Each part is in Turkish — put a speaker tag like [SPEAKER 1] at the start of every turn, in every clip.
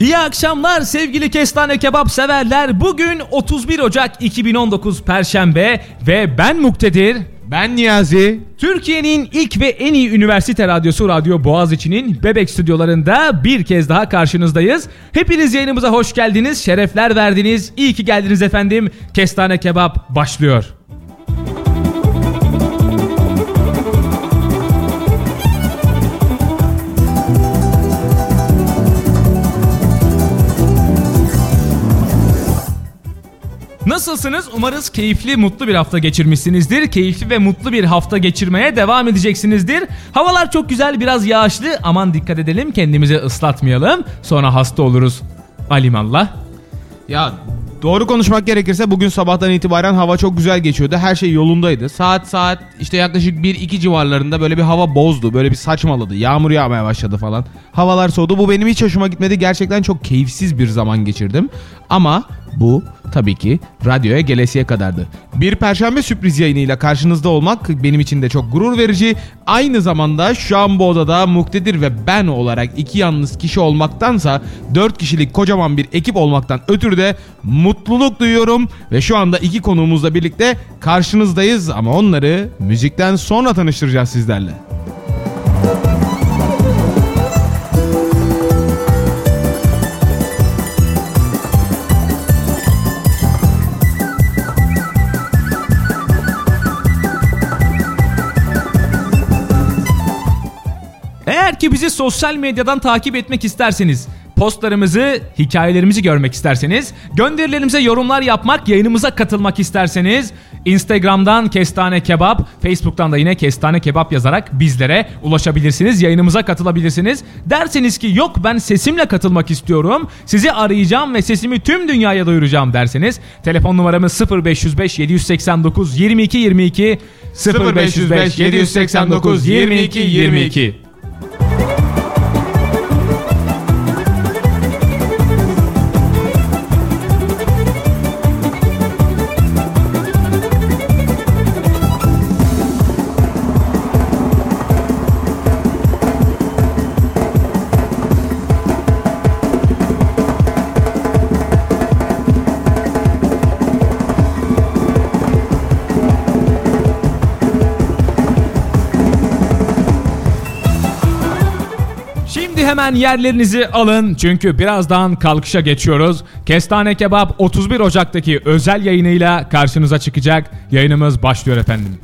[SPEAKER 1] İyi akşamlar sevgili kestane kebap severler. Bugün 31 Ocak 2019 Perşembe ve ben Muktedir.
[SPEAKER 2] Ben Niyazi.
[SPEAKER 1] Türkiye'nin ilk ve en iyi üniversite radyosu Radyo Boğaziçi'nin Bebek stüdyolarında bir kez daha karşınızdayız. Hepiniz yayınımıza hoş geldiniz, şerefler verdiniz. İyi ki geldiniz efendim. Kestane Kebap başlıyor. Nasılsınız? Umarız keyifli, mutlu bir hafta geçirmişsinizdir. Keyifli ve mutlu bir hafta geçirmeye devam edeceksinizdir. Havalar çok güzel, biraz yağışlı. Aman dikkat edelim, kendimizi ıslatmayalım. Sonra hasta oluruz. Alimallah.
[SPEAKER 2] Ya doğru konuşmak gerekirse bugün sabahtan itibaren hava çok güzel geçiyordu. Her şey yolundaydı. Saat saat işte yaklaşık 1-2 civarlarında böyle bir hava bozdu. Böyle bir saçmaladı. Yağmur yağmaya başladı falan. Havalar soğudu. Bu benim hiç hoşuma gitmedi. Gerçekten çok keyifsiz bir zaman geçirdim. Ama bu tabii ki radyoya gelesiye kadardı. Bir perşembe sürpriz yayınıyla karşınızda olmak benim için de çok gurur verici. Aynı zamanda şu an bu odada Muktedir ve ben olarak iki yalnız kişi olmaktansa dört kişilik kocaman bir ekip olmaktan ötürü de mutluluk duyuyorum. Ve şu anda iki konuğumuzla birlikte karşınızdayız ama onları müzikten sonra tanıştıracağız sizlerle.
[SPEAKER 1] Eğer ki bizi sosyal medyadan takip etmek isterseniz, postlarımızı, hikayelerimizi görmek isterseniz, gönderilerimize yorumlar yapmak, yayınımıza katılmak isterseniz, Instagram'dan Kestane Kebap, Facebook'tan da yine Kestane Kebap yazarak bizlere ulaşabilirsiniz, yayınımıza katılabilirsiniz. Derseniz ki yok ben sesimle katılmak istiyorum, sizi arayacağım ve sesimi tüm dünyaya duyuracağım derseniz, telefon numaramız 0505 789 22 22 0505 789 22 22 Şimdi hemen yerlerinizi alın çünkü birazdan kalkışa geçiyoruz. Kestane Kebap 31 Ocak'taki özel yayınıyla karşınıza çıkacak. Yayınımız başlıyor efendim.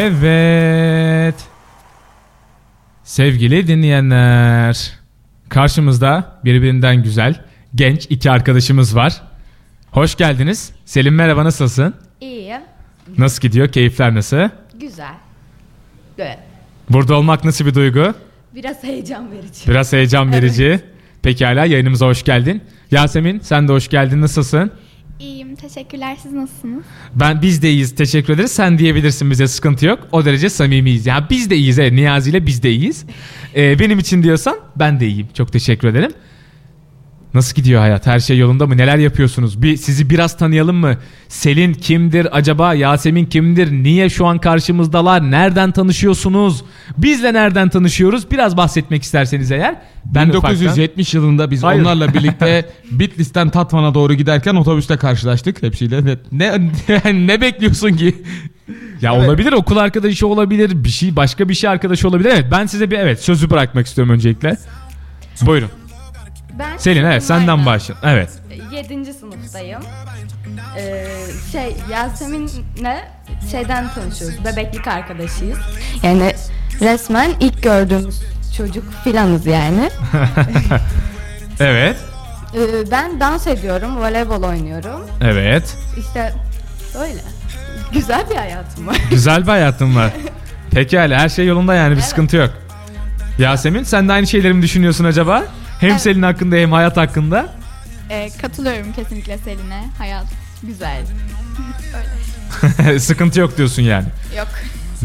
[SPEAKER 1] Evet. Sevgili dinleyenler. Karşımızda birbirinden güzel, genç iki arkadaşımız var. Hoş geldiniz. Selim merhaba nasılsın?
[SPEAKER 3] İyi,
[SPEAKER 1] Nasıl gidiyor? Keyifler nasıl?
[SPEAKER 3] güzel. Evet.
[SPEAKER 1] Burada olmak nasıl bir duygu?
[SPEAKER 3] Biraz heyecan verici.
[SPEAKER 1] Biraz heyecan
[SPEAKER 3] Evet.
[SPEAKER 1] verici. Pekala yayınımıza hoş geldin. Yasemin sen de hoş geldin. Nasılsın?
[SPEAKER 4] İyiyim, teşekkürler. Siz nasılsınız?
[SPEAKER 1] Ben biz de iyiyiz. Teşekkür ederiz. Sen diyebilirsin bize sıkıntı yok. O derece samimiyiz. Ya biz de iyiyiz. Evet, Niyazi ile biz de iyiyiz. Ee, benim için diyorsan ben de iyiyim. Çok teşekkür ederim. Nasıl gidiyor hayat? Her şey yolunda mı? Neler yapıyorsunuz? Bir sizi biraz tanıyalım mı? Selin kimdir acaba? Yasemin kimdir? Niye şu an karşımızdalar? Nereden tanışıyorsunuz? Bizle nereden tanışıyoruz? Biraz bahsetmek isterseniz eğer. Ben ufaktan-
[SPEAKER 2] 1970 yılında biz
[SPEAKER 1] Hayır.
[SPEAKER 2] onlarla birlikte Bitlis'ten Tatvan'a doğru giderken otobüste karşılaştık hepsiyle. Ne ne, ne bekliyorsun ki?
[SPEAKER 1] Ya olabilir okul arkadaşı olabilir bir şey başka bir şey arkadaşı olabilir. Evet ben size bir evet sözü bırakmak istiyorum öncelikle. Buyurun.
[SPEAKER 3] Ben
[SPEAKER 1] Selin evet senden
[SPEAKER 3] aynen.
[SPEAKER 1] başla. Evet.
[SPEAKER 3] Yedinci sınıftayım. Ee, şey Yasemin'le şeyden tanışıyoruz. Bebeklik arkadaşıyız. Yani resmen ilk gördüğümüz çocuk filanız yani.
[SPEAKER 1] Evet.
[SPEAKER 3] Ee, ben dans ediyorum, voleybol oynuyorum.
[SPEAKER 1] Evet.
[SPEAKER 3] İşte böyle. Güzel bir hayatım var.
[SPEAKER 1] Güzel bir hayatın var. Pekala her şey yolunda yani bir sıkıntı yok. Yasemin sen de aynı şeyleri mi düşünüyorsun acaba? Hem
[SPEAKER 4] Evet.
[SPEAKER 1] Selin hakkında hem hayat hakkında.
[SPEAKER 4] Ee, katılıyorum kesinlikle Selin'e. Hayat güzel.
[SPEAKER 1] sıkıntı yok diyorsun yani.
[SPEAKER 4] Yok.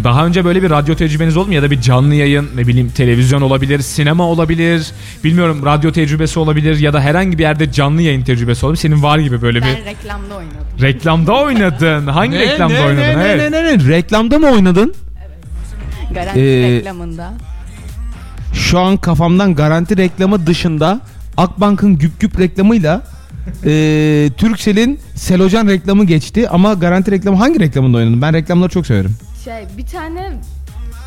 [SPEAKER 1] Daha önce böyle bir radyo tecrübeniz oldu mu ya da bir canlı yayın ne bileyim televizyon olabilir, sinema olabilir, bilmiyorum radyo tecrübesi olabilir ya da herhangi bir yerde canlı yayın tecrübesi olabilir. Senin var gibi böyle bir
[SPEAKER 3] Ben reklamda oynadım.
[SPEAKER 1] reklamda oynadın. Hangi reklamda oynadın?
[SPEAKER 2] Ne, ne,
[SPEAKER 1] evet.
[SPEAKER 2] ne, ne, ne? Reklamda mı oynadın?
[SPEAKER 3] Garanti
[SPEAKER 2] Ee,
[SPEAKER 3] reklamında.
[SPEAKER 2] Şu an kafamdan garanti reklamı dışında Akbank'ın güp güp reklamıyla e, Turkcell'in Selocan reklamı geçti ama garanti reklamı hangi reklamında oynadın? Ben reklamları çok severim.
[SPEAKER 3] Şey bir tane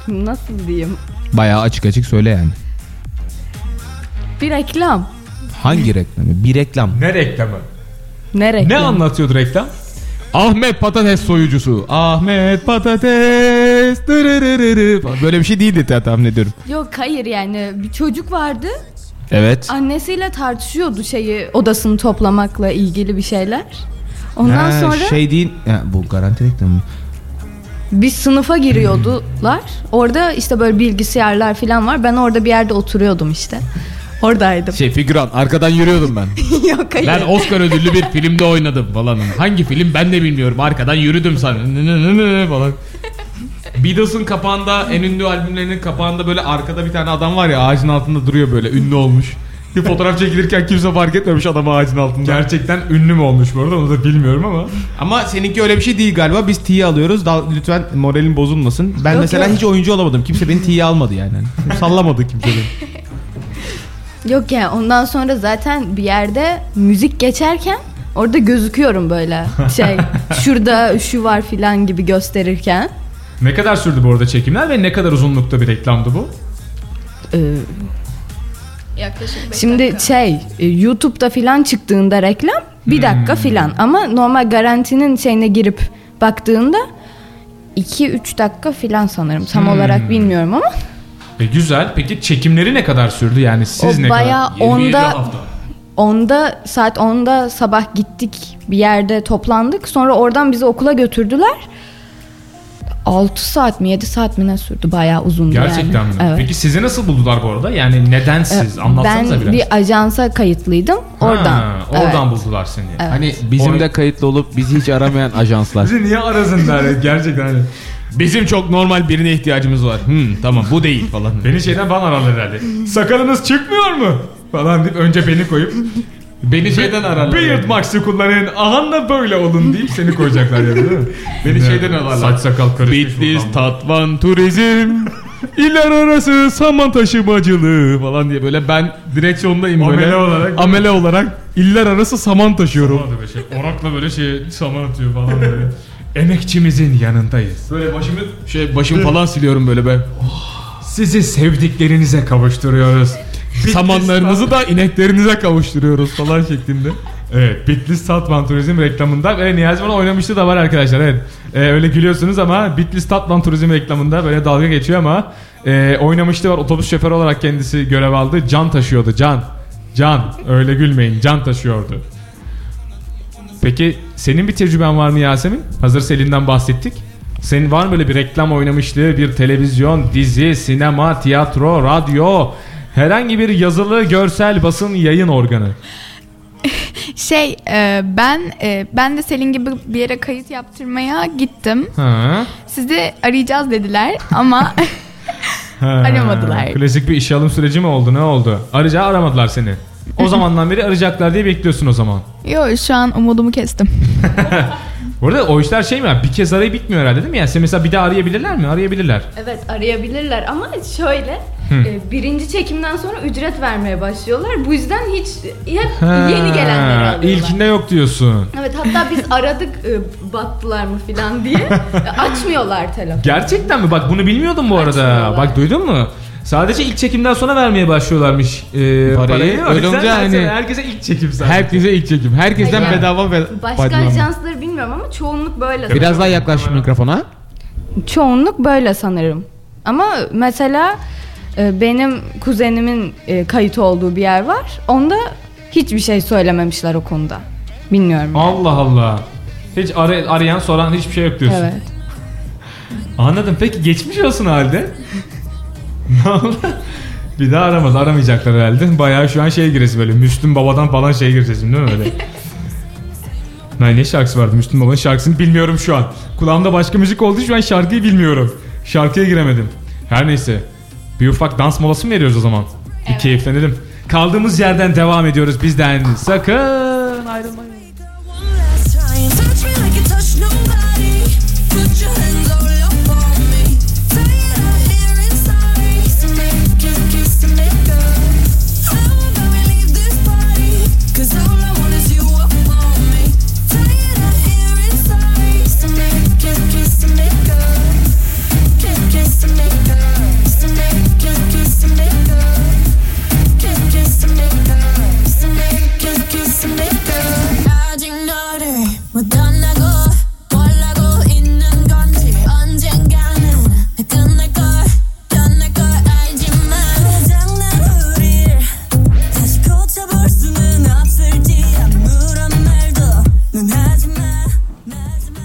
[SPEAKER 3] nasıl diyeyim?
[SPEAKER 2] Bayağı açık açık söyle yani.
[SPEAKER 3] Bir reklam.
[SPEAKER 2] Hangi reklamı? Bir reklam.
[SPEAKER 1] Ne reklamı?
[SPEAKER 3] Ne reklam?
[SPEAKER 1] Ne anlatıyordu reklam?
[SPEAKER 2] Ahmet patates soyucusu. Ahmet patates. Dırırırırı falan. Böyle bir şey değildi diye tahmin ediyorum.
[SPEAKER 3] Yok hayır yani bir çocuk vardı.
[SPEAKER 2] Evet.
[SPEAKER 3] Annesiyle tartışıyordu şeyi odasını toplamakla ilgili bir şeyler. Ondan
[SPEAKER 2] Ha,
[SPEAKER 3] sonra
[SPEAKER 2] şey değil. Ha, bu garanti reklamı.
[SPEAKER 3] bir sınıfa giriyordular. Orada işte böyle bilgisayarlar falan var. Ben orada bir yerde oturuyordum işte. Oradaydım.
[SPEAKER 2] Şey figüran arkadan yürüyordum ben.
[SPEAKER 3] Yok hayır.
[SPEAKER 2] Ben Oscar ödüllü bir filmde oynadım falan. Hangi film ben de bilmiyorum. Arkadan yürüdüm sana Nı nı nı nı falan. Beatles'ın kapağında en ünlü albümlerinin kapağında böyle arkada bir tane adam var ya ağacın altında duruyor böyle ünlü olmuş. Bir fotoğraf çekilirken kimse fark etmemiş adam ağacın altında.
[SPEAKER 1] Gerçekten ünlü mü olmuş bu arada onu da bilmiyorum ama.
[SPEAKER 2] Ama seninki öyle bir şey değil galiba. Biz tiye alıyoruz. Da- lütfen moralin bozulmasın. Ben
[SPEAKER 3] Yok,
[SPEAKER 2] mesela
[SPEAKER 3] yok.
[SPEAKER 2] hiç oyuncu olamadım. Kimse beni tiye almadı yani. Hani Sallamadı kimse beni.
[SPEAKER 3] Yok ya ondan sonra zaten bir yerde müzik geçerken orada gözüküyorum böyle şey şurada şu var filan gibi gösterirken
[SPEAKER 1] Ne kadar sürdü bu arada çekimler ve ne kadar uzunlukta bir reklamdı bu?
[SPEAKER 3] Ee,
[SPEAKER 4] Yaklaşık beş
[SPEAKER 3] Şimdi
[SPEAKER 4] dakika.
[SPEAKER 3] şey e, YouTube'da filan çıktığında reklam
[SPEAKER 1] Hmm.
[SPEAKER 3] bir dakika filan ama normal garantinin şeyine girip baktığında 2-3 dakika filan sanırım tam
[SPEAKER 1] Hmm.
[SPEAKER 3] olarak bilmiyorum ama
[SPEAKER 1] E güzel. Peki çekimleri ne kadar sürdü? Yani siz
[SPEAKER 3] O
[SPEAKER 1] ne
[SPEAKER 3] bayağı
[SPEAKER 1] kadar? 27
[SPEAKER 3] onda-
[SPEAKER 1] hafta.
[SPEAKER 3] onda saat 10'da sabah gittik bir yerde toplandık sonra oradan bizi okula götürdüler 6 saat mi 7 saat mi ne sürdü bayağı uzundu
[SPEAKER 1] Gerçekten
[SPEAKER 3] yani.
[SPEAKER 1] mi? Peki sizi nasıl buldular bu arada? Yani neden siz? Anlatsanıza
[SPEAKER 3] ben
[SPEAKER 1] biraz.
[SPEAKER 3] bir ajansa kayıtlıydım oradan.
[SPEAKER 1] Ha, oradan buldular seni.
[SPEAKER 2] Hani bizim de kayıtlı olup bizi hiç aramayan ajanslar.
[SPEAKER 1] Bizi niye arasın der gerçekten. hani.
[SPEAKER 2] Bizim çok normal birine ihtiyacımız var. Hmm, tamam bu değil falan.
[SPEAKER 1] Beni şeyden bana ararlar herhalde. Sakalınız çıkmıyor mu? Falan deyip önce beni koyup
[SPEAKER 2] Beni şeyden ararlar.
[SPEAKER 1] Beard Max'i kullanın. Ahan da böyle olun deyip seni koyacaklar ya değil mi? Beni şeyden ararlar. Saç sakal karışmış.
[SPEAKER 2] Bitlis
[SPEAKER 1] buradan.
[SPEAKER 2] Tatvan Turizm. İller arası saman taşımacılığı falan diye böyle ben direksiyondayım böyle.
[SPEAKER 1] Amele olarak.
[SPEAKER 2] Amele olarak iller arası saman taşıyorum.
[SPEAKER 1] Saman da böyle şey, Orakla böyle şey saman atıyor falan böyle. Emekçimizin yanındayız.
[SPEAKER 2] Böyle başımı şey başımı falan siliyorum böyle ben.
[SPEAKER 1] Sizi sevdiklerinize kavuşturuyoruz. Bitlis
[SPEAKER 2] Samanlarınızı da ineklerinize kavuşturuyoruz falan şeklinde.
[SPEAKER 1] Evet Bitlis Tatvan Turizm reklamında ve Niyazi bana oynamıştı da var arkadaşlar evet. Ee, öyle gülüyorsunuz ama Bitlis Tatvan Turizm reklamında böyle dalga geçiyor ama e, oynamıştı var otobüs şoförü olarak kendisi görev aldı. Can taşıyordu can. Can öyle gülmeyin can taşıyordu. Peki senin bir tecrüben var mı Yasemin? Hazır Selin'den bahsettik. Senin var mı böyle bir reklam oynamışlığı, bir televizyon, dizi, sinema, tiyatro, radyo, herhangi bir yazılı, görsel, basın, yayın organı?
[SPEAKER 4] Şey e, ben e, ben de Selin gibi bir yere kayıt yaptırmaya gittim.
[SPEAKER 1] Ha.
[SPEAKER 4] Sizi arayacağız dediler ama
[SPEAKER 1] Ha,
[SPEAKER 4] Aramadılar.
[SPEAKER 1] Klasik bir işe alım süreci mi oldu ne oldu? Araca aramadılar seni. O zamandan beri arayacaklar diye bekliyorsun o zaman.
[SPEAKER 4] yok şu an umudumu kestim.
[SPEAKER 1] Burada o işler şey mi? ya, Bir kez arayı bitmiyor herhalde değil mi? Yani sen mesela bir daha arayabilirler mi? Arayabilirler.
[SPEAKER 3] Evet arayabilirler ama şöyle e, birinci çekimden sonra ücret vermeye başlıyorlar. Bu yüzden hiç hep yeni gelenleri
[SPEAKER 1] Ha,
[SPEAKER 3] alıyorlar.
[SPEAKER 1] İlkinde yok diyorsun.
[SPEAKER 3] Evet hatta biz aradık e, baktılar mı filan diye E, açmıyorlar telefonu.
[SPEAKER 1] Gerçekten mi? Bak bunu bilmiyordum bu arada.
[SPEAKER 3] Açmıyorlar.
[SPEAKER 1] Bak duydun mu?
[SPEAKER 5] Sadece ilk çekimden sonra vermeye başlıyorlarmış e, parayı.
[SPEAKER 2] Parayı. Öyle
[SPEAKER 5] Sen
[SPEAKER 2] olunca
[SPEAKER 5] zaten
[SPEAKER 2] hani-
[SPEAKER 5] herkese ilk çekim sadece.
[SPEAKER 2] Herkese ilk çekim. Herkesten
[SPEAKER 3] Hayır.
[SPEAKER 2] bedava ve
[SPEAKER 3] Başka
[SPEAKER 2] Padmanam.
[SPEAKER 3] ajansları bilmiyorum ama çoğunluk böyle.
[SPEAKER 2] Biraz daha yaklaş şu mikrofona.
[SPEAKER 3] Çoğunluk böyle sanırım. Ama mesela e, benim kuzenimin e, kayıt olduğu bir yer var. Onda hiçbir şey söylememişler o konuda. Bilmiyorum.
[SPEAKER 5] Allah Allah. Hiç ara- arayan soran hiçbir şey yok diyorsun.
[SPEAKER 3] Evet.
[SPEAKER 5] Anladım. Peki geçmiş olsun o halde. ne oldu? Bir daha aramadı. Aramayacaklar herhalde. Bayağı şu an şey giresi böyle. Müslüm Baba'dan falan şey giresi değil mi böyle? Nay ne şarkısı vardı? Müslüm Baba'nın şarkısını bilmiyorum şu an. Kulağımda başka müzik oldu. Şu an şarkıyı bilmiyorum. Şarkıya giremedim. Her neyse. Bir ufak dans molası mı veriyoruz o zaman? Bir keyiflenelim. Kaldığımız yerden devam ediyoruz bizden. Sakın ayrılmayın.
[SPEAKER 6] Touch me like you touch nobody. Put your hands all up on me. Tired of hearing sorry. Kiss, kiss, and make up. I will never leave this party. 'Cause all I want is you up on me. Tired of hearing sorry. Kiss, kiss, and make up. Kiss, kiss, and make up. Kiss, kiss, and make up. Kiss, kiss, and make up. Kiss, kiss, and make up. 아직 너를 못 떠나고 몰라고 있는 건지 언젠가는 다 끝날 걸 떠날 걸 알지만 장난 우리를 다시 고쳐볼 수는 없을지 아무런 말도 넌 하지마 마지막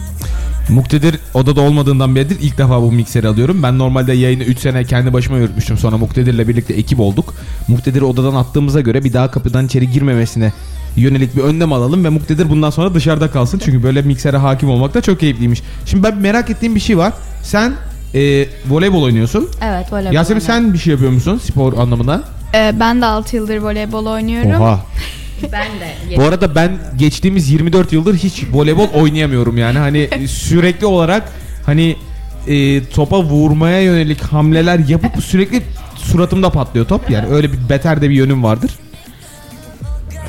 [SPEAKER 2] Muktedir odada olmadığından beridir ilk defa bu mikseri alıyorum. Ben normalde yayını 3 sene kendi başıma yürütmüştüm. Sonra Muktedir'le birlikte ekip olduk. Muktedir'i odadan attığımıza göre bir daha kapıdan içeri girmemesine yönelik bir önlem alalım ve Muktedir bundan sonra dışarıda kalsın. Çünkü böyle miksere hakim olmak da çok keyifliymiş. Şimdi ben merak ettiğim bir şey var. Sen e, voleybol oynuyorsun.
[SPEAKER 3] Evet voleybol.
[SPEAKER 2] Yasemin sen bir şey yapıyor musun spor anlamında?
[SPEAKER 4] Ee, ben de 6 yıldır voleybol oynuyorum.
[SPEAKER 3] Ben de.
[SPEAKER 2] Bu arada ben geçtiğimiz 24 yıldır hiç voleybol oynayamıyorum yani. Hani sürekli olarak hani e, topa vurmaya yönelik hamleler yapıp sürekli suratımda patlıyor top. Yani öyle bir beter de bir yönüm vardır.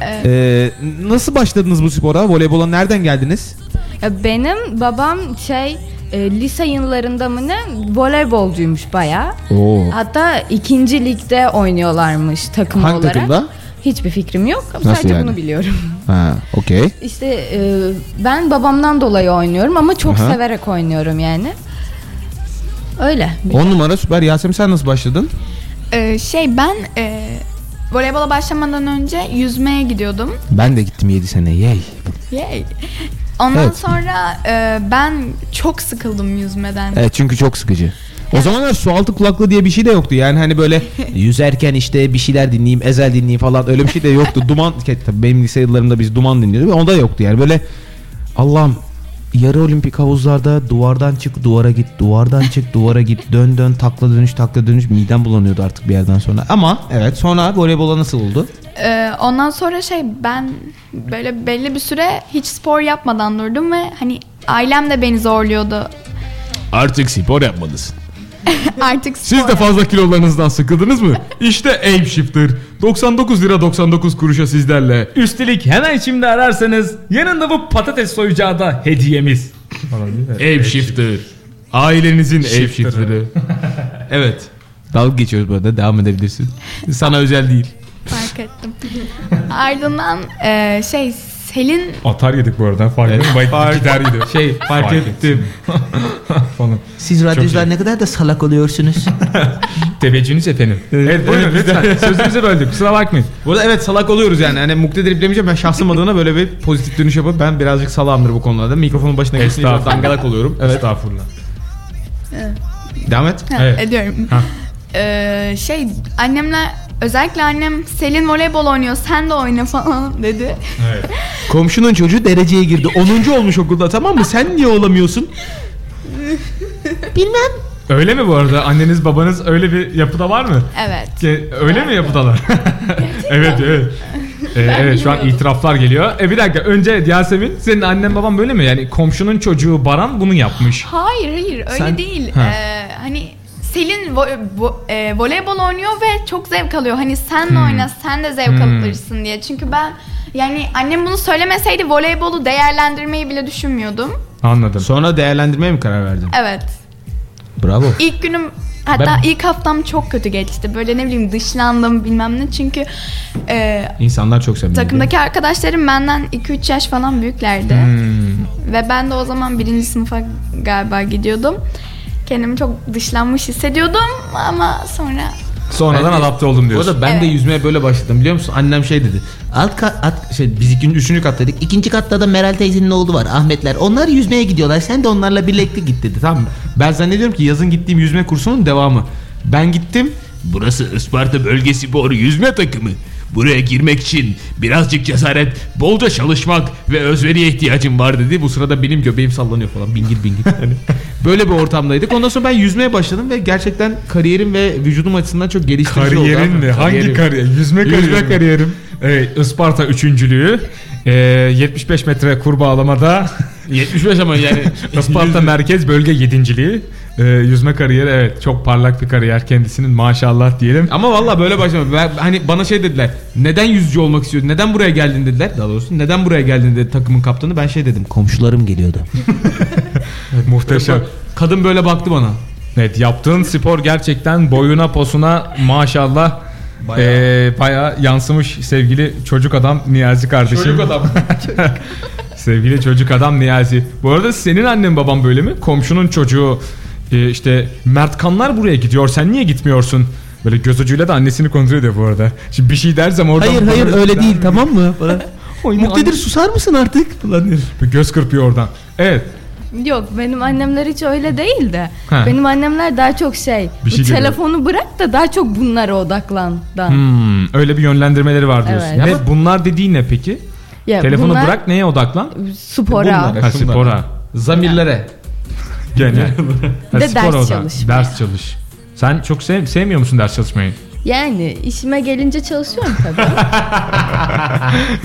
[SPEAKER 2] E, nasıl başladınız bu spora? Voleybola nereden geldiniz?
[SPEAKER 3] Ya Benim babam şey e, lise yıllarında mı ne voleybolcuymuş bayağı.
[SPEAKER 2] Oo.
[SPEAKER 3] Hatta ikinci ligde oynuyorlarmış takım
[SPEAKER 2] Hangi
[SPEAKER 3] olarak.
[SPEAKER 2] takımda?
[SPEAKER 3] Hiçbir fikrim yok.
[SPEAKER 2] Nasıl
[SPEAKER 3] Sadece
[SPEAKER 2] yani?
[SPEAKER 3] bunu biliyorum.
[SPEAKER 2] Ha, okey.
[SPEAKER 3] İşte e, ben babamdan dolayı oynuyorum ama çok
[SPEAKER 2] Aha.
[SPEAKER 3] severek oynuyorum yani. Öyle.
[SPEAKER 2] 10 numara süper. Yasemin sen nasıl başladın?
[SPEAKER 4] Ee, şey ben e, voleybola başlamadan önce yüzmeye gidiyordum.
[SPEAKER 2] Ben de gittim 7 sene. Yey.
[SPEAKER 4] Yay. Ondan
[SPEAKER 2] Evet.
[SPEAKER 4] sonra e, ben çok sıkıldım yüzmeden.
[SPEAKER 2] Evet çünkü çok sıkıcı. O zamanlar sualtı kulaklığı diye bir şey de yoktu. Yani hani böyle yüzerken işte bir şeyler dinleyeyim, ezel dinleyeyim falan öyle bir şey de yoktu. duman, tabii benim lise yıllarımda biz duman dinliyorduk. Onda yoktu yani böyle Allah'ım yarı olimpik havuzlarda duvardan çık duvara git, duvardan çık duvara git, dön dön takla dönüş takla dönüş midem bulanıyordu artık bir yerden sonra. Ama evet sonra voleybola nasıl oldu?
[SPEAKER 4] Ee, ondan sonra şey ben böyle belli bir süre hiç spor yapmadan durdum ve hani ailem de beni zorluyordu.
[SPEAKER 2] Artık spor yapmalısın.
[SPEAKER 4] Artık spor
[SPEAKER 1] Siz de fazla kilolarınızdan sıkıldınız mı? İşte Aim Shifter. 99 lira 99 kuruşa sizlerle.
[SPEAKER 5] Üstelik hemen şimdi ararsanız yanında bu patates soyacağı da hediyemiz.
[SPEAKER 1] Aim Shifter. Ailenizin Aim Shifter'ı. evet.
[SPEAKER 2] Dalga geçiyoruz burada devam edebilirsin. Sana özel değil.
[SPEAKER 4] fark ettim. Ardından e, şey Selin
[SPEAKER 1] Atar yedik bu arada fark ettim. Bayit gider yedi.
[SPEAKER 2] Şey
[SPEAKER 1] Fark ettim. Falan.
[SPEAKER 2] siz radyocular ne kadar da salak oluyorsunuz.
[SPEAKER 5] Teveccühünüz efendim. Evet buyurun lütfen. Sözünüzü böldük kusura bakmayın.
[SPEAKER 2] Burada evet salak oluyoruz yani. Hani muktedir iplemeyeceğim. Ben şahsım adına böyle bir pozitif dönüş yapıp ben birazcık salamdır bu konularda. Mikrofonun başına geçsin.
[SPEAKER 5] Estağfurullah.
[SPEAKER 2] Dangalak oluyorum. Evet.
[SPEAKER 1] Estağfurullah.
[SPEAKER 2] Devam et.
[SPEAKER 4] Ha,
[SPEAKER 5] Evet.
[SPEAKER 4] ediyorum. Ee, şey annemle özellikle annem Selin voleybol oynuyor sen de oyna falan dedi.
[SPEAKER 2] Komşunun çocuğu dereceye girdi. 10. olmuş okulda tamam mı? Sen niye olamıyorsun?
[SPEAKER 5] Öyle mi bu arada? Anneniz babanız öyle bir yapıda var mı?
[SPEAKER 4] Evet.
[SPEAKER 5] Ge- Öyle mi yapıdalar? evet evet. Ee, evet şu an itiraflar geliyor. E bir dakika önce Yasemin senin annen baban böyle mi? Yani komşunun çocuğu Baran bunu yapmış.
[SPEAKER 4] Hayır hayır öyle
[SPEAKER 5] Sen-
[SPEAKER 4] değil.
[SPEAKER 5] Ha.
[SPEAKER 4] Ee, hani Selin vo- vo- e, voleybol oynuyor ve çok zevk alıyor. Hani sen
[SPEAKER 5] Hmm.
[SPEAKER 4] de oyna sen de zevk alırsın diye. Çünkü ben yani annem bunu söylemeseydi voleybolu değerlendirmeyi bile düşünmüyordum.
[SPEAKER 5] Anladım.
[SPEAKER 2] Sonra değerlendirmeye mi karar verdin?
[SPEAKER 4] Evet.
[SPEAKER 2] Bravo.
[SPEAKER 4] İlk günüm Hatta
[SPEAKER 5] Ben-
[SPEAKER 4] ilk haftam çok kötü geçti. Böyle ne bileyim dışlandım bilmem ne. Çünkü e,
[SPEAKER 5] İnsanlar çok samimi.
[SPEAKER 4] takımdaki arkadaşlarım benden 2-3 yaş falan büyüklerdi.
[SPEAKER 1] Hmm.
[SPEAKER 4] Ve ben de o zaman birinci sınıfa galiba gidiyordum. Kendimi çok dışlanmış hissediyordum ama sonra
[SPEAKER 5] Sonradan
[SPEAKER 2] Ben de-
[SPEAKER 5] adapte oldum
[SPEAKER 2] Bu
[SPEAKER 5] diyorsun.
[SPEAKER 2] arada ben de
[SPEAKER 4] Evet.
[SPEAKER 2] yüzmeye böyle başladım biliyor musun? Annem şey dedi. Alt kat, at, şey, biz ikinci, üçüncü kattaydık. İkinci katta da Meral teyzenin oğlu var Ahmetler. Onlar yüzmeye gidiyorlar. Sen de onlarla birlikte git dedi. Tamam mı? Ben zannediyorum ki yazın gittiğim yüzme kursunun devamı. Ben gittim.
[SPEAKER 7] Burası Isparta Bölgesi Spor Yüzme Takımı. Buraya girmek için birazcık cesaret, bolca çalışmak ve özveriye ihtiyacım var dedi. Bu sırada benim göbeğim sallanıyor falan. Bingil bingil.
[SPEAKER 2] Hani böyle bir ortamdaydık. Ondan sonra ben yüzmeye başladım ve gerçekten kariyerim ve vücudum açısından çok geliştirici oldu.
[SPEAKER 1] Kariyerin
[SPEAKER 2] abi.
[SPEAKER 1] mi? Hangi
[SPEAKER 2] Kariyerim.
[SPEAKER 1] kariyer? Yüzme kariyeri.
[SPEAKER 2] Yüzme
[SPEAKER 1] mi? Evet, Isparta üçüncülüğü. Ee, 75 metre kurbağalamada
[SPEAKER 7] 75 ama yani
[SPEAKER 1] Isparta merkez bölge yedinciliği. Ee, yüzme kariyeri evet çok parlak bir kariyer kendisinin maşallah diyelim.
[SPEAKER 2] Ama valla böyle başlamadım. Ben- hani bana şey dediler. Neden yüzücü olmak istiyordun? Neden buraya geldin dediler. Daha doğrusu neden buraya geldin dedi takımın kaptanı. Ben şey dedim. Komşularım geliyordu.
[SPEAKER 1] Muhteşem.
[SPEAKER 2] Kadın böyle baktı bana.
[SPEAKER 1] Evet yaptığın spor gerçekten boyuna posuna maşallah
[SPEAKER 2] Bayağı.
[SPEAKER 1] ee, bayağı yansımış sevgili çocuk adam Niyazi kardeşim. Sevgili çocuk adam Niyazi. Bu arada senin annen baban böyle mi? Komşunun çocuğu e, işte Mertkanlar buraya gidiyor. Sen niye gitmiyorsun? Böyle göz ucuyla da annesini kontrol ediyor bu arada. Şimdi bir şey dersem oradan...
[SPEAKER 8] Hayır hayır öyle değil tamam mı?
[SPEAKER 1] Muktedir
[SPEAKER 8] Muktedir susar mısın artık? Falan diyor.
[SPEAKER 1] Bir göz kırpıyor oradan. Evet.
[SPEAKER 3] Yok benim annemler hiç öyle değil de.
[SPEAKER 1] Ha.
[SPEAKER 3] Benim annemler daha çok şey.
[SPEAKER 1] Bir
[SPEAKER 3] bu
[SPEAKER 1] şey görüyor.
[SPEAKER 3] telefonu bırak da daha çok bunlara odaklandan.
[SPEAKER 1] Hmm, öyle bir yönlendirmeleri var diyorsun.
[SPEAKER 3] Evet.
[SPEAKER 1] Ne, bunlar dediğin ne peki?
[SPEAKER 3] Ya
[SPEAKER 1] Telefonu
[SPEAKER 3] bunlar
[SPEAKER 1] bırak neye odaklan?
[SPEAKER 3] Spora.
[SPEAKER 2] Bunlara.
[SPEAKER 1] Ha, spora.
[SPEAKER 2] Zamirlere.
[SPEAKER 1] Genel. Ha,
[SPEAKER 3] De
[SPEAKER 1] spora
[SPEAKER 3] ders
[SPEAKER 1] odak-
[SPEAKER 3] çalışmaya.
[SPEAKER 1] Ders çalış. Sen çok sev- sevmiyor musun ders çalışmayı?
[SPEAKER 3] Yani işime gelince çalışıyorum tabii.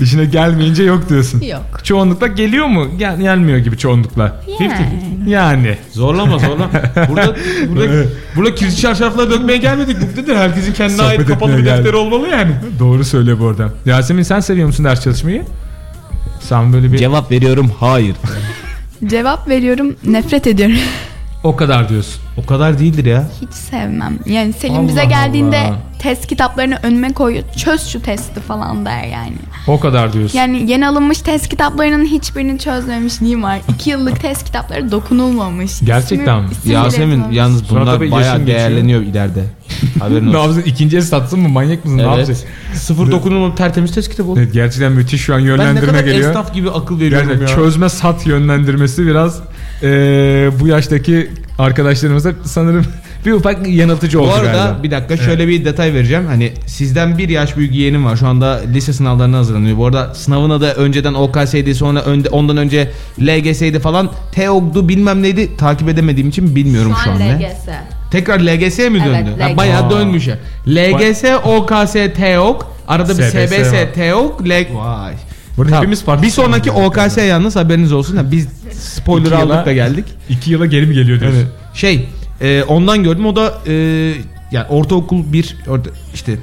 [SPEAKER 1] İşine gelmeyince yok diyorsun.
[SPEAKER 3] Yok.
[SPEAKER 1] Çoğunlukla geliyor mu? Gel, gelmiyor gibi çoğunlukla.
[SPEAKER 3] Yani.
[SPEAKER 1] Yani.
[SPEAKER 2] Zorlama zorlama. Burada burada burada kirli çarşafları dökmeye gelmedik. Muktedir herkesin kendine
[SPEAKER 1] Sohbet
[SPEAKER 2] ait kapalı
[SPEAKER 1] etmeye
[SPEAKER 2] bir defteri
[SPEAKER 1] geldik.
[SPEAKER 2] olmalı yani.
[SPEAKER 1] Doğru söylüyor bu arada. Yasemin sen seviyor musun ders çalışmayı? Sen böyle bir
[SPEAKER 8] Cevap veriyorum hayır.
[SPEAKER 4] cevap veriyorum nefret ediyorum.
[SPEAKER 1] o kadar diyorsun.
[SPEAKER 2] O kadar değildir ya.
[SPEAKER 4] Hiç sevmem. Yani Selim bize
[SPEAKER 1] Allah
[SPEAKER 4] geldiğinde
[SPEAKER 1] Allah.
[SPEAKER 4] test kitaplarını önüme koyuyor. Çöz şu testi falan der yani.
[SPEAKER 1] O kadar diyorsun.
[SPEAKER 4] Yani yeni alınmış test kitaplarının hiçbirini çözmemiş neyim var? İki yıllık test kitapları dokunulmamış.
[SPEAKER 1] Gerçekten
[SPEAKER 4] İsmi-
[SPEAKER 1] mi?
[SPEAKER 4] isim bile
[SPEAKER 2] Yasemin
[SPEAKER 4] yazılmamış.
[SPEAKER 2] yalnız
[SPEAKER 1] Sonra tabii
[SPEAKER 2] bunlar
[SPEAKER 1] yaşın
[SPEAKER 2] bayağı
[SPEAKER 1] geçiyor.
[SPEAKER 2] değerleniyor ileride. Haberin
[SPEAKER 1] ne
[SPEAKER 2] olsun.
[SPEAKER 1] yapsın? İkinci el satsın mı? Manyak mısın? Ne
[SPEAKER 2] Evet.
[SPEAKER 1] yapacaksın?
[SPEAKER 2] Sıfır dokunulmalı tertemiz test kitabı oldu.
[SPEAKER 1] Evet, gerçekten müthiş şu an
[SPEAKER 2] Ben ne
[SPEAKER 1] yönlendirme
[SPEAKER 2] kadar
[SPEAKER 1] geliyor.
[SPEAKER 2] esnaf gibi akıl veriyorum
[SPEAKER 1] Gerçekten
[SPEAKER 2] ya.
[SPEAKER 1] çözme sat yönlendirmesi biraz eee, bu yaştaki arkadaşlarımıza sanırım bir ufak yanıltıcı oldu
[SPEAKER 2] Bu arada
[SPEAKER 1] galiba.
[SPEAKER 2] bir dakika şöyle bir detay vereceğim. Hani sizden bir yaş büyük yeğenim var. Şu anda lise sınavlarına hazırlanıyor. Bu arada sınavına da önceden OKS'ydi sonra önde, ondan önce LGS'ydi falan. TEOG'du bilmem neydi. Takip edemediğim için bilmiyorum şu, an ne.
[SPEAKER 3] LGS.
[SPEAKER 2] Tekrar LGS mi
[SPEAKER 3] Evet,
[SPEAKER 2] döndü?
[SPEAKER 3] LGS.
[SPEAKER 2] Ha, bayağı dönmüş ya. LGS, OKS, TEOG. Arada bir
[SPEAKER 1] SBS
[SPEAKER 2] SBS,
[SPEAKER 1] var.
[SPEAKER 2] TEOG, LG... Vay.
[SPEAKER 1] Burada hepimiz farklı
[SPEAKER 2] bir sonraki
[SPEAKER 1] sınavlar
[SPEAKER 2] OKS yalnız haberiniz olsun. Ha, biz spoiler
[SPEAKER 1] İki yıla-
[SPEAKER 2] aldık da geldik.
[SPEAKER 1] İki yıla geri mi geliyor diyorsun?
[SPEAKER 2] Evet. Şey, e, ondan gördüm. O da e, yani ortaokul bir orta- işte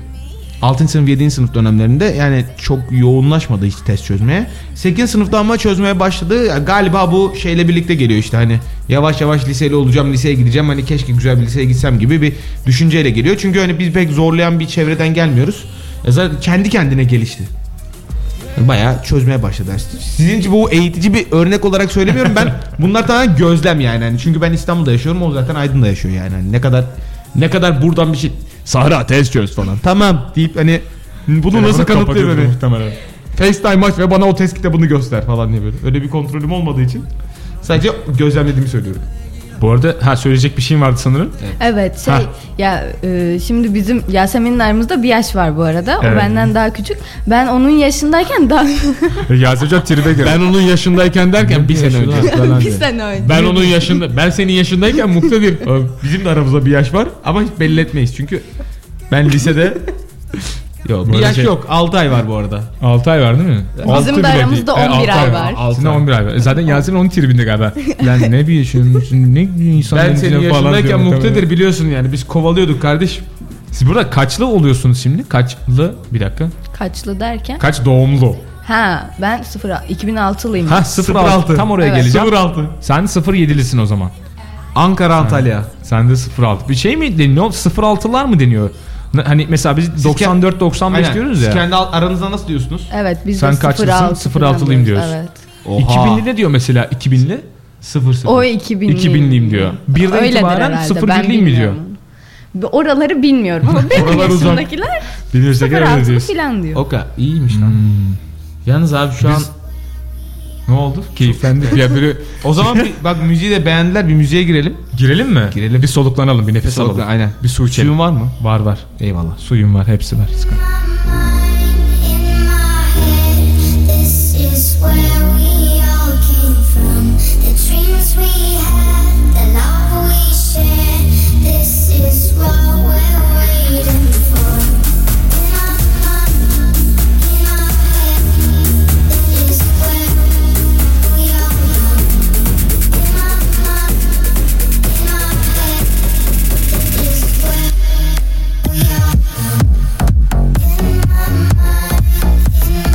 [SPEAKER 2] 6. sınıf 7. sınıf dönemlerinde yani çok yoğunlaşmadı hiç test çözmeye. 8. sınıfta ama çözmeye başladı. Ya galiba bu şeyle birlikte geliyor işte hani yavaş yavaş liseli olacağım, liseye gideceğim. Hani keşke güzel bir liseye gitsem gibi bir düşünceyle geliyor. Çünkü hani biz pek zorlayan bir çevreden gelmiyoruz. E zaten kendi kendine gelişti. Bayağı çözmeye başladı her şey. Sizin için bu eğitici bir örnek olarak söylemiyorum ben. Bunlar tamamen gözlem yani. Hani çünkü ben İstanbul'da yaşıyorum. O zaten Aydın'da yaşıyor yani. Hani ne kadar ne kadar buradan bir şey Sahra tez çöz falan. Tamam deyip hani bunu nasıl kanıtlıyor böyle?
[SPEAKER 1] muhtemelen.
[SPEAKER 2] FaceTime aç ve bana o test kitabını göster falan diye böyle. Öyle bir kontrolüm olmadığı için sadece gözlemlediğimi söylüyorum.
[SPEAKER 1] Bu arada ha söyleyecek bir şey- şeyim vardı sanırım.
[SPEAKER 3] Evet şey
[SPEAKER 1] Hah.
[SPEAKER 3] ya e, şimdi bizim Yasemin'in aramızda bir yaş var bu arada.
[SPEAKER 1] Evet.
[SPEAKER 3] O benden daha küçük. Ben onun yaşındayken daha
[SPEAKER 1] Yasin Hoca tribe girdi.
[SPEAKER 7] ben onun yaşındayken derken bir sene önce.
[SPEAKER 3] bir sene önce.
[SPEAKER 7] Ben onun yaşında, ben senin yaşındayken muktedir.
[SPEAKER 2] Bizim de aramızda bir yaş var ama hiç belli etmeyiz çünkü ben lisede
[SPEAKER 1] Yok,
[SPEAKER 2] bir yaş yok 6 ay var bu arada.
[SPEAKER 1] 6 şey- ay var değil mi? Altı
[SPEAKER 3] de
[SPEAKER 1] bile değil.
[SPEAKER 3] aramızda
[SPEAKER 1] E,
[SPEAKER 3] 11
[SPEAKER 1] altı
[SPEAKER 3] ay var.
[SPEAKER 1] Altı Sizin de 11 ay var. E, Zaten Yasemin onun tribinde galiba. Lan ne bir yaşıyorsun? Ne insanların
[SPEAKER 2] Ben senin
[SPEAKER 1] içine falan diyor
[SPEAKER 2] yaşındayken
[SPEAKER 1] muhtemelen.
[SPEAKER 2] muktedir biliyorsun yani biz kovalıyorduk kardeşim.
[SPEAKER 1] Siz burada kaçlı oluyorsunuz şimdi? Kaçlı? Bir dakika.
[SPEAKER 3] Kaçlı derken?
[SPEAKER 1] Kaç doğumlu?
[SPEAKER 3] Ha ben 0 2006'lıyım.
[SPEAKER 1] Ha 06. Tam oraya
[SPEAKER 3] Evet.
[SPEAKER 1] geleceğim. 06. Sen 07'lisin o zaman.
[SPEAKER 2] Ankara Antalya.
[SPEAKER 1] Sende 06. Bir şey mi deniyor? 06'lar mı deniyor? Ne- Hani mesela biz 94 95
[SPEAKER 2] Aynen.
[SPEAKER 1] diyoruz
[SPEAKER 2] Siz
[SPEAKER 1] ya.
[SPEAKER 2] Kendi al- aranızda nasıl diyorsunuz?
[SPEAKER 3] Evet biz
[SPEAKER 1] Sen
[SPEAKER 3] de 06
[SPEAKER 1] kaçlısın? 06'lıyım diyoruz.
[SPEAKER 3] Evet.
[SPEAKER 1] 2000'li ne diyor mesela 2000'li?
[SPEAKER 2] 00.
[SPEAKER 3] O 2000'liyim.
[SPEAKER 1] 2000'liyim diyor. Birden
[SPEAKER 3] Öyledir
[SPEAKER 1] itibaren
[SPEAKER 3] herhalde,
[SPEAKER 1] 0
[SPEAKER 3] ben
[SPEAKER 1] birliyim mi diyor?
[SPEAKER 3] bilmiyorum. Bir Oraları bilmiyorum ama benim
[SPEAKER 1] Oralar uzak.
[SPEAKER 3] yaşımdakiler
[SPEAKER 1] Bilirse gene öyle
[SPEAKER 3] 06
[SPEAKER 1] diyorsun.
[SPEAKER 3] falan diyor.
[SPEAKER 2] Oka iyiymiş lan. Yalnız abi şu an
[SPEAKER 1] Ne oldu? Keyiflendik ya böyle
[SPEAKER 2] o zaman bir, bak müziği de beğendiler bir müziğe girelim.
[SPEAKER 1] girelim mi?
[SPEAKER 2] Girelim.
[SPEAKER 1] Bir soluklanalım, bir nefes
[SPEAKER 2] Soluklan,
[SPEAKER 1] alalım.
[SPEAKER 2] aynen.
[SPEAKER 1] Bir su içelim.
[SPEAKER 2] Suyun var mı?
[SPEAKER 1] Var var.
[SPEAKER 2] Eyvallah.
[SPEAKER 1] Suyum var, hepsi var. Sıkıntı.
[SPEAKER 9] This is where we all came from. The dreams we had, the love we shared. This is what we're waiting for. In our mind, in our head. This is where we all belong. In our mind, in our head. This is where we all belong. In my mind, in my head. This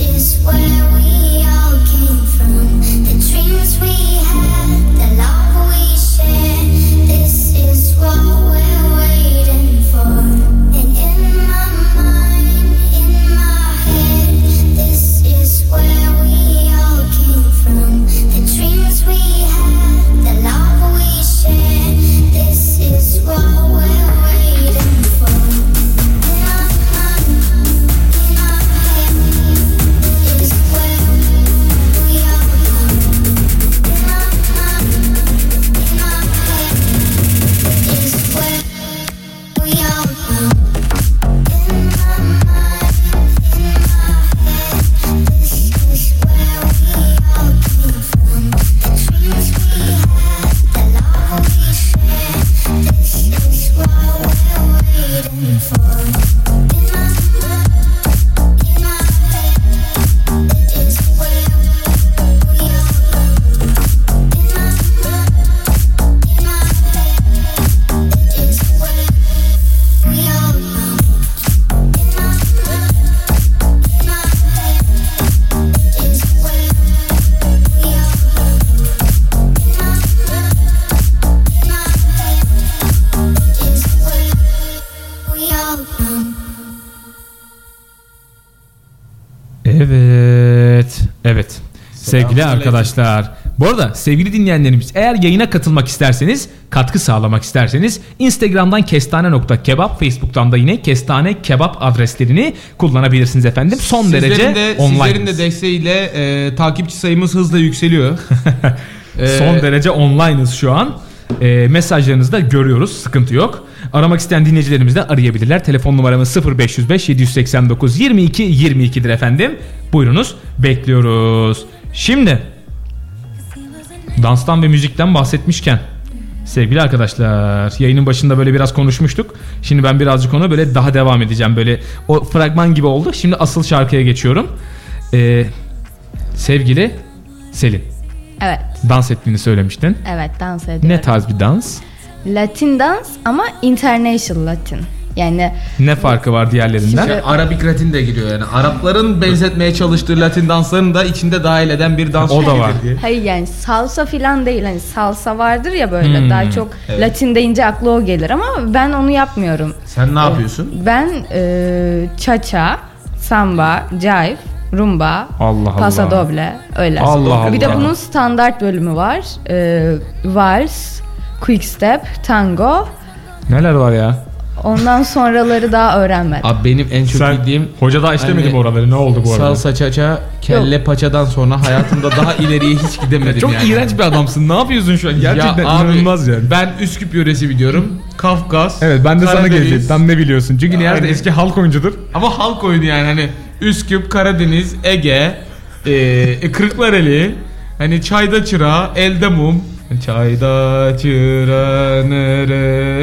[SPEAKER 9] is where we all came from. The dreams we had, the love we shared. This is what we're waiting for. In my mind, in my head. This is where we all belong. In my mind, in my head. This is where we all belong. And in my mind, in my head, this is where we all came from. The dreams we had, the love we shared, this is what we're waiting for. And in my mind, in my head, this is where we all came from. The dreams we had, the love we shared, this is what we're waiting for. In our mind, in our head, this is where we all belong. In our mind, in our head, this is where we all belong. In my mind, in my head, this is where we all came from. The dreams we had, the love we shared. This is what we're waiting for. In my mind, in my head, this is where we all belong. In my mind, in my head, this is where we all belong. In my mind, in my head, this is where we all belong. In my mind, in my head. It's where we all belong.
[SPEAKER 1] Evet. Evet. Sevgili arkadaşlar. Bu arada sevgili dinleyenlerimiz eğer yayına katılmak isterseniz, katkı sağlamak isterseniz Instagram'dan kestane.kebap, Facebook'tan da yine kestane kebap adreslerini kullanabilirsiniz efendim. Son
[SPEAKER 2] Sizlerin
[SPEAKER 1] derece
[SPEAKER 2] de,
[SPEAKER 1] online.
[SPEAKER 2] Sizlerin de desteğiyle e, takipçi sayımız hızla yükseliyor.
[SPEAKER 1] Son derece online'ız şu an. Ee, mesajlarınızı da görüyoruz. Sıkıntı yok. Aramak isteyen dinleyicilerimiz de arayabilirler. Telefon numaramız 0505 789 22 22'dir efendim. Buyurunuz. Bekliyoruz. Şimdi danstan ve müzikten bahsetmişken sevgili arkadaşlar yayının başında böyle biraz konuşmuştuk. Şimdi ben birazcık ona böyle daha devam edeceğim. Böyle o fragman gibi oldu. Şimdi asıl şarkıya geçiyorum. Ee, sevgili Selin
[SPEAKER 3] Evet.
[SPEAKER 1] dans ettiğini söylemiştin.
[SPEAKER 3] Evet dans ediyorum.
[SPEAKER 1] Ne tarz bir dans?
[SPEAKER 3] Latin dans ama international Latin. Yani
[SPEAKER 1] Ne farkı var diğerlerinden?
[SPEAKER 2] Yani Arabik Latin de giriyor yani. Arapların benzetmeye çalıştığı Latin danslarını da içinde dahil eden bir dans
[SPEAKER 1] O da
[SPEAKER 2] şeklidir
[SPEAKER 1] var.
[SPEAKER 2] diye.
[SPEAKER 3] hayır yani salsa filan değil. Hani salsa vardır ya böyle
[SPEAKER 1] Hmm.
[SPEAKER 3] daha çok Latin deyince aklı o gelir ama ben onu yapmıyorum.
[SPEAKER 2] Sen ne yapıyorsun?
[SPEAKER 3] Ben e, cha-cha, samba, jive, rumba,
[SPEAKER 1] Allah Allah.
[SPEAKER 3] pasadoble öyle.
[SPEAKER 1] Allah
[SPEAKER 3] Bir de
[SPEAKER 1] Allah.
[SPEAKER 3] bunun standart bölümü var. E, vals, quick step, tango.
[SPEAKER 1] Neler var ya?
[SPEAKER 3] Ondan sonraları daha öğrenmedim.
[SPEAKER 2] Abi benim en çok bildiğim
[SPEAKER 1] hoca daha işlemedi
[SPEAKER 2] Hani-
[SPEAKER 1] mi oraları? Ne oldu bu arada?
[SPEAKER 2] salsa çaça kelle paçadan sonra hayatımda daha ileriye hiç gidemedim
[SPEAKER 1] Çok
[SPEAKER 2] yani.
[SPEAKER 1] iğrenç bir adamsın. Ne yapıyorsun şu an? Gerçekten
[SPEAKER 2] Ya abi,
[SPEAKER 1] inanılmaz yani.
[SPEAKER 2] Ben Üsküp yöresi biliyorum. Kafkas.
[SPEAKER 1] Evet ben de sana
[SPEAKER 2] Karadeniz.
[SPEAKER 1] geleceğim. Tam ne biliyorsun? Çünkü Nihal de
[SPEAKER 2] Aynen.
[SPEAKER 1] eski halk oyuncudur.
[SPEAKER 2] Ama halk oyunu yani hani Üsküp, Karadeniz, Ege, eee Kırklareli, e, Hani çayda çıra, elde mum. Hani Çayda çıra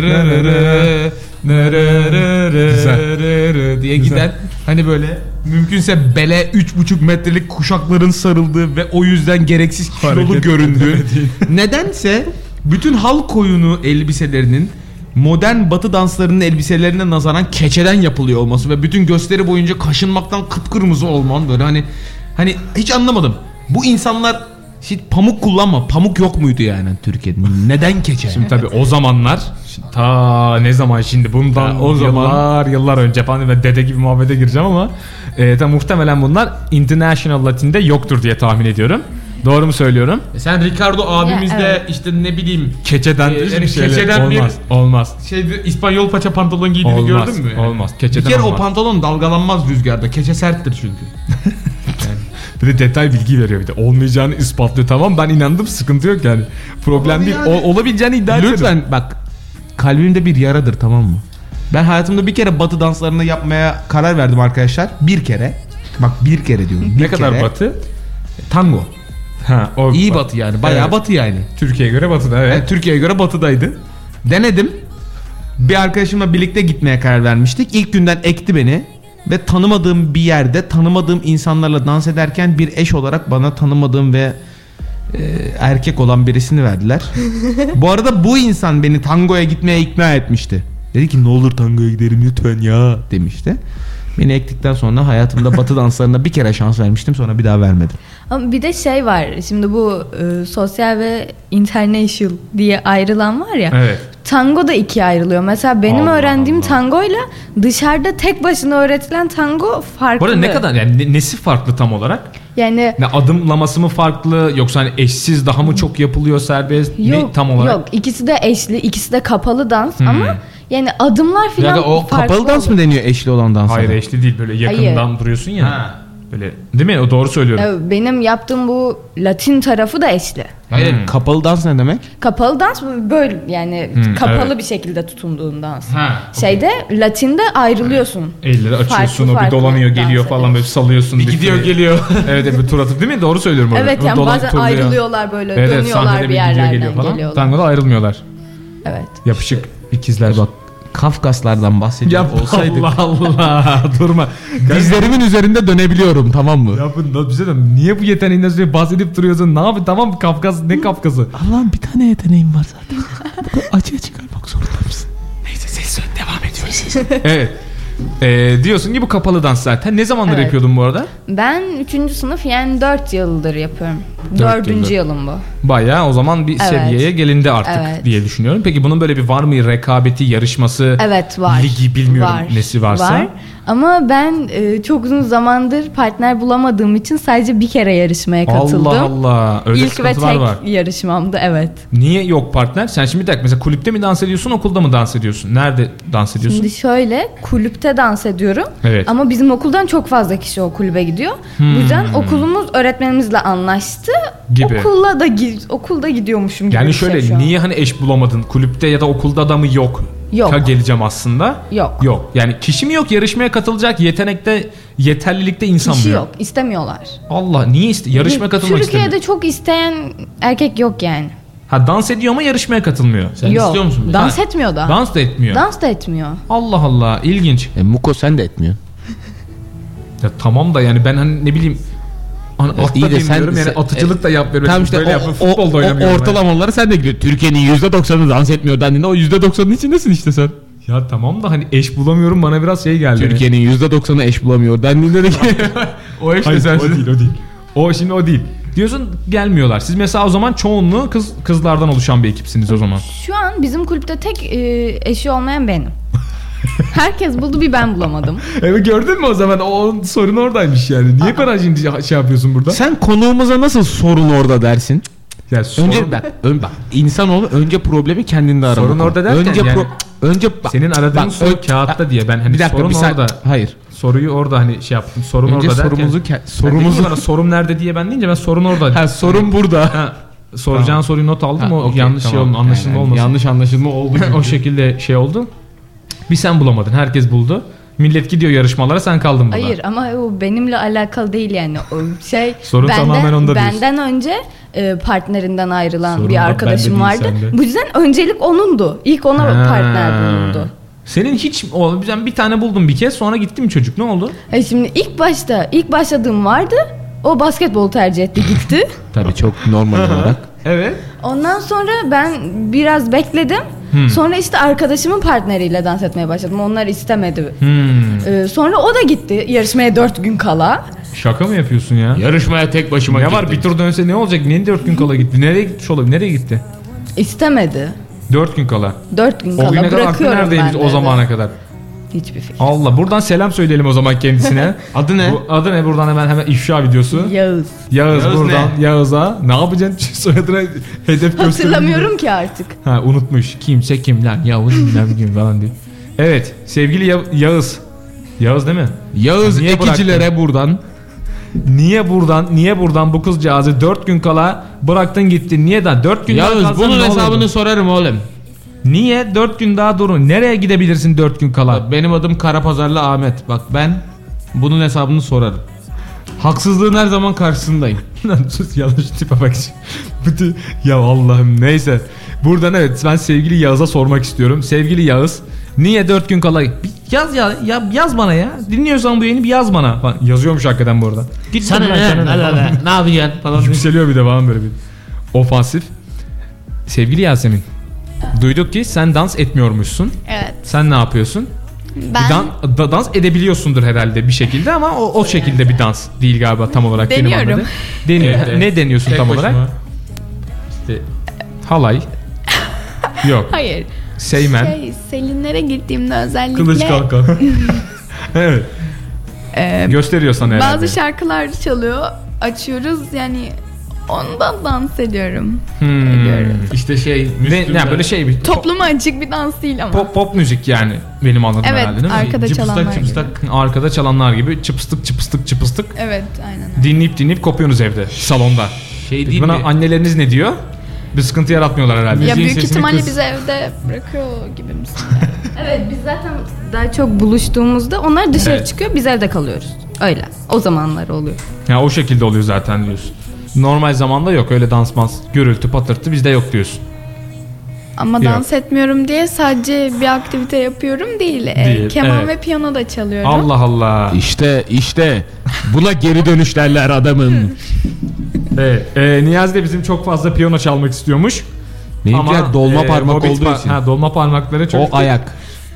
[SPEAKER 2] nırırırırı, nırırırırı diye giden hani böyle mümkünse bele 3,5 metrelik kuşakların sarıldığı ve o yüzden gereksiz kilolu göründüğü. Nedense bütün halk koyunu elbiselerinin modern batı danslarının elbiselerine nazaran keçeden yapılıyor olması ve bütün gösteri boyunca kaşınmaktan kıpkırmızı olman böyle hani hani hiç anlamadım. Bu insanlar hiç pamuk kullanma. Pamuk yok muydu yani Türkiye'de? Neden keçe?
[SPEAKER 1] Şimdi tabii o zamanlar şimdi ta ne zaman şimdi bundan
[SPEAKER 2] Ta
[SPEAKER 1] o
[SPEAKER 2] o zaman-
[SPEAKER 1] yıllar yıllar önce falan ve dede gibi muhabbete gireceğim ama e, tabii muhtemelen bunlar international latinde yoktur diye tahmin ediyorum. Doğru mu söylüyorum?
[SPEAKER 2] e, Sen Ricardo abimizde
[SPEAKER 3] Ya, evet.
[SPEAKER 2] işte ne bileyim
[SPEAKER 1] E, Keçeden
[SPEAKER 2] Ee,
[SPEAKER 1] hiçbir
[SPEAKER 2] yani
[SPEAKER 1] şeyler-
[SPEAKER 2] keçeden bir-
[SPEAKER 1] olmaz, olmaz.
[SPEAKER 2] şey bir İspanyol paça pantolon giydiğini
[SPEAKER 1] Olmaz,
[SPEAKER 2] gördün mü?
[SPEAKER 1] olmaz.
[SPEAKER 2] Bir
[SPEAKER 1] Keçeden
[SPEAKER 2] kere o
[SPEAKER 1] olmaz.
[SPEAKER 2] pantolon dalgalanmaz rüzgarda. Keçe serttir çünkü.
[SPEAKER 1] Bir de detay bilgi veriyor bir de. Olmayacağını ispatlıyor tamam ben inandım sıkıntı yok yani. Problem değil.
[SPEAKER 2] yani.
[SPEAKER 1] O- olabileceğini iddia ediyorum.
[SPEAKER 2] Lütfen bak kalbimde bir yaradır tamam mı? Ben hayatımda bir kere batı danslarını yapmaya karar verdim arkadaşlar. Bir kere. Bak bir kere diyorum. Bir
[SPEAKER 1] Ne kadar
[SPEAKER 2] kere.
[SPEAKER 1] batı?
[SPEAKER 2] Tango.
[SPEAKER 1] Ha, o
[SPEAKER 2] İyi batı yani. Bayağı
[SPEAKER 1] Evet.
[SPEAKER 2] batı yani.
[SPEAKER 1] Türkiye'ye göre batıda evet.
[SPEAKER 2] Yani Türkiye'ye göre batıdaydı. Denedim. Bir arkadaşımla birlikte gitmeye karar vermiştik. İlk günden ekti beni. Ve tanımadığım bir yerde tanımadığım insanlarla dans ederken bir eş olarak bana tanımadığım ve e, erkek olan birisini verdiler. bu arada bu insan beni tangoya gitmeye ikna etmişti. Dedi ki ne olur tangoya gidelim lütfen ya demişti. Beni ektikten sonra hayatımda batı danslarına bir kere şans vermiştim sonra bir daha vermedim.
[SPEAKER 3] Ama bir de şey var şimdi bu e, sosyal ve international diye ayrılan var ya.
[SPEAKER 1] Evet.
[SPEAKER 3] Tango da ikiye ayrılıyor. Mesela benim öğrendiğim tangoyla dışarıda tek başına öğretilen tango farklı.
[SPEAKER 1] Bu arada ne kadar yani ne- nesi farklı tam olarak?
[SPEAKER 3] Yani
[SPEAKER 1] Ne adımlaması mı farklı yoksa hani eşsiz daha mı çok yapılıyor serbest?
[SPEAKER 3] yok
[SPEAKER 1] ne tam olarak? Hmm.
[SPEAKER 3] yok ikisi de eşli, ikisi de kapalı dans ama yani adımlar filan
[SPEAKER 2] Ya da o
[SPEAKER 3] farklı
[SPEAKER 2] kapalı dans mı
[SPEAKER 3] oluyor.
[SPEAKER 2] deniyor eşli olan dansa?
[SPEAKER 1] Hayır eşli değil böyle yakından duruyorsun ya. Böyle değil mi? O doğru söylüyorum.
[SPEAKER 3] Ya Benim yaptığım bu Latin tarafı da eşli.
[SPEAKER 2] Hayır
[SPEAKER 1] Hmm.
[SPEAKER 2] kapalı dans ne demek?
[SPEAKER 3] Kapalı dans böyle yani
[SPEAKER 1] Hmm,
[SPEAKER 3] kapalı
[SPEAKER 1] evet.
[SPEAKER 3] bir şekilde tutunduğun dans.
[SPEAKER 1] Ha,
[SPEAKER 3] Şeyde Latin'de ayrılıyorsun.
[SPEAKER 1] Elleri açıyorsun
[SPEAKER 3] Farklı
[SPEAKER 1] o bir
[SPEAKER 3] farklı
[SPEAKER 1] dolanıyor
[SPEAKER 3] dans
[SPEAKER 1] geliyor falan böyle sallıyorsun.
[SPEAKER 2] Bir gidiyor,
[SPEAKER 1] geliyor. evet evet, bir tur atıp değil mi? Doğru söylüyorum. orada.
[SPEAKER 3] Evet yani
[SPEAKER 1] Dolan-
[SPEAKER 3] bazen
[SPEAKER 1] turluyor.
[SPEAKER 3] ayrılıyorlar böyle
[SPEAKER 1] Evet, evet,
[SPEAKER 3] dönüyorlar
[SPEAKER 1] sahnede
[SPEAKER 3] bir,
[SPEAKER 1] gidiyor,
[SPEAKER 3] yerlerden
[SPEAKER 1] geliyor falan.
[SPEAKER 3] geliyorlar.
[SPEAKER 1] Tangoda ayrılmıyorlar.
[SPEAKER 3] Evet.
[SPEAKER 1] Yapışık ikizler.
[SPEAKER 2] Bak Kafkaslardan bahsediyor
[SPEAKER 1] Ya
[SPEAKER 2] olsaydık.
[SPEAKER 1] Allah Allah durma.
[SPEAKER 2] Dizlerimin üzerinde dönebiliyorum tamam mı?
[SPEAKER 1] Ya bu na- bize de niye bu yeteneğinden sürekli bahsedip duruyorsun? Ne yapayım tamam Kafkas ne Kafkası?
[SPEAKER 8] Allah'ım bir tane yeteneğim var zaten. Bu kadar açığa çıkarmak zorundaymışsın. Neyse ses sön devam ediyoruz.
[SPEAKER 1] evet. Ee, diyorsun ki bu kapalı dans zaten. Ne zamandır
[SPEAKER 3] Evet.
[SPEAKER 1] yapıyordun bu arada?
[SPEAKER 3] Ben 3. sınıf yani 4 yıldır yapıyorum.
[SPEAKER 1] Dört
[SPEAKER 3] 4.
[SPEAKER 1] yıldır.
[SPEAKER 3] yılım bu.
[SPEAKER 1] Bayağı o zaman bir
[SPEAKER 3] Evet.
[SPEAKER 1] seviyeye gelindi artık
[SPEAKER 3] Evet.
[SPEAKER 1] diye düşünüyorum. Peki bunun böyle bir var mı rekabeti, yarışması,
[SPEAKER 3] Evet var.
[SPEAKER 1] ligi bilmiyorum
[SPEAKER 3] Var.
[SPEAKER 1] nesi varsa?
[SPEAKER 3] Var. Ama ben e, çok uzun zamandır partner bulamadığım için sadece bir kere yarışmaya E, katıldım.
[SPEAKER 1] Allah Allah. Öyle
[SPEAKER 3] İlk ve tek
[SPEAKER 1] sıkıntılar var.
[SPEAKER 3] yarışmamdı evet.
[SPEAKER 1] Niye yok partner? Sen şimdi bir dakika mesela kulüpte mi dans ediyorsun, okulda mı dans ediyorsun? Nerede dans ediyorsun?
[SPEAKER 3] Şimdi şöyle kulüpte dans ediyorum.
[SPEAKER 1] Evet. Hmm.
[SPEAKER 3] Ama bizim okuldan çok fazla kişi o kulübe gidiyor. Bu yüzden okulumuz öğretmenimizle anlaştı.
[SPEAKER 1] Gibi.
[SPEAKER 3] Okulla da gi- okulda gidiyormuşum gibi. bir
[SPEAKER 1] yani
[SPEAKER 3] şey
[SPEAKER 1] şöyle
[SPEAKER 3] şu an.
[SPEAKER 1] niye hani eş bulamadın? Kulüpte ya da okulda adamı yok.
[SPEAKER 3] Yok.
[SPEAKER 1] Ka geleceğim aslında.
[SPEAKER 3] Yok.
[SPEAKER 1] Yok. Yani kişi mi yok yarışmaya katılacak yetenekte yeterlilikte insan
[SPEAKER 3] Kişi
[SPEAKER 1] mı
[SPEAKER 3] şey yok, istemiyorlar.
[SPEAKER 1] Allah niye iste yarışmaya katılmak
[SPEAKER 3] Türkiye'de
[SPEAKER 1] istemiyor?
[SPEAKER 3] çok isteyen erkek yok yani.
[SPEAKER 1] Ha dans ediyor ama yarışmaya katılmıyor.
[SPEAKER 2] Sen
[SPEAKER 3] yok.
[SPEAKER 2] istiyor musun?
[SPEAKER 3] Dans
[SPEAKER 1] Ha,
[SPEAKER 3] etmiyor da.
[SPEAKER 1] Dans da etmiyor.
[SPEAKER 3] Dans da etmiyor.
[SPEAKER 1] Allah Allah ilginç.
[SPEAKER 8] E, Muko sen de etmiyorsun.
[SPEAKER 1] Ya tamam da yani ben hani ne bileyim hani
[SPEAKER 8] Evet,
[SPEAKER 1] at da
[SPEAKER 8] iyi de sen-
[SPEAKER 1] bilmiyorum yani
[SPEAKER 8] sen-
[SPEAKER 1] atıcılık da yapmıyorum.
[SPEAKER 8] Tamam işte
[SPEAKER 1] Böyle
[SPEAKER 8] o,
[SPEAKER 1] yapın,
[SPEAKER 8] o,
[SPEAKER 1] futbol da
[SPEAKER 8] o
[SPEAKER 1] oynamıyorum ben.
[SPEAKER 8] ortalamaları sen de gidiyor. Türkiye'nin %90'ı dans etmiyor dendiğinde o %90'ın içindesin işte sen.
[SPEAKER 1] Ya tamam da hani eş bulamıyorum bana biraz şey geldi.
[SPEAKER 8] Türkiye'nin %90'ı eş bulamıyor dendiğinde de o eş
[SPEAKER 1] Hani Hayır, o değil o değil. O şimdi o değil. Diyorsun gelmiyorlar. Siz mesela o zaman çoğunluğu kız kızlardan oluşan bir ekipsiniz o zaman.
[SPEAKER 3] Şu an bizim kulüpte tek e, eşi olmayan benim. Herkes buldu bir ben bulamadım.
[SPEAKER 1] Evet gördün mü o zaman o sorun oradaymış yani. Niye bana şimdi şey yapıyorsun burada?
[SPEAKER 8] Sen konuğumuza nasıl sorun orada dersin?
[SPEAKER 1] Ya sorun,
[SPEAKER 8] Önce bak, ön, bak insanoğlu önce problemi kendinde arar.
[SPEAKER 1] Sorun orada derken
[SPEAKER 8] önce
[SPEAKER 1] yani-
[SPEAKER 8] önce bak,
[SPEAKER 1] senin aradığın
[SPEAKER 8] bak,
[SPEAKER 1] soru
[SPEAKER 8] ön-
[SPEAKER 1] kağıtta diye ben hani
[SPEAKER 8] bir dakika
[SPEAKER 1] sorun
[SPEAKER 8] bir saniye.
[SPEAKER 1] orada.
[SPEAKER 8] Hayır.
[SPEAKER 1] Soruyu orada hani şey yaptım. Sorun
[SPEAKER 8] Önce
[SPEAKER 1] orada
[SPEAKER 8] sorumuzu ke-
[SPEAKER 1] derken. Yani dedin
[SPEAKER 8] sorumuzu
[SPEAKER 1] ki bana sorum nerede diye ben deyince ben sorun orada.
[SPEAKER 8] Ha, sorun burada.
[SPEAKER 1] Ha, soracağın soruyu not aldım
[SPEAKER 8] Ha,
[SPEAKER 1] o
[SPEAKER 8] okey,
[SPEAKER 1] yanlış şey
[SPEAKER 8] tamam.
[SPEAKER 1] oldu anlaşılma
[SPEAKER 8] Yani
[SPEAKER 1] olmasın.
[SPEAKER 8] Yanlış anlaşılma oldu.
[SPEAKER 1] o şekilde şey oldu. Bir sen bulamadın. Herkes buldu. Millet gidiyor yarışmalara sen kaldın burada.
[SPEAKER 3] Hayır ama o benimle alakalı değil yani. O şey
[SPEAKER 1] Sorun
[SPEAKER 3] benden,
[SPEAKER 1] tamamen onda diyorsun.
[SPEAKER 3] benden önce e, partnerinden ayrılan
[SPEAKER 1] Sorun
[SPEAKER 3] bir
[SPEAKER 1] bak, ben de
[SPEAKER 3] arkadaşım
[SPEAKER 1] değil,
[SPEAKER 3] vardı.
[SPEAKER 1] sende.
[SPEAKER 3] Bu yüzden öncelik onundu. İlk ona
[SPEAKER 1] Ha.
[SPEAKER 3] partner bulundu.
[SPEAKER 1] Senin hiç o ben bir tane buldum bir kez sonra gitti mi çocuk ne oldu?
[SPEAKER 3] E şimdi ilk başta ilk başladığım vardı. O basketbol tercih etti gitti.
[SPEAKER 2] Tabii çok normal olarak.
[SPEAKER 1] Evet.
[SPEAKER 3] Ondan sonra ben biraz bekledim.
[SPEAKER 1] Hmm.
[SPEAKER 3] Sonra işte arkadaşımın partneriyle dans etmeye başladım. Onlar istemedi.
[SPEAKER 1] Hmm.
[SPEAKER 3] E, sonra o da gitti yarışmaya dört gün kala.
[SPEAKER 1] Şaka mı yapıyorsun ya?
[SPEAKER 7] Yarışmaya tek başıma
[SPEAKER 1] ne var bir tur dönse ne olacak? Niye 4 gün kala gitti? Nereye gitmiş olabilir? Nereye gitti?
[SPEAKER 3] İstemedi.
[SPEAKER 1] 4 gün kala.
[SPEAKER 3] Dört gün
[SPEAKER 1] O
[SPEAKER 3] kala
[SPEAKER 1] güne kadar aklı
[SPEAKER 3] bırakıyorum ben
[SPEAKER 1] neredeymiş
[SPEAKER 3] dedi.
[SPEAKER 1] o zamana kadar?
[SPEAKER 3] Hiçbir fikir.
[SPEAKER 1] Allah buradan selam söyleyelim o zaman kendisine.
[SPEAKER 2] Adı ne?
[SPEAKER 1] Bu, adı ne buradan hemen hemen ifşa videosu.
[SPEAKER 3] Yağız.
[SPEAKER 1] Yağız,
[SPEAKER 2] Yağız
[SPEAKER 1] buradan Yağız'a ne yapacaksın? Soyadına hedef göstermiyor.
[SPEAKER 3] Hatırlamıyorum ki artık.
[SPEAKER 1] Ha unutmuş. Kimse kim lan Yavuz bilmem kim falan diye. Evet sevgili Ya- Yağız. Yağız değil mi?
[SPEAKER 2] Yağız
[SPEAKER 1] Niye
[SPEAKER 2] ekicilere buradan.
[SPEAKER 1] Niye buradan niye buradan bu kızcağızı 4 gün kala bıraktın gittin? Niye daha 4 gün daha
[SPEAKER 2] Yağız
[SPEAKER 1] kalsan
[SPEAKER 2] bunun
[SPEAKER 1] ne olurdu?
[SPEAKER 2] hesabını sorarım oğlum.
[SPEAKER 1] Niye 4 gün daha durun? Nereye gidebilirsin 4 gün kala?
[SPEAKER 2] Benim adım Karapazarlı Ahmet. Bak ben bunun hesabını sorarım. Haksızlığın her zaman karşısındayım.
[SPEAKER 1] Lan sus yanlış tipe bak. Bütün- ya Allah'ım neyse. Buradan evet ben sevgili Yağız'a sormak istiyorum. Sevgili Yağız niye 4 gün kala? Bir Yaz ya, ya yaz bana ya. Dinliyorsan bu yayını bir yaz bana. Falan. Yazıyormuş hakikaten bu arada. Git
[SPEAKER 2] Sana
[SPEAKER 1] lan,
[SPEAKER 2] ne?
[SPEAKER 1] sana
[SPEAKER 2] la la la, Ne yapacaksın falan.
[SPEAKER 1] Yükseliyor bir de falan böyle bir. Ofansif. Sevgili Yasemin. Duyduk ki sen dans etmiyormuşsun.
[SPEAKER 4] Evet.
[SPEAKER 1] Sen ne yapıyorsun?
[SPEAKER 4] Ben
[SPEAKER 1] Dan- da- dans edebiliyorsundur herhalde bir şekilde ama o, o şekilde bir dans değil galiba tam olarak benim
[SPEAKER 4] Deniyorum.
[SPEAKER 1] anladığım. Deniyor.
[SPEAKER 2] Evet, evet.
[SPEAKER 1] Ne deniyorsun tam olarak? Halay. Yok.
[SPEAKER 4] hayır.
[SPEAKER 1] Seymen.
[SPEAKER 4] Şey, Selinlere gittiğimde özellikle
[SPEAKER 1] kılıç kalkan. evet.
[SPEAKER 4] e,
[SPEAKER 1] Gösteriyor sana herhalde.
[SPEAKER 4] bazı şey şarkılar çalıyor. Açıyoruz yani ondan dans ediyorum.
[SPEAKER 1] Hmm.
[SPEAKER 4] Ediyorum.
[SPEAKER 7] İşte şey
[SPEAKER 1] Ne, ne böyle şey bir
[SPEAKER 4] Topluma açık bir dans değil ama.
[SPEAKER 1] pop, pop müzik yani benim anladığım
[SPEAKER 4] Evet,
[SPEAKER 1] herhalde değil mi?
[SPEAKER 4] arkada
[SPEAKER 1] Cıpıstak,
[SPEAKER 4] çalanlar gibi.
[SPEAKER 1] cıpıstak, arkada çalanlar gibi çıpıstık çıpıstık çıpıstık
[SPEAKER 4] Evet aynen.
[SPEAKER 1] dinleyip dinleyip kopuyorsunuz evde salonda.
[SPEAKER 2] Şey
[SPEAKER 1] Peki
[SPEAKER 2] değil
[SPEAKER 1] buna
[SPEAKER 2] mi?
[SPEAKER 1] anneleriniz ne diyor? Bir sıkıntı yaratmıyorlar herhalde.
[SPEAKER 4] Ya
[SPEAKER 7] Müziğin
[SPEAKER 4] büyük
[SPEAKER 7] sesini
[SPEAKER 4] ihtimalle
[SPEAKER 7] kız-
[SPEAKER 4] bizi evde bırakıyor gibi misin?
[SPEAKER 3] Evet biz zaten daha çok buluştuğumuzda onlar dışarı
[SPEAKER 1] Evet.
[SPEAKER 3] çıkıyor biz evde kalıyoruz. Öyle. O zamanlar oluyor.
[SPEAKER 1] Ya o şekilde oluyor zaten diyorsun. Normal zamanda yok öyle dansmaz. Gürültü patırtı bizde yok diyorsun.
[SPEAKER 4] Ama
[SPEAKER 1] Yok.
[SPEAKER 4] dans etmiyorum diye sadece bir aktivite yapıyorum değil. E,
[SPEAKER 1] Değil,
[SPEAKER 4] keman
[SPEAKER 1] evet.
[SPEAKER 4] ve piyano da çalıyorum.
[SPEAKER 1] Allah Allah.
[SPEAKER 2] İşte işte buna geri dönüş derler adamın.
[SPEAKER 1] Evet. e, Niyazi de bizim çok fazla piyano çalmak istiyormuş.
[SPEAKER 2] Benimkiler dolma
[SPEAKER 1] e,
[SPEAKER 2] parmak
[SPEAKER 1] Hobbit
[SPEAKER 2] olduğu
[SPEAKER 1] pa-
[SPEAKER 2] için.
[SPEAKER 1] Ha, dolma parmakları çok.
[SPEAKER 2] o ayak.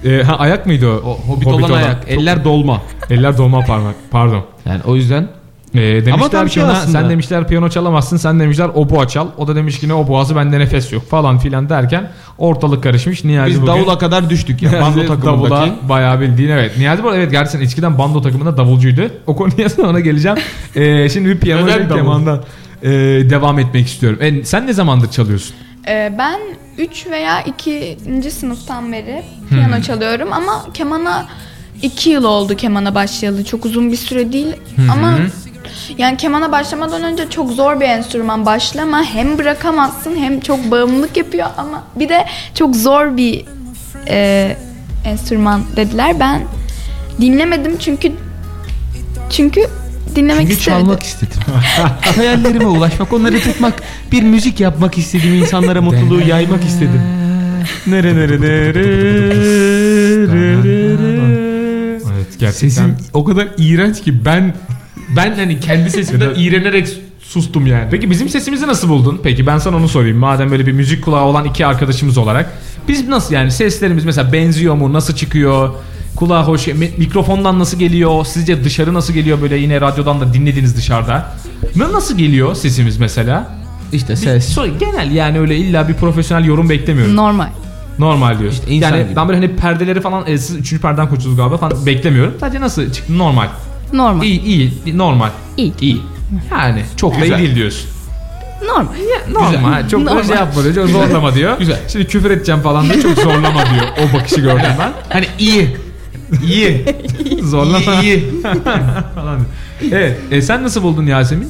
[SPEAKER 1] E, ha, ayak mıydı o?
[SPEAKER 2] O hobbit, olan ayak. Eller dolma.
[SPEAKER 1] Eller dolma parmak. Pardon.
[SPEAKER 2] Yani o yüzden
[SPEAKER 1] E, demişler
[SPEAKER 2] Ama tam şey
[SPEAKER 1] ki ona,
[SPEAKER 2] aslında.
[SPEAKER 1] sen demişler piyano çalamazsın sen demişler oboa çal. O da demiş ki ne oboası bende nefes yok falan filan derken ortalık karışmış. Niyazi
[SPEAKER 2] biz
[SPEAKER 1] bugün...
[SPEAKER 2] davula kadar düştük ya. Bando
[SPEAKER 1] Niyazi
[SPEAKER 2] takımındaki.
[SPEAKER 1] Davula bayağı bildiğin evet. Niyazi bu arada evet gerçekten eskiden bando takımında davulcuydu. O konuya sonra geleceğim. Ee, şimdi bir piyano
[SPEAKER 2] Neden
[SPEAKER 1] ve
[SPEAKER 2] davul?
[SPEAKER 1] kemandan ee, devam etmek istiyorum. E, sen ne zamandır çalıyorsun?
[SPEAKER 4] E, ben 3 veya 2. sınıftan beri piyano çalıyorum ama kemana 2 yıl oldu kemana başlayalı. Çok uzun bir süre değil ama yani kemana başlamadan önce çok zor bir enstrüman başlama. Hem bırakamazsın hem çok bağımlılık yapıyor ama bir de çok zor bir e, enstrüman dediler. Ben dinlemedim çünkü çünkü dinlemek
[SPEAKER 8] Çünkü
[SPEAKER 4] istemedim.
[SPEAKER 8] çalmak istedim. Hayallerime ulaşmak, onları tutmak, bir müzik yapmak istedim, insanlara mutluluğu yaymak istedim.
[SPEAKER 1] Nere nere Evet gerçekten.
[SPEAKER 7] Sesim o kadar iğrenç ki ben ben hani kendi sesimden iğrenerek sustum yani.
[SPEAKER 1] Peki bizim sesimizi nasıl buldun? Peki ben sana onu sorayım. Madem böyle bir müzik kulağı olan iki arkadaşımız olarak. Biz nasıl yani seslerimiz mesela benziyor mu? Nasıl çıkıyor? Kulağa hoş. mi- Mikrofondan nasıl geliyor? Sizce dışarı nasıl geliyor böyle yine radyodan da dinlediğiniz dışarıda? Na- Nasıl geliyor sesimiz mesela?
[SPEAKER 8] İşte
[SPEAKER 1] Biz- Sor, genel yani öyle illa bir profesyonel yorum beklemiyorum.
[SPEAKER 3] Normal.
[SPEAKER 1] Normal diyorsun.
[SPEAKER 8] İşte insan
[SPEAKER 1] yani
[SPEAKER 8] gibi.
[SPEAKER 1] ben böyle hani perdeleri falan e, siz üçüncü perden koçunuz galiba falan beklemiyorum. Sadece nasıl çıktı? Normal.
[SPEAKER 3] Normal.
[SPEAKER 1] İyi iyi normal.
[SPEAKER 3] İyi.
[SPEAKER 1] İyi. Yani çok da iyi değil diyorsun.
[SPEAKER 3] Normal.
[SPEAKER 1] Normal. Çok da şey yapma diyor. Çok zorlama diyor.
[SPEAKER 2] Güzel.
[SPEAKER 1] Şimdi küfür edeceğim falan diyor. Çok zorlama diyor. O bakışı gördüm ben.
[SPEAKER 2] Hani iyi. İyi. iyi,
[SPEAKER 1] Zorlama.
[SPEAKER 2] iyi.
[SPEAKER 1] falan diyor. Evet. E, sen nasıl buldun Yasemin?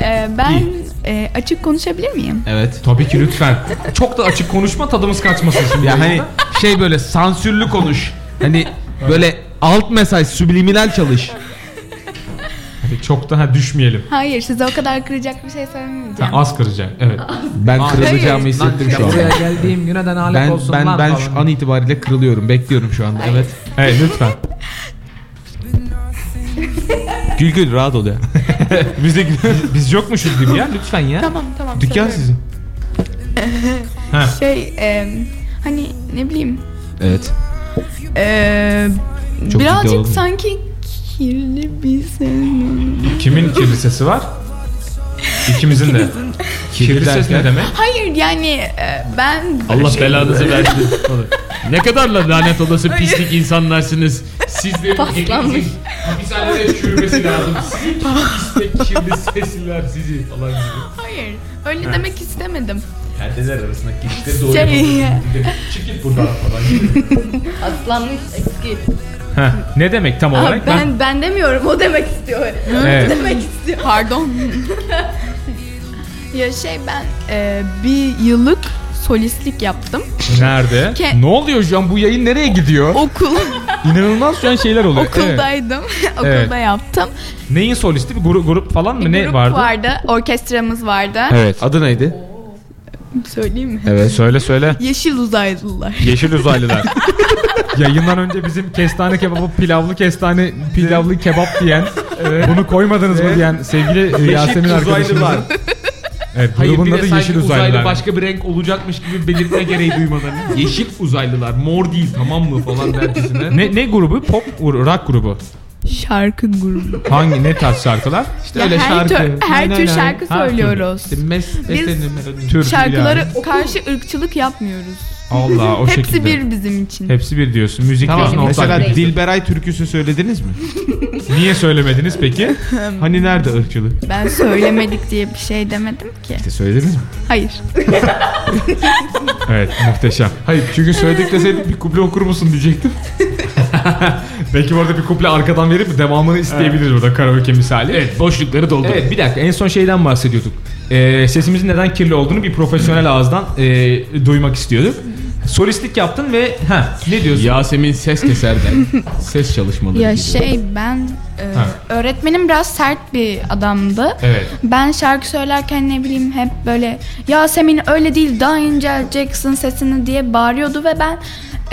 [SPEAKER 4] E, ben e, açık konuşabilir miyim?
[SPEAKER 2] Evet.
[SPEAKER 1] Tabii ki lütfen. Çok da açık konuşma tadımız kaçmasın şimdi.
[SPEAKER 2] Ya hani şey böyle sansürlü konuş. Hani böyle alt mesaj subliminal çalış.
[SPEAKER 1] Çok daha düşmeyelim.
[SPEAKER 4] Hayır size o kadar kıracak bir şey
[SPEAKER 1] Ha,
[SPEAKER 4] söylemeyeceğim.
[SPEAKER 1] az kıracaksın. Evet.
[SPEAKER 2] Ben kırılacağımı
[SPEAKER 4] şey,
[SPEAKER 2] hissettim şu an.
[SPEAKER 1] geldiğim günden alet
[SPEAKER 2] Ben ben ben şu an itibariyle kırılıyorum. Bekliyorum şu anda. Evet.
[SPEAKER 1] Evet lütfen.
[SPEAKER 2] Gül gül rahat ol ya.
[SPEAKER 1] Biz, de, biz, biz yokmuşuz gibi ya lütfen ya.
[SPEAKER 4] Tamam tamam.
[SPEAKER 2] Dükkan
[SPEAKER 4] söylüyorum.
[SPEAKER 2] sizin.
[SPEAKER 4] Şey e, hani ne bileyim
[SPEAKER 2] Evet.
[SPEAKER 4] e,
[SPEAKER 2] Çok ciddi
[SPEAKER 4] birazcık
[SPEAKER 2] oldum.
[SPEAKER 4] sanki kirli bir senin.
[SPEAKER 1] Kimin kirlisesi var? İkimizin de. Kirli ses ne demek?
[SPEAKER 4] Hayır yani e, ben
[SPEAKER 7] Allah belanızı versin. ne kadar la lanet olası pislik insanlarsınız. Sizlerin
[SPEAKER 3] Paslanmış.
[SPEAKER 7] hepinizin hapishanede çürümesi lazım. Sizin pislik kirli sesiler sizi falan gibi.
[SPEAKER 4] hayır öyle demek istemedim.
[SPEAKER 7] Perdeler arasındaki kilitleri doğru
[SPEAKER 4] Şey-
[SPEAKER 7] yapalım. Çekil buradan falan.
[SPEAKER 3] Aslanmış eski.
[SPEAKER 1] Heh, ne demek tam olarak? Ben,
[SPEAKER 3] ben ben demiyorum o demek istiyor.
[SPEAKER 1] Evet.
[SPEAKER 3] demek istiyor.
[SPEAKER 4] Pardon. ya şey ben e, bir yıllık solistlik yaptım.
[SPEAKER 1] nerede?
[SPEAKER 4] Ke-
[SPEAKER 1] ne oluyor şu an bu yayın nereye gidiyor?
[SPEAKER 4] Okul
[SPEAKER 1] İnanılmaz şu an şeyler oluyor. Evet.
[SPEAKER 4] okuldaydım. Okulda
[SPEAKER 1] Evet.
[SPEAKER 4] yaptım.
[SPEAKER 1] Neyin solisti? Bir grup, grup falan mı?
[SPEAKER 4] Bir
[SPEAKER 1] ne
[SPEAKER 4] E, grup
[SPEAKER 1] vardı?
[SPEAKER 4] Orkestramız vardı.
[SPEAKER 2] Evet. Adı neydi?
[SPEAKER 4] Söyleyeyim mi?
[SPEAKER 2] Evet.
[SPEAKER 1] Söyle söyle.
[SPEAKER 4] Yeşil uzaylılar.
[SPEAKER 1] Yeşil uzaylılar. Yayından önce bizim kestane kebabı pilavlı kestane Hani pilavlı kebap diyen bunu koymadınız mı diyen sevgili e, Yasemin arkadaşımız. Evet,
[SPEAKER 7] Hayır
[SPEAKER 1] grubun
[SPEAKER 7] bir
[SPEAKER 1] adı
[SPEAKER 7] de sanki
[SPEAKER 1] Yeşil
[SPEAKER 7] uzaylı
[SPEAKER 1] Uzaylılar.
[SPEAKER 7] başka bir renk olacakmış gibi belirtme gereği duymadan. Yeşil uzaylılar mor değil tamam mı falan dercesine.
[SPEAKER 1] Ne, ne grubu? Pop, gru- rock grubu.
[SPEAKER 4] Şarkı grubu.
[SPEAKER 1] Hangi, ne tarz şarkılar?
[SPEAKER 2] İşte
[SPEAKER 4] Ya
[SPEAKER 2] öyle şarkı.
[SPEAKER 4] her tür- her
[SPEAKER 2] Nay nay
[SPEAKER 4] tür
[SPEAKER 2] nay.
[SPEAKER 4] şarkı
[SPEAKER 2] Her türlü.
[SPEAKER 4] söylüyoruz.
[SPEAKER 2] İşte mes, mesenin melodisi.
[SPEAKER 1] Türkü
[SPEAKER 4] Şarkılara
[SPEAKER 1] yani.
[SPEAKER 4] karşı ırkçılık yapmıyoruz.
[SPEAKER 1] Allah o
[SPEAKER 4] Hepsi
[SPEAKER 1] şekilde.
[SPEAKER 4] bir bizim için.
[SPEAKER 1] Hepsi bir diyorsun. Müzik diyorsun.
[SPEAKER 2] Tamam şey.
[SPEAKER 1] ortak
[SPEAKER 2] mesela
[SPEAKER 1] diyorsun.
[SPEAKER 2] Dilberay türküsü söylediniz mi?
[SPEAKER 1] Niye söylemediniz peki?
[SPEAKER 2] hani nerede ırkçılık?
[SPEAKER 4] Ben söylemedik diye bir şey demedim ki.
[SPEAKER 2] İşte söylediniz mi?
[SPEAKER 4] Hayır.
[SPEAKER 1] Evet muhteşem.
[SPEAKER 2] Hayır çünkü söyledik deseydik bir kuple okur musun diyecektim.
[SPEAKER 1] Belki bu arada bir kuple arkadan verip devamını isteyebiliriz burada karaoke misali.
[SPEAKER 7] Evet boşlukları doldur.
[SPEAKER 1] Evet bir dakika en son şeyden bahsediyorduk. Ee, sesimizin neden kirli olduğunu bir profesyonel ağızdan e, duymak istiyorduk. Solistlik yaptın ve ha ne diyorsun?
[SPEAKER 7] Yasemin ses keserden. ses çalışmaları.
[SPEAKER 4] Ya
[SPEAKER 7] gibi.
[SPEAKER 4] şey ben e, öğretmenim biraz sert bir adamdı.
[SPEAKER 1] Evet.
[SPEAKER 4] Ben şarkı söylerken ne bileyim hep böyle Yasemin öyle değil daha incelteceksin sesini diye bağırıyordu ve ben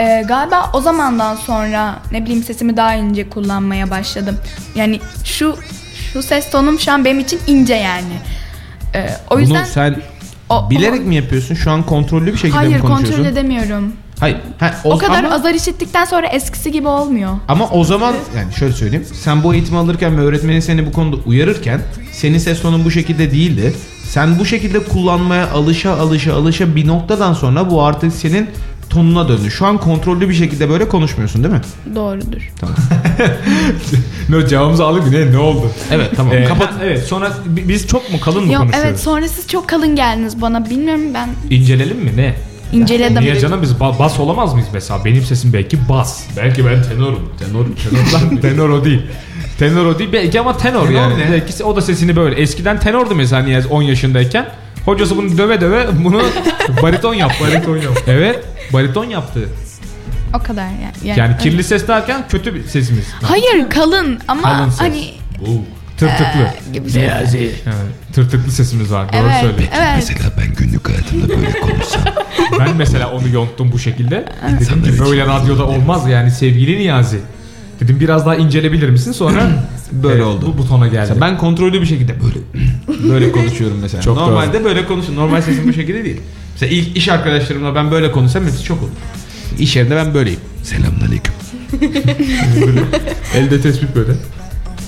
[SPEAKER 4] e, galiba o zamandan sonra ne bileyim sesimi daha ince kullanmaya başladım. Yani şu şu ses tonum şu an benim için ince yani. E, o yüzden
[SPEAKER 2] Bunu sen
[SPEAKER 4] o-
[SPEAKER 2] bilerek mi yapıyorsun? Şu an kontrollü bir şekilde mi
[SPEAKER 4] hayır
[SPEAKER 2] konuşuyorsun?
[SPEAKER 4] kontrol edemiyorum.
[SPEAKER 2] Hayır. Ha,
[SPEAKER 4] O, kadar
[SPEAKER 2] ama,
[SPEAKER 4] azar işittikten sonra eskisi gibi olmuyor.
[SPEAKER 2] ama o zaman yani şöyle söyleyeyim. Sen bu eğitimi alırken ve öğretmenin seni bu konuda uyarırken senin ses tonun bu şekilde değildi. Sen bu şekilde kullanmaya alışa alışa alışa bir noktadan sonra bu artık senin tonuna döndü. Şu an kontrollü bir şekilde böyle konuşmuyorsun değil mi?
[SPEAKER 4] Doğrudur.
[SPEAKER 1] No, cevabımızı aldık ne ne oldu?
[SPEAKER 2] Evet tamam.
[SPEAKER 1] Ee,
[SPEAKER 2] Kapat.
[SPEAKER 1] ha, evet sonra bi- biz çok mu kalın mı
[SPEAKER 4] Ya
[SPEAKER 1] konuşuyoruz?
[SPEAKER 4] evet sonra siz çok kalın geldiniz bana. Bilmiyorum ben
[SPEAKER 1] İncelelim mi ne?
[SPEAKER 4] inceledim.
[SPEAKER 1] Niye canım biz ba- bas olamaz mıyız mesela? Benim sesim belki bas.
[SPEAKER 7] Belki ben tenorum. Tenor, tenorlar.
[SPEAKER 1] tenor o değil. Tenor o değil belki ama tenor, yani.
[SPEAKER 2] ne?
[SPEAKER 1] Belki o da sesini böyle. Eskiden tenordu mesela Niyaz 10 yaşındayken. Hocası bunu döve döve bunu bariton yaptı. bariton yaptı. Evet bariton yaptı.
[SPEAKER 4] O kadar yani.
[SPEAKER 1] Yani kirli ses derken kötü bir sesimiz.
[SPEAKER 4] Hayır kalın ama
[SPEAKER 1] Kalın ses.
[SPEAKER 4] hani
[SPEAKER 1] Tırtıklı.
[SPEAKER 4] gibi şey.
[SPEAKER 1] Evet, tırtıklı sesimiz var. Doğru
[SPEAKER 4] Evet,
[SPEAKER 1] söylüyorsun.
[SPEAKER 4] evet.
[SPEAKER 1] Ben mesela onu yonttum bu şekilde. Dedim ki böyle radyoda olmaz yani sevgili Niyazi. Dedim biraz daha incelebilir misin? Sonra e,
[SPEAKER 2] Böyle oldu.
[SPEAKER 1] Bu butona geldi.
[SPEAKER 2] Mesela ben kontrollü bir şekilde böyle böyle konuşuyorum mesela.
[SPEAKER 1] Çok
[SPEAKER 2] Normalde böyle konuşuyorum. Normal sesim bu şekilde değil. Mesela ilk iş arkadaşlarımla ben böyle konuşsam hepsi çok olur. İş yerinde ben böyleyim. Selamünaleyküm.
[SPEAKER 1] Elde tespit böyle.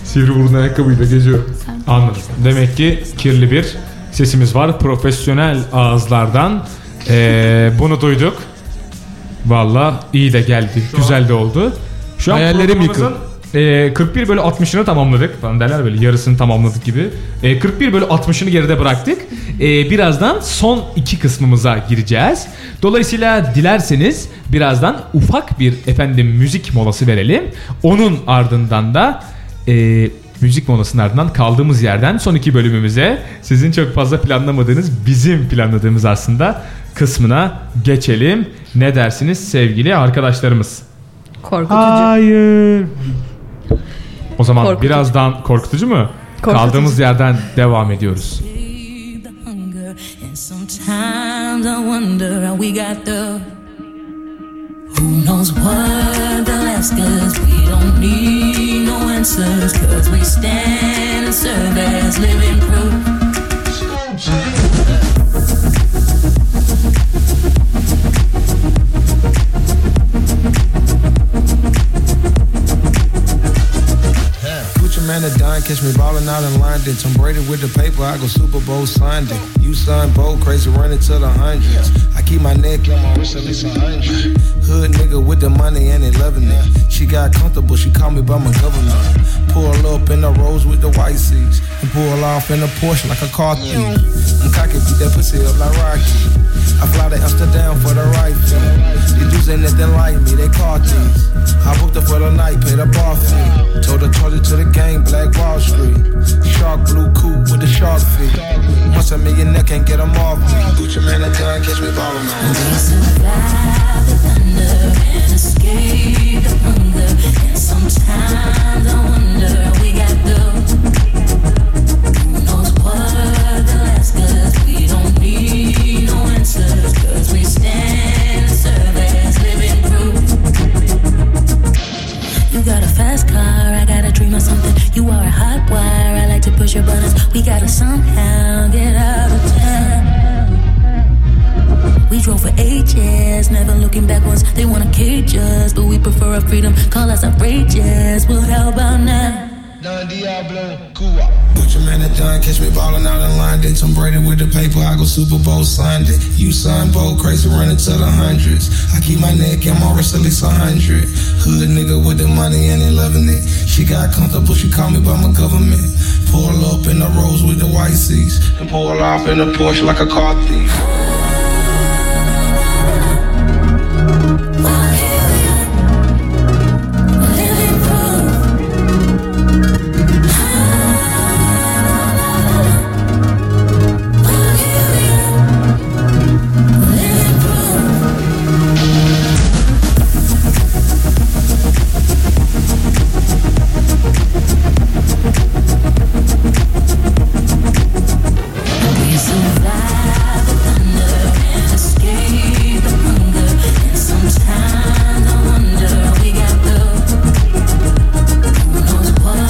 [SPEAKER 1] Sivri burun ayakkabıyla geziyorum. Anladım. Demek ki kirli bir sesimiz var. Profesyonel ağızlardan eee, bunu duyduk. Valla iyi de geldi. güzel de oldu. Şu an
[SPEAKER 2] Hayallerim
[SPEAKER 1] programımızın, eee, 41 e, bölü 60'ını tamamladık falan derler böyle yarısını tamamladık gibi. Eee, 41 bölü 60'ını geride bıraktık. Eee, birazdan son iki kısmımıza gireceğiz. Dolayısıyla dilerseniz birazdan ufak bir efendim müzik molası verelim. Onun ardından da eee, müzik molasının ardından kaldığımız yerden son iki bölümümüze sizin çok fazla planlamadığınız bizim planladığımız aslında kısmına geçelim. Ne dersiniz sevgili arkadaşlarımız?
[SPEAKER 3] Korkutucu.
[SPEAKER 1] Hayır. O zaman
[SPEAKER 3] Korkutucu.
[SPEAKER 1] birazdan korkutucu mu?
[SPEAKER 3] Korkutucu.
[SPEAKER 1] Kaldığımız yerden devam ediyoruz.
[SPEAKER 6] Feed the hunger, and sometimes I wonder how we got there. Who knows what they'll ask us? We don't need no answers, cause we stand and serve as living proof.
[SPEAKER 10] Gucci man to dime, catch me ballin' out in London. Tom Brady with the paper, I go Super Bowl Sunday. You son, bold, crazy, running to the hundreds. I keep my neck on my wrist at least a hundred. Hood nigga with the money and they loving it. She got comfortable, she called me by my governor. Pull up in the rose with the white seats, and pull off in a Porsche like a car thief. I'm cocky, beat that pussy up like Rocky. I fly to Amsterdam for the right fee. These dudes ain't nothing like me, they car thieves. I booked her for the night, paid a bar fee. Told her charge it to the game, Black Wall Street. Shark blue coupe with the shark feet. Once a millionaire can't get them off me. Gucci man, I done catch me ballin'. man.
[SPEAKER 6] Escape the hunger, and sometimes I wonder how we got through. Who knows what they'll ask us? We don't need no answers, 'cause we stand and serve as living proof. You got a fast car, I got a dream of something. You are a hot wire, I like to push your buttons. We gotta somehow get out of town. We drove for ages, never looking backwards. They wanna cage us, but we prefer our freedom. Call us outrageous, well, how about now?
[SPEAKER 10] Don Diablo, Cuba. Gucci man and Don catch me ballin' out in London. Tom Brady with the paper, I go Super Bowl Sunday. You sign bold, crazy running to the hundreds. I keep my neck and my wrist at least a hundred. Hood nigga with the money and they loving it. She got comfortable, she called me by my government. Pull up in the rose with the white seats. And pull off in a Porsche like a car thief.
[SPEAKER 6] Well, here we are, living proof. Well, here we are, living proof. We survive the thunder and escape the hunger. And sometimes I wonder how we got through. Who knows what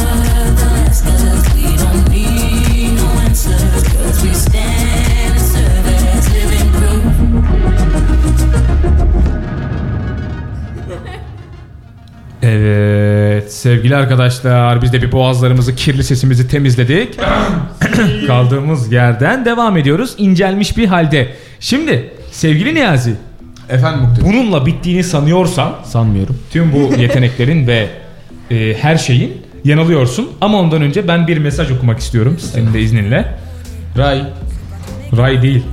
[SPEAKER 6] they'll ask us? We don't need no answers 'cause we stand and serve as living proof.
[SPEAKER 1] Evet sevgili arkadaşlar biz de bir boğazlarımızı kirli sesimizi temizledik. Kaldığımız yerden devam ediyoruz incelmiş bir halde. Şimdi sevgili Niyazi
[SPEAKER 2] Efendim Muktedir.
[SPEAKER 1] bununla bittiğini sanıyorsan
[SPEAKER 8] Sanmıyorum.
[SPEAKER 1] tüm bu yeteneklerin ve e, her şeyin yanılıyorsun. Ama ondan önce ben bir mesaj okumak istiyorum senin de izninle.
[SPEAKER 8] Ray,
[SPEAKER 1] Ray değil.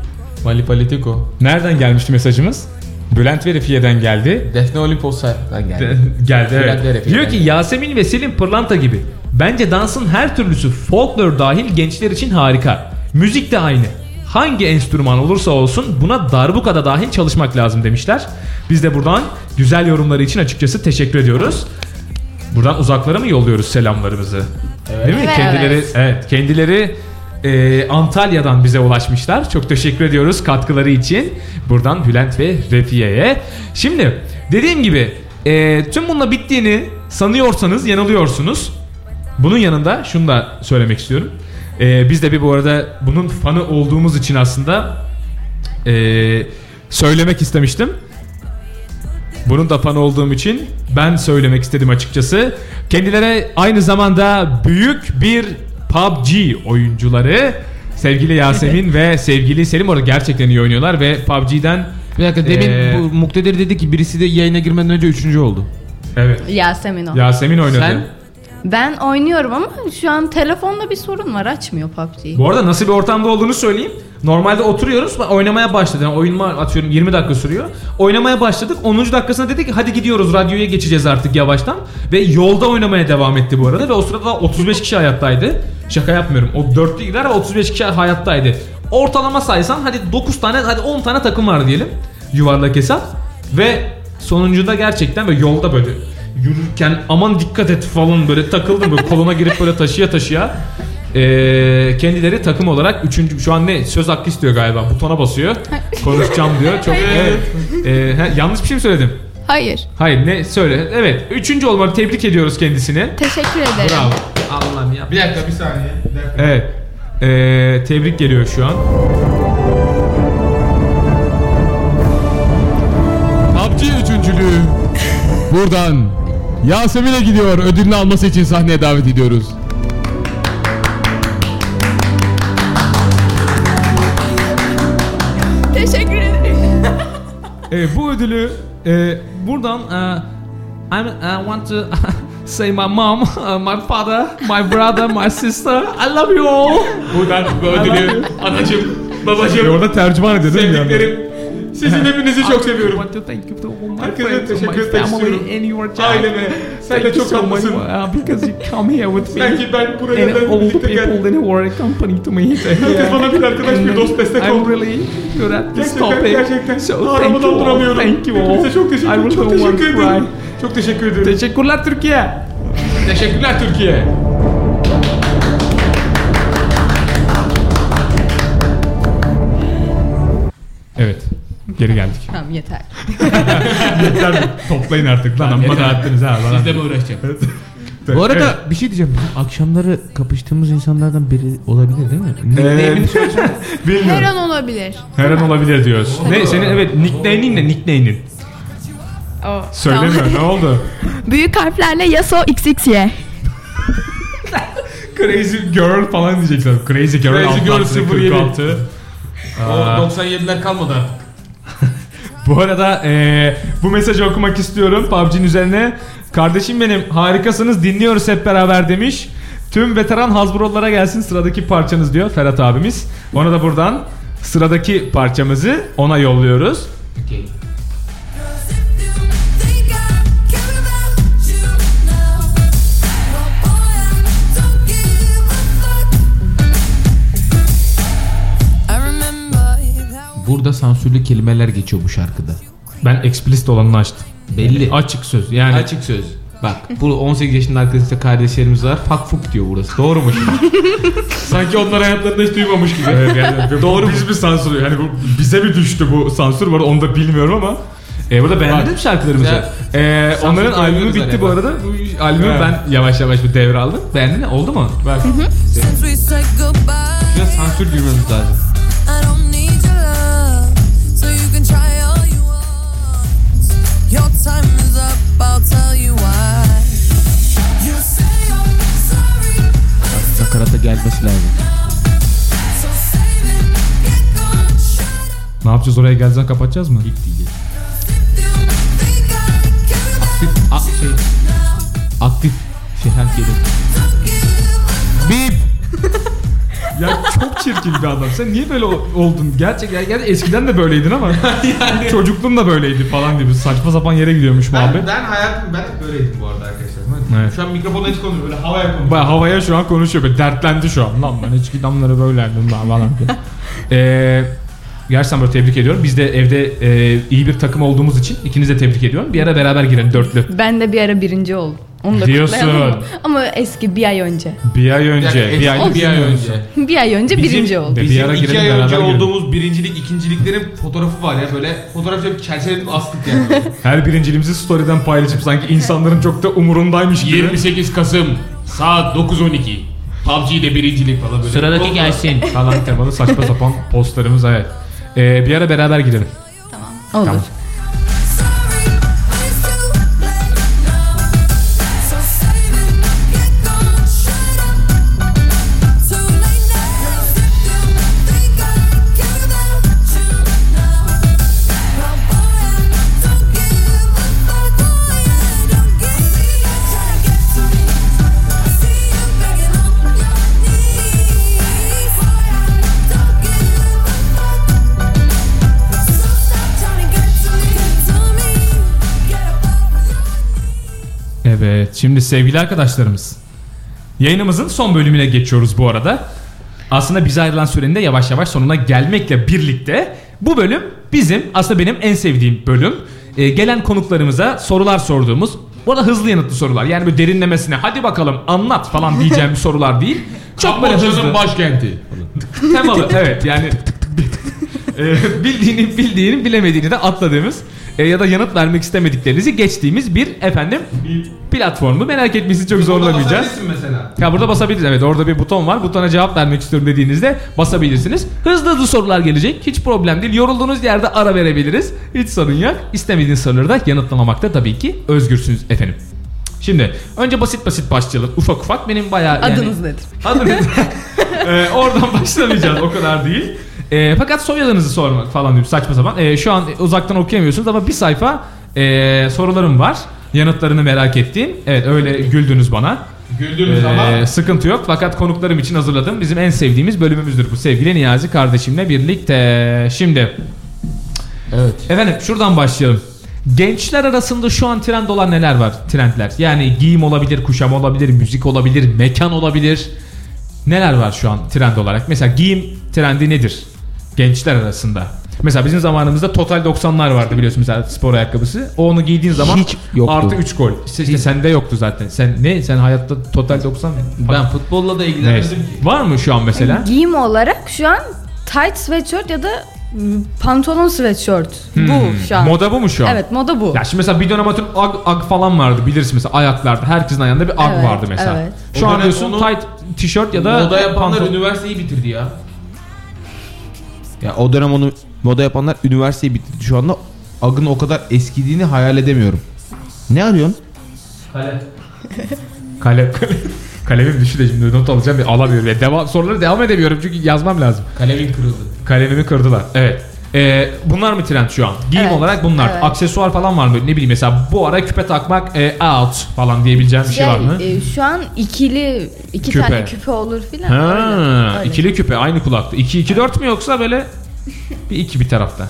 [SPEAKER 8] Mali Politico,
[SPEAKER 1] Nereden gelmişti mesajımız? Bülent Verifiye'den geldi.
[SPEAKER 8] Defne Olimpos'tan geldi.
[SPEAKER 1] geldi
[SPEAKER 8] Bülent
[SPEAKER 1] evet.
[SPEAKER 8] Erefi
[SPEAKER 1] Diyor ki
[SPEAKER 8] yani.
[SPEAKER 1] Yasemin ve Selin Pırlanta gibi. Bence dansın her türlüsü folklor dahil gençler için harika. Müzik de aynı. Hangi enstrüman olursa olsun buna darbuka da dahil çalışmak lazım demişler. Biz de buradan güzel yorumları için açıkçası teşekkür ediyoruz. Buradan uzaklara mı yolluyoruz selamlarımızı? Değil mi?
[SPEAKER 4] Evet.
[SPEAKER 1] kendileri evet kendileri e, Antalya'dan bize ulaşmışlar. Çok teşekkür ediyoruz katkıları için. Buradan Bülent ve Refiye'ye. Şimdi dediğim gibi e, tüm bununla bittiğini sanıyorsanız yanılıyorsunuz. Bunun yanında şunu da söylemek istiyorum. E, biz de bir bu arada bunun fanı olduğumuz için aslında e, söylemek istemiştim. Bunun da fan olduğum için ben söylemek istedim açıkçası. Kendileri aynı zamanda büyük bir PUBG oyuncuları. Sevgili Yasemin ve sevgili Selim orada gerçekten iyi oynuyorlar ve PUBG'den
[SPEAKER 2] Bir dakika demin
[SPEAKER 1] Ee,
[SPEAKER 2] bu Muktedir dedi ki birisi de yayına girmeden önce üçüncü oldu.
[SPEAKER 1] evet
[SPEAKER 3] Yasemin o.
[SPEAKER 1] Yasemin oynadı.
[SPEAKER 2] Sen-
[SPEAKER 3] Ben oynuyorum ama hani şu an telefonda bir sorun var. Açmıyor PUBG'yi.
[SPEAKER 1] Bu arada nasıl bir ortamda olduğunu söyleyeyim. Normalde oturuyoruz ben oynamaya başladım. Yani oyun var, atıyorum 20 dakika sürüyor. Oynamaya başladık. 10. dakikasında dedik ki hadi gidiyoruz radyoya geçeceğiz artık yavaştan. Ve yolda oynamaya devam etti bu arada. Ve o sırada da 35 kişi hayattaydı. Şaka yapmıyorum. O 4'lü iler ve 35 kişi hayattaydı. Ortalama saysan hadi 9 tane hadi 10 tane takım var diyelim. Yuvarlak hesap. Ve sonuncunda gerçekten ve yolda böyle yürürken aman dikkat et falan böyle takıldım böyle koluna girip böyle taşıya taşıya. Ee, kendileri takım olarak üçüncü şu an ne söz hakkı istiyor galiba butona basıyor konuşacağım diyor çok evet. Ee, he, yanlış bir şey mi söyledim
[SPEAKER 4] Hayır.
[SPEAKER 1] hayır ne söyle evet üçüncü olmanı tebrik ediyoruz kendisini
[SPEAKER 4] Teşekkür ederim.
[SPEAKER 1] bravo Allah'ım ya
[SPEAKER 2] Bir dakika bir saniye. Bir dakika.
[SPEAKER 1] Evet. Ee, tebrik geliyor şu an.
[SPEAKER 8] PUBG üçüncülüğü. Buradan Yasemin'e gidiyor. Ödülünü alması için sahneye davet ediyoruz.
[SPEAKER 4] Teşekkür ederim.
[SPEAKER 1] Ee, bu ödülü e, buradan e, I'm, I want to say my mom, my father, my brother, my sister. I love you all. E,
[SPEAKER 7] Buradan bu ödülü anacım, babacım,
[SPEAKER 1] Orada tercüman ediyor değil mi?
[SPEAKER 7] sevdiklerim. Sizin hepinizi çok seviyorum.
[SPEAKER 1] want to thank you to all my
[SPEAKER 7] Herkese
[SPEAKER 1] friends, to
[SPEAKER 7] teşekkür
[SPEAKER 1] my
[SPEAKER 7] etmek
[SPEAKER 1] family
[SPEAKER 7] istiyorum.
[SPEAKER 1] and your child.
[SPEAKER 7] Aileme. Sen de
[SPEAKER 1] Thank you
[SPEAKER 7] çok
[SPEAKER 1] so much,
[SPEAKER 7] tatlısın.
[SPEAKER 1] uh, because you come here with me.
[SPEAKER 7] Belki ben buraya
[SPEAKER 1] and
[SPEAKER 7] da
[SPEAKER 1] all the
[SPEAKER 7] birlikte
[SPEAKER 1] people
[SPEAKER 7] geldim.
[SPEAKER 1] that were accompanying to me.
[SPEAKER 7] Herkes bana bir arkadaş, bir dost destek
[SPEAKER 1] I'm
[SPEAKER 7] oldu.
[SPEAKER 1] really good at this
[SPEAKER 7] Gerçekten,
[SPEAKER 1] topic.
[SPEAKER 7] gerçekten.
[SPEAKER 1] So
[SPEAKER 7] Aramadan
[SPEAKER 1] thank you all.
[SPEAKER 7] duramıyorum.
[SPEAKER 1] Thank you all.
[SPEAKER 7] Hepinize çok teşekkür,
[SPEAKER 1] I really
[SPEAKER 7] çok
[SPEAKER 1] don't want
[SPEAKER 7] teşekkür
[SPEAKER 1] to cry.
[SPEAKER 7] ederim. Çok teşekkür ederim.
[SPEAKER 1] Teşekkürler Türkiye.
[SPEAKER 7] Teşekkürler Türkiye.
[SPEAKER 1] Evet. Geri geldik.
[SPEAKER 3] Tamam yeter.
[SPEAKER 1] Toplayın artık lan amma dağıttınız ha.
[SPEAKER 7] Sizle mi uğraşacağım?
[SPEAKER 8] Bu arada bir şey diyeceğim. Bizim Akşamları kapıştığımız insanlardan biri olabilir değil mi? Nickname'ini söylesene.
[SPEAKER 4] Her an olabilir.
[SPEAKER 1] Her an olabilir diyoruz. Ne senin evet nickname'in ne nickname'in?
[SPEAKER 4] O.
[SPEAKER 1] Söylemiyor ne oldu?
[SPEAKER 4] Büyük harflerle Yaso XXY.
[SPEAKER 1] Crazy girl falan diyecekler. Crazy girl
[SPEAKER 7] Crazy girl
[SPEAKER 1] 06,
[SPEAKER 7] 07.
[SPEAKER 1] 46.
[SPEAKER 7] O 97'ler kalmadı artık.
[SPEAKER 1] Bu arada eee, bu mesajı okumak istiyorum PUBG'nin üzerine. Kardeşim benim harikasınız dinliyoruz hep beraber demiş. Tüm veteran Hasbro'lara gelsin sıradaki parçanız diyor Ferhat abimiz. Ona da buradan sıradaki parçamızı ona yolluyoruz.
[SPEAKER 8] Burada sansürlü kelimeler geçiyor bu şarkıda.
[SPEAKER 1] Ben explicit olanını açtım.
[SPEAKER 8] Belli.
[SPEAKER 1] Açık söz yani.
[SPEAKER 8] Açık söz. Bak bu 18 yaşında arkadaşlar kardeşlerimiz var. Fak fuk diyor burası. Doğru mu?
[SPEAKER 1] Sanki onlar hayatlarında hiç duymamış gibi. Doğru. Biz mi sansürüyor? Yani bu, bize mi düştü bu sansür? Bu arada onu da bilmiyorum ama. E, bu da beğendim şarkılarımızı.
[SPEAKER 8] Güzel.
[SPEAKER 1] E,
[SPEAKER 8] Sansür
[SPEAKER 1] onların albümü
[SPEAKER 8] koyuyoruz
[SPEAKER 1] bitti bu
[SPEAKER 8] araya.
[SPEAKER 1] arada. Bu albümü ben yavaş yavaş bir devraldım. Beğendin mi? Oldu mu? Bak.
[SPEAKER 6] Since we said
[SPEAKER 8] Biraz
[SPEAKER 6] goodbye,
[SPEAKER 8] sansür girmemiz lazım.
[SPEAKER 6] I don't need your love, so you can try all you want. Your time is up, I'll tell you why. You say I'm sorry, but it's too
[SPEAKER 8] Sakarata gelmesi lazım.
[SPEAKER 6] late, so save it, get gone, shut up.
[SPEAKER 1] Ne yapacağız oraya gelsen kapatacağız mı?
[SPEAKER 6] You think I care about
[SPEAKER 8] A- şey, aktif şey herkese. Bip.
[SPEAKER 1] ya çok çirkin bir adam. Sen niye böyle o- oldun? Gerçek ya, ya eskiden de böyleydin ama çocukluğum da böyleydi falan gibi. Saçma sapan yere gidiyormuş muhabbet.
[SPEAKER 2] Ben, ben hayatım ben hep böyleydim bu arada arkadaşlar. Ben-
[SPEAKER 1] Evet.
[SPEAKER 2] Şu an mikrofonla hiç konuşmuyorum. Böyle havaya konuşuyorum.
[SPEAKER 1] Baya havaya şu an konuşuyor. Böyle dertlendi şu an. Lan ben içki damları böylerdim daha falan. filan. Ee, gerçekten böyle tebrik ediyorum. Biz de evde e, iyi bir takım olduğumuz için ikinizi de tebrik ediyorum. Bir ara beraber girelim dörtlü.
[SPEAKER 3] Ben de bir ara birinci oldum. Onu da
[SPEAKER 1] Diyorsun.
[SPEAKER 3] kutlayalım mı? Ama eski bir ay önce.
[SPEAKER 1] Bir ay
[SPEAKER 2] Bir dakika,
[SPEAKER 1] önce.
[SPEAKER 2] eski
[SPEAKER 1] Bir ay, bir ay önce.
[SPEAKER 3] Bir ay önce
[SPEAKER 2] Bizim-
[SPEAKER 3] birinci oldum.
[SPEAKER 1] Bir
[SPEAKER 2] Bizim
[SPEAKER 1] ara
[SPEAKER 2] iki
[SPEAKER 1] girelim,
[SPEAKER 2] ay
[SPEAKER 1] beraber
[SPEAKER 2] önce
[SPEAKER 1] girelim.
[SPEAKER 2] olduğumuz birincilik, ikinciliklerin fotoğrafı var ya böyle fotoğrafı bir çerçeveletip astık yani.
[SPEAKER 1] Her birinciliğimizi story'den paylaşıp sanki insanların çok da umurundaymış gibi.
[SPEAKER 7] 28 Kasım saat 9.12. PUBG ile birincilik falan böyle.
[SPEAKER 8] Sıradaki gelsin.
[SPEAKER 1] falan temalı saçma sapan postlarımız evet. Ee, bir ara beraber girelim.
[SPEAKER 3] Olur.
[SPEAKER 1] Tamam.
[SPEAKER 6] sorry, but it's too late now. So save it, get gone, shut up. Too late now. You think I care about you now? Well, boy, I don't give a fuck. Boy, I don't give a fuck. Get to me. I see you begging on your knees. Boy, I don't give a fuck. So stop trying to get to me. Get to me. Get up off your
[SPEAKER 1] Evet şimdi sevgili arkadaşlarımız yayınımızın son bölümüne geçiyoruz bu arada. Aslında bize ayrılan sürenin de yavaş yavaş sonuna gelmekle birlikte bu bölüm bizim aslında benim en sevdiğim bölüm. Ee, gelen konuklarımıza sorular sorduğumuz Bu arada hızlı yanıtlı sorular. Yani böyle derinlemesine hadi bakalım anlat falan diyeceğim bir sorular değil. Çok böyle hızlı.
[SPEAKER 7] Kambodja'nın başkenti.
[SPEAKER 1] Temalı evet yani Eee, bildiğini bildiğini bilemediğini de atladığımız eee, ya da yanıt vermek istemediklerinizi geçtiğimiz bir efendim platformu merak etmesi çok zorlamayacağız.
[SPEAKER 2] mesela.
[SPEAKER 1] Ya burada basabiliriz evet orada bir buton var butona cevap vermek istiyorum dediğinizde basabilirsiniz. Hızlı hızlı sorular gelecek hiç problem değil yorulduğunuz yerde ara verebiliriz hiç sorun yok. İstemediğiniz soruları da yanıtlamakta tabii ki özgürsünüz efendim. Şimdi önce basit basit başlayalım ufak ufak benim bayağı yani-
[SPEAKER 11] Adınız nedir?
[SPEAKER 1] Adınız. Ee, oradan başlamayacağız o kadar değil. Ee, fakat soyadınızı sormak falan diyorum saçma sapan. Ee, şu an uzaktan okuyamıyorsunuz ama bir sayfa ee, sorularım var. Yanıtlarını merak ettiğim. Evet öyle güldünüz bana.
[SPEAKER 2] Güldünüz
[SPEAKER 1] Ee, sıkıntı yok fakat konuklarım için hazırladım. Bizim en sevdiğimiz bölümümüzdür bu sevgili Niyazi kardeşimle birlikte. Şimdi
[SPEAKER 8] Evet.
[SPEAKER 1] efendim şuradan başlayalım. Gençler arasında şu an trend olan neler var? Trendler. Yani giyim olabilir, kuşam olabilir, müzik olabilir, mekan olabilir. Neler var şu an trend olarak? Mesela giyim trendi nedir? Gençler arasında. Mesela bizim zamanımızda Total 90'lar vardı biliyorsun mesela spor ayakkabısı. O onu giydiğin zaman
[SPEAKER 8] Hiç yoktu.
[SPEAKER 1] artı 3 gol. İşte, işte sende yoktu zaten. Sen ne? Sen hayatta Total 90
[SPEAKER 8] Ben futbolla da
[SPEAKER 1] Neyse.
[SPEAKER 8] ilgilenmedim ki.
[SPEAKER 1] Var mı şu an mesela?
[SPEAKER 3] Giyim olarak şu an tight sweatshirt ya da mm, pantolon sweatshirt. Bu şu an.
[SPEAKER 1] Hmm. Moda bu mu şu an?
[SPEAKER 3] Evet moda bu.
[SPEAKER 1] Ya şimdi mesela bir dönem atıyorum ag, ag falan vardı bilirsin mesela ayaklarda herkesin ayağında bir ag
[SPEAKER 3] Evet,
[SPEAKER 1] vardı mesela.
[SPEAKER 3] evet.
[SPEAKER 1] Şu
[SPEAKER 8] O
[SPEAKER 1] an
[SPEAKER 8] dönem
[SPEAKER 1] diyorsun
[SPEAKER 8] onu-
[SPEAKER 1] tight tişört ya da
[SPEAKER 8] Moda yapanlar
[SPEAKER 1] pantolon.
[SPEAKER 8] üniversiteyi bitirdi ya.
[SPEAKER 2] Ya o dönem onu moda yapanlar üniversiteyi bitirdi. Şu anda agın o kadar eskidiğini hayal edemiyorum. Ne arıyorsun?
[SPEAKER 1] Kalem, kalem. Kalemim düştü de şimdi not alacağım bir alamıyorum. Ya devam, soruları devam edemiyorum çünkü yazmam lazım.
[SPEAKER 8] Kalemin kırıldı.
[SPEAKER 1] Kalemimi kırdılar. Evet. Ee, bunlar mı trend şu an? Giyim
[SPEAKER 3] Evet,
[SPEAKER 1] olarak bunlar.
[SPEAKER 3] evet.
[SPEAKER 1] Aksesuar falan var mı? Ne bileyim mesela bu ara küpe takmak e, out falan diyebileceğim bir şey, var mı?
[SPEAKER 3] e, şu an ikili iki
[SPEAKER 1] Küpe.
[SPEAKER 3] tane küpe olur filan.
[SPEAKER 1] Ha,
[SPEAKER 3] Öyle, öyle.
[SPEAKER 1] ikili küpe aynı kulakta. 2 2 4 mü yoksa böyle bir iki bir tarafta.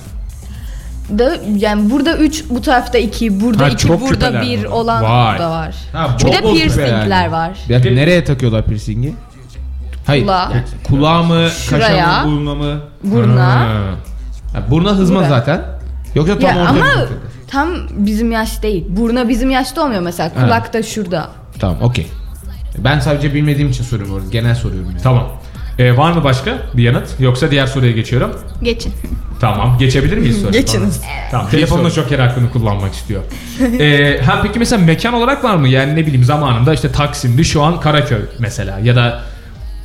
[SPEAKER 3] Da, yani burada 3 bu tarafta 2 burada
[SPEAKER 1] Ha,
[SPEAKER 3] 2
[SPEAKER 1] çok
[SPEAKER 3] burada
[SPEAKER 1] küpeler
[SPEAKER 3] 1
[SPEAKER 1] var.
[SPEAKER 3] olan
[SPEAKER 1] Vay.
[SPEAKER 3] da var.
[SPEAKER 2] Ha,
[SPEAKER 3] Bir de piercingler var.
[SPEAKER 2] Bir dakika, nereye takıyorlar piercingi? Hayır.
[SPEAKER 3] Kulağa.
[SPEAKER 2] Yani Kulağa mı,
[SPEAKER 3] Şuraya.
[SPEAKER 2] kaşa mı, buruna mı?
[SPEAKER 3] Burna.
[SPEAKER 1] Ha.
[SPEAKER 2] Ya buruna hızma
[SPEAKER 3] Buraya.
[SPEAKER 2] zaten. Yoksa tam
[SPEAKER 3] ya
[SPEAKER 2] ortaya mı
[SPEAKER 3] ama
[SPEAKER 2] takıyorlar?
[SPEAKER 3] tam bizim yaş değil. Burna bizim yaşta olmuyor mesela. Kulak da şurada.
[SPEAKER 2] Tamam okey. Ben sadece bilmediğim için soruyorum. bu arada, Genel soruyorum yani.
[SPEAKER 1] Tamam. Ee, var mı başka bir yanıt? Yoksa diğer soruya geçiyorum.
[SPEAKER 4] Geçin.
[SPEAKER 1] Tamam. Geçebilir miyiz soruya?
[SPEAKER 11] Geçiniz.
[SPEAKER 1] Tamam. Telefonla şoker hakkını kullanmak istiyor. ee, ha peki mesela mekan olarak var mı? Yani ne bileyim zamanında işte Taksim'di şu an Karaköy mesela ya da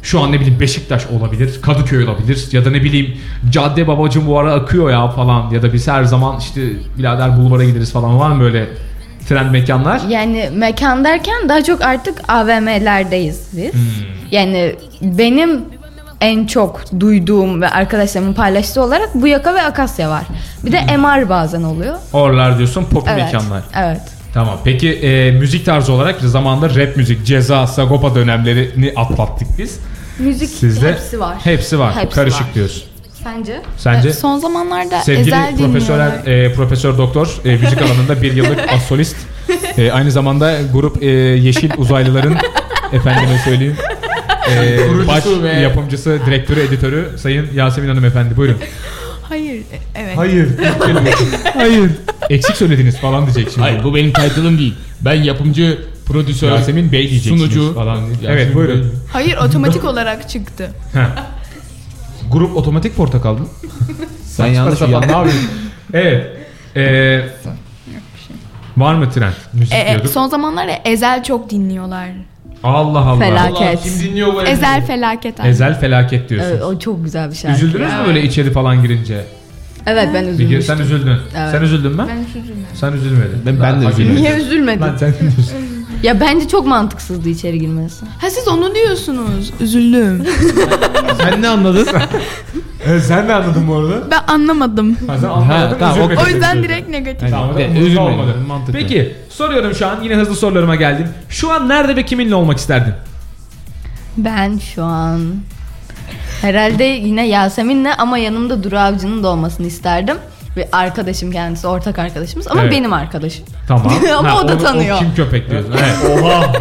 [SPEAKER 1] şu an ne bileyim Beşiktaş olabilir, Kadıköy olabilir ya da ne bileyim Cadde Babacım bu ara akıyor ya falan ya da biz her zaman işte birader bulvara gideriz falan var mı böyle tren mekanlar?
[SPEAKER 3] Yani mekan derken daha çok artık AVM'lerdeyiz biz.
[SPEAKER 1] Hmm.
[SPEAKER 3] Yani benim en çok duyduğum ve arkadaşlarımın paylaştığı olarak bu yaka ve akasya var. Bir de
[SPEAKER 1] Hmm.
[SPEAKER 3] MR bazen oluyor.
[SPEAKER 1] Oralar diyorsun pop
[SPEAKER 3] Evet.
[SPEAKER 1] mekanlar.
[SPEAKER 3] Evet.
[SPEAKER 1] Tamam. Peki e, müzik tarzı olarak zamanında rap müzik, ceza, sagopa dönemlerini atlattık biz.
[SPEAKER 3] Müzik
[SPEAKER 1] Sizde
[SPEAKER 3] hepsi var.
[SPEAKER 1] Hepsi var.
[SPEAKER 3] Hepsi
[SPEAKER 1] Karışık
[SPEAKER 3] var.
[SPEAKER 1] diyorsun.
[SPEAKER 3] Sence?
[SPEAKER 1] Sence?
[SPEAKER 4] Son zamanlarda
[SPEAKER 1] Sevgili
[SPEAKER 4] ezel
[SPEAKER 1] profesörler,
[SPEAKER 4] dinliyorlar.
[SPEAKER 1] e, profesör doktor e, müzik alanında bir yıllık as solist. E, aynı zamanda grup e, Yeşil Uzaylıların efendime söyleyeyim. e, baş
[SPEAKER 8] Kurucusu ve-
[SPEAKER 1] yapımcısı, direktörü, editörü Sayın Yasemin Hanım efendi. Buyurun.
[SPEAKER 11] Hayır. e, Evet.
[SPEAKER 1] Hayır. Hayır. Eksik söylediniz falan diyecek şimdi.
[SPEAKER 7] Hayır bu benim title'ım değil. Ben yapımcı, prodüsör,
[SPEAKER 1] Yasemin Bey diyeceksiniz
[SPEAKER 7] sunucu
[SPEAKER 1] falan.
[SPEAKER 7] Yasemin
[SPEAKER 1] evet buyurun.
[SPEAKER 7] Bey.
[SPEAKER 11] Hayır otomatik olarak çıktı.
[SPEAKER 2] Grup otomatik portakal mı? Sen yanlış
[SPEAKER 1] Saçma sapan,
[SPEAKER 2] yapıyorsun.
[SPEAKER 1] ne yapıyorsun? evet. Ee, var mı trend? Müzik
[SPEAKER 4] E, e,
[SPEAKER 1] diyorduk.
[SPEAKER 4] son zamanlarda ezel çok dinliyorlar.
[SPEAKER 1] Allah Allah.
[SPEAKER 3] Felaket.
[SPEAKER 8] Kim dinliyor bu
[SPEAKER 4] Ezel felaket abi.
[SPEAKER 1] Ezel felaket diyorsun.
[SPEAKER 3] Evet, o çok güzel bir şarkı.
[SPEAKER 1] Üzüldünüz mü böyle içeri falan girince?
[SPEAKER 3] Evet ben
[SPEAKER 1] Bir gir-
[SPEAKER 3] üzülmüştüm.
[SPEAKER 1] sen üzüldün.
[SPEAKER 3] Evet.
[SPEAKER 1] Sen üzüldün mü?
[SPEAKER 4] Ben hiç üzülmüyorum.
[SPEAKER 1] Sen üzülmedin.
[SPEAKER 2] Ben, ben de
[SPEAKER 1] Lan,
[SPEAKER 2] üzülüyorum.
[SPEAKER 3] Niye üzülmedin?
[SPEAKER 1] Lan sen üzüldün.
[SPEAKER 3] Ya bence çok mantıksızdı içeri girmesi.
[SPEAKER 11] Ha siz onu diyorsunuz. Üzüldüm.
[SPEAKER 2] Sen ne anladın?
[SPEAKER 1] E, sen ne anladın bu arada?
[SPEAKER 11] Ben anlamadım.
[SPEAKER 1] Ha, sen anlamadın,
[SPEAKER 2] tamam,
[SPEAKER 1] üzülmedin.
[SPEAKER 11] O yüzden direkt negatif.
[SPEAKER 1] Tamam,
[SPEAKER 2] Evet,
[SPEAKER 1] tamam,
[SPEAKER 2] üzülmedim.
[SPEAKER 1] olmadı.
[SPEAKER 2] Mantıklı.
[SPEAKER 1] Peki soruyorum şu an yine hızlı sorularıma geldim. Şu an nerede ve kiminle olmak isterdin?
[SPEAKER 3] Ben şu an herhalde yine Yasemin'le ama yanımda Duru Avcı'nın da olmasını isterdim. Ve arkadaşım kendisi ortak arkadaşımız ama
[SPEAKER 1] Evet.
[SPEAKER 3] benim arkadaşım.
[SPEAKER 1] Tamam.
[SPEAKER 3] Ama o da
[SPEAKER 1] onu-
[SPEAKER 3] tanıyor.
[SPEAKER 1] kim köpek diyorsun. Evet. Oha.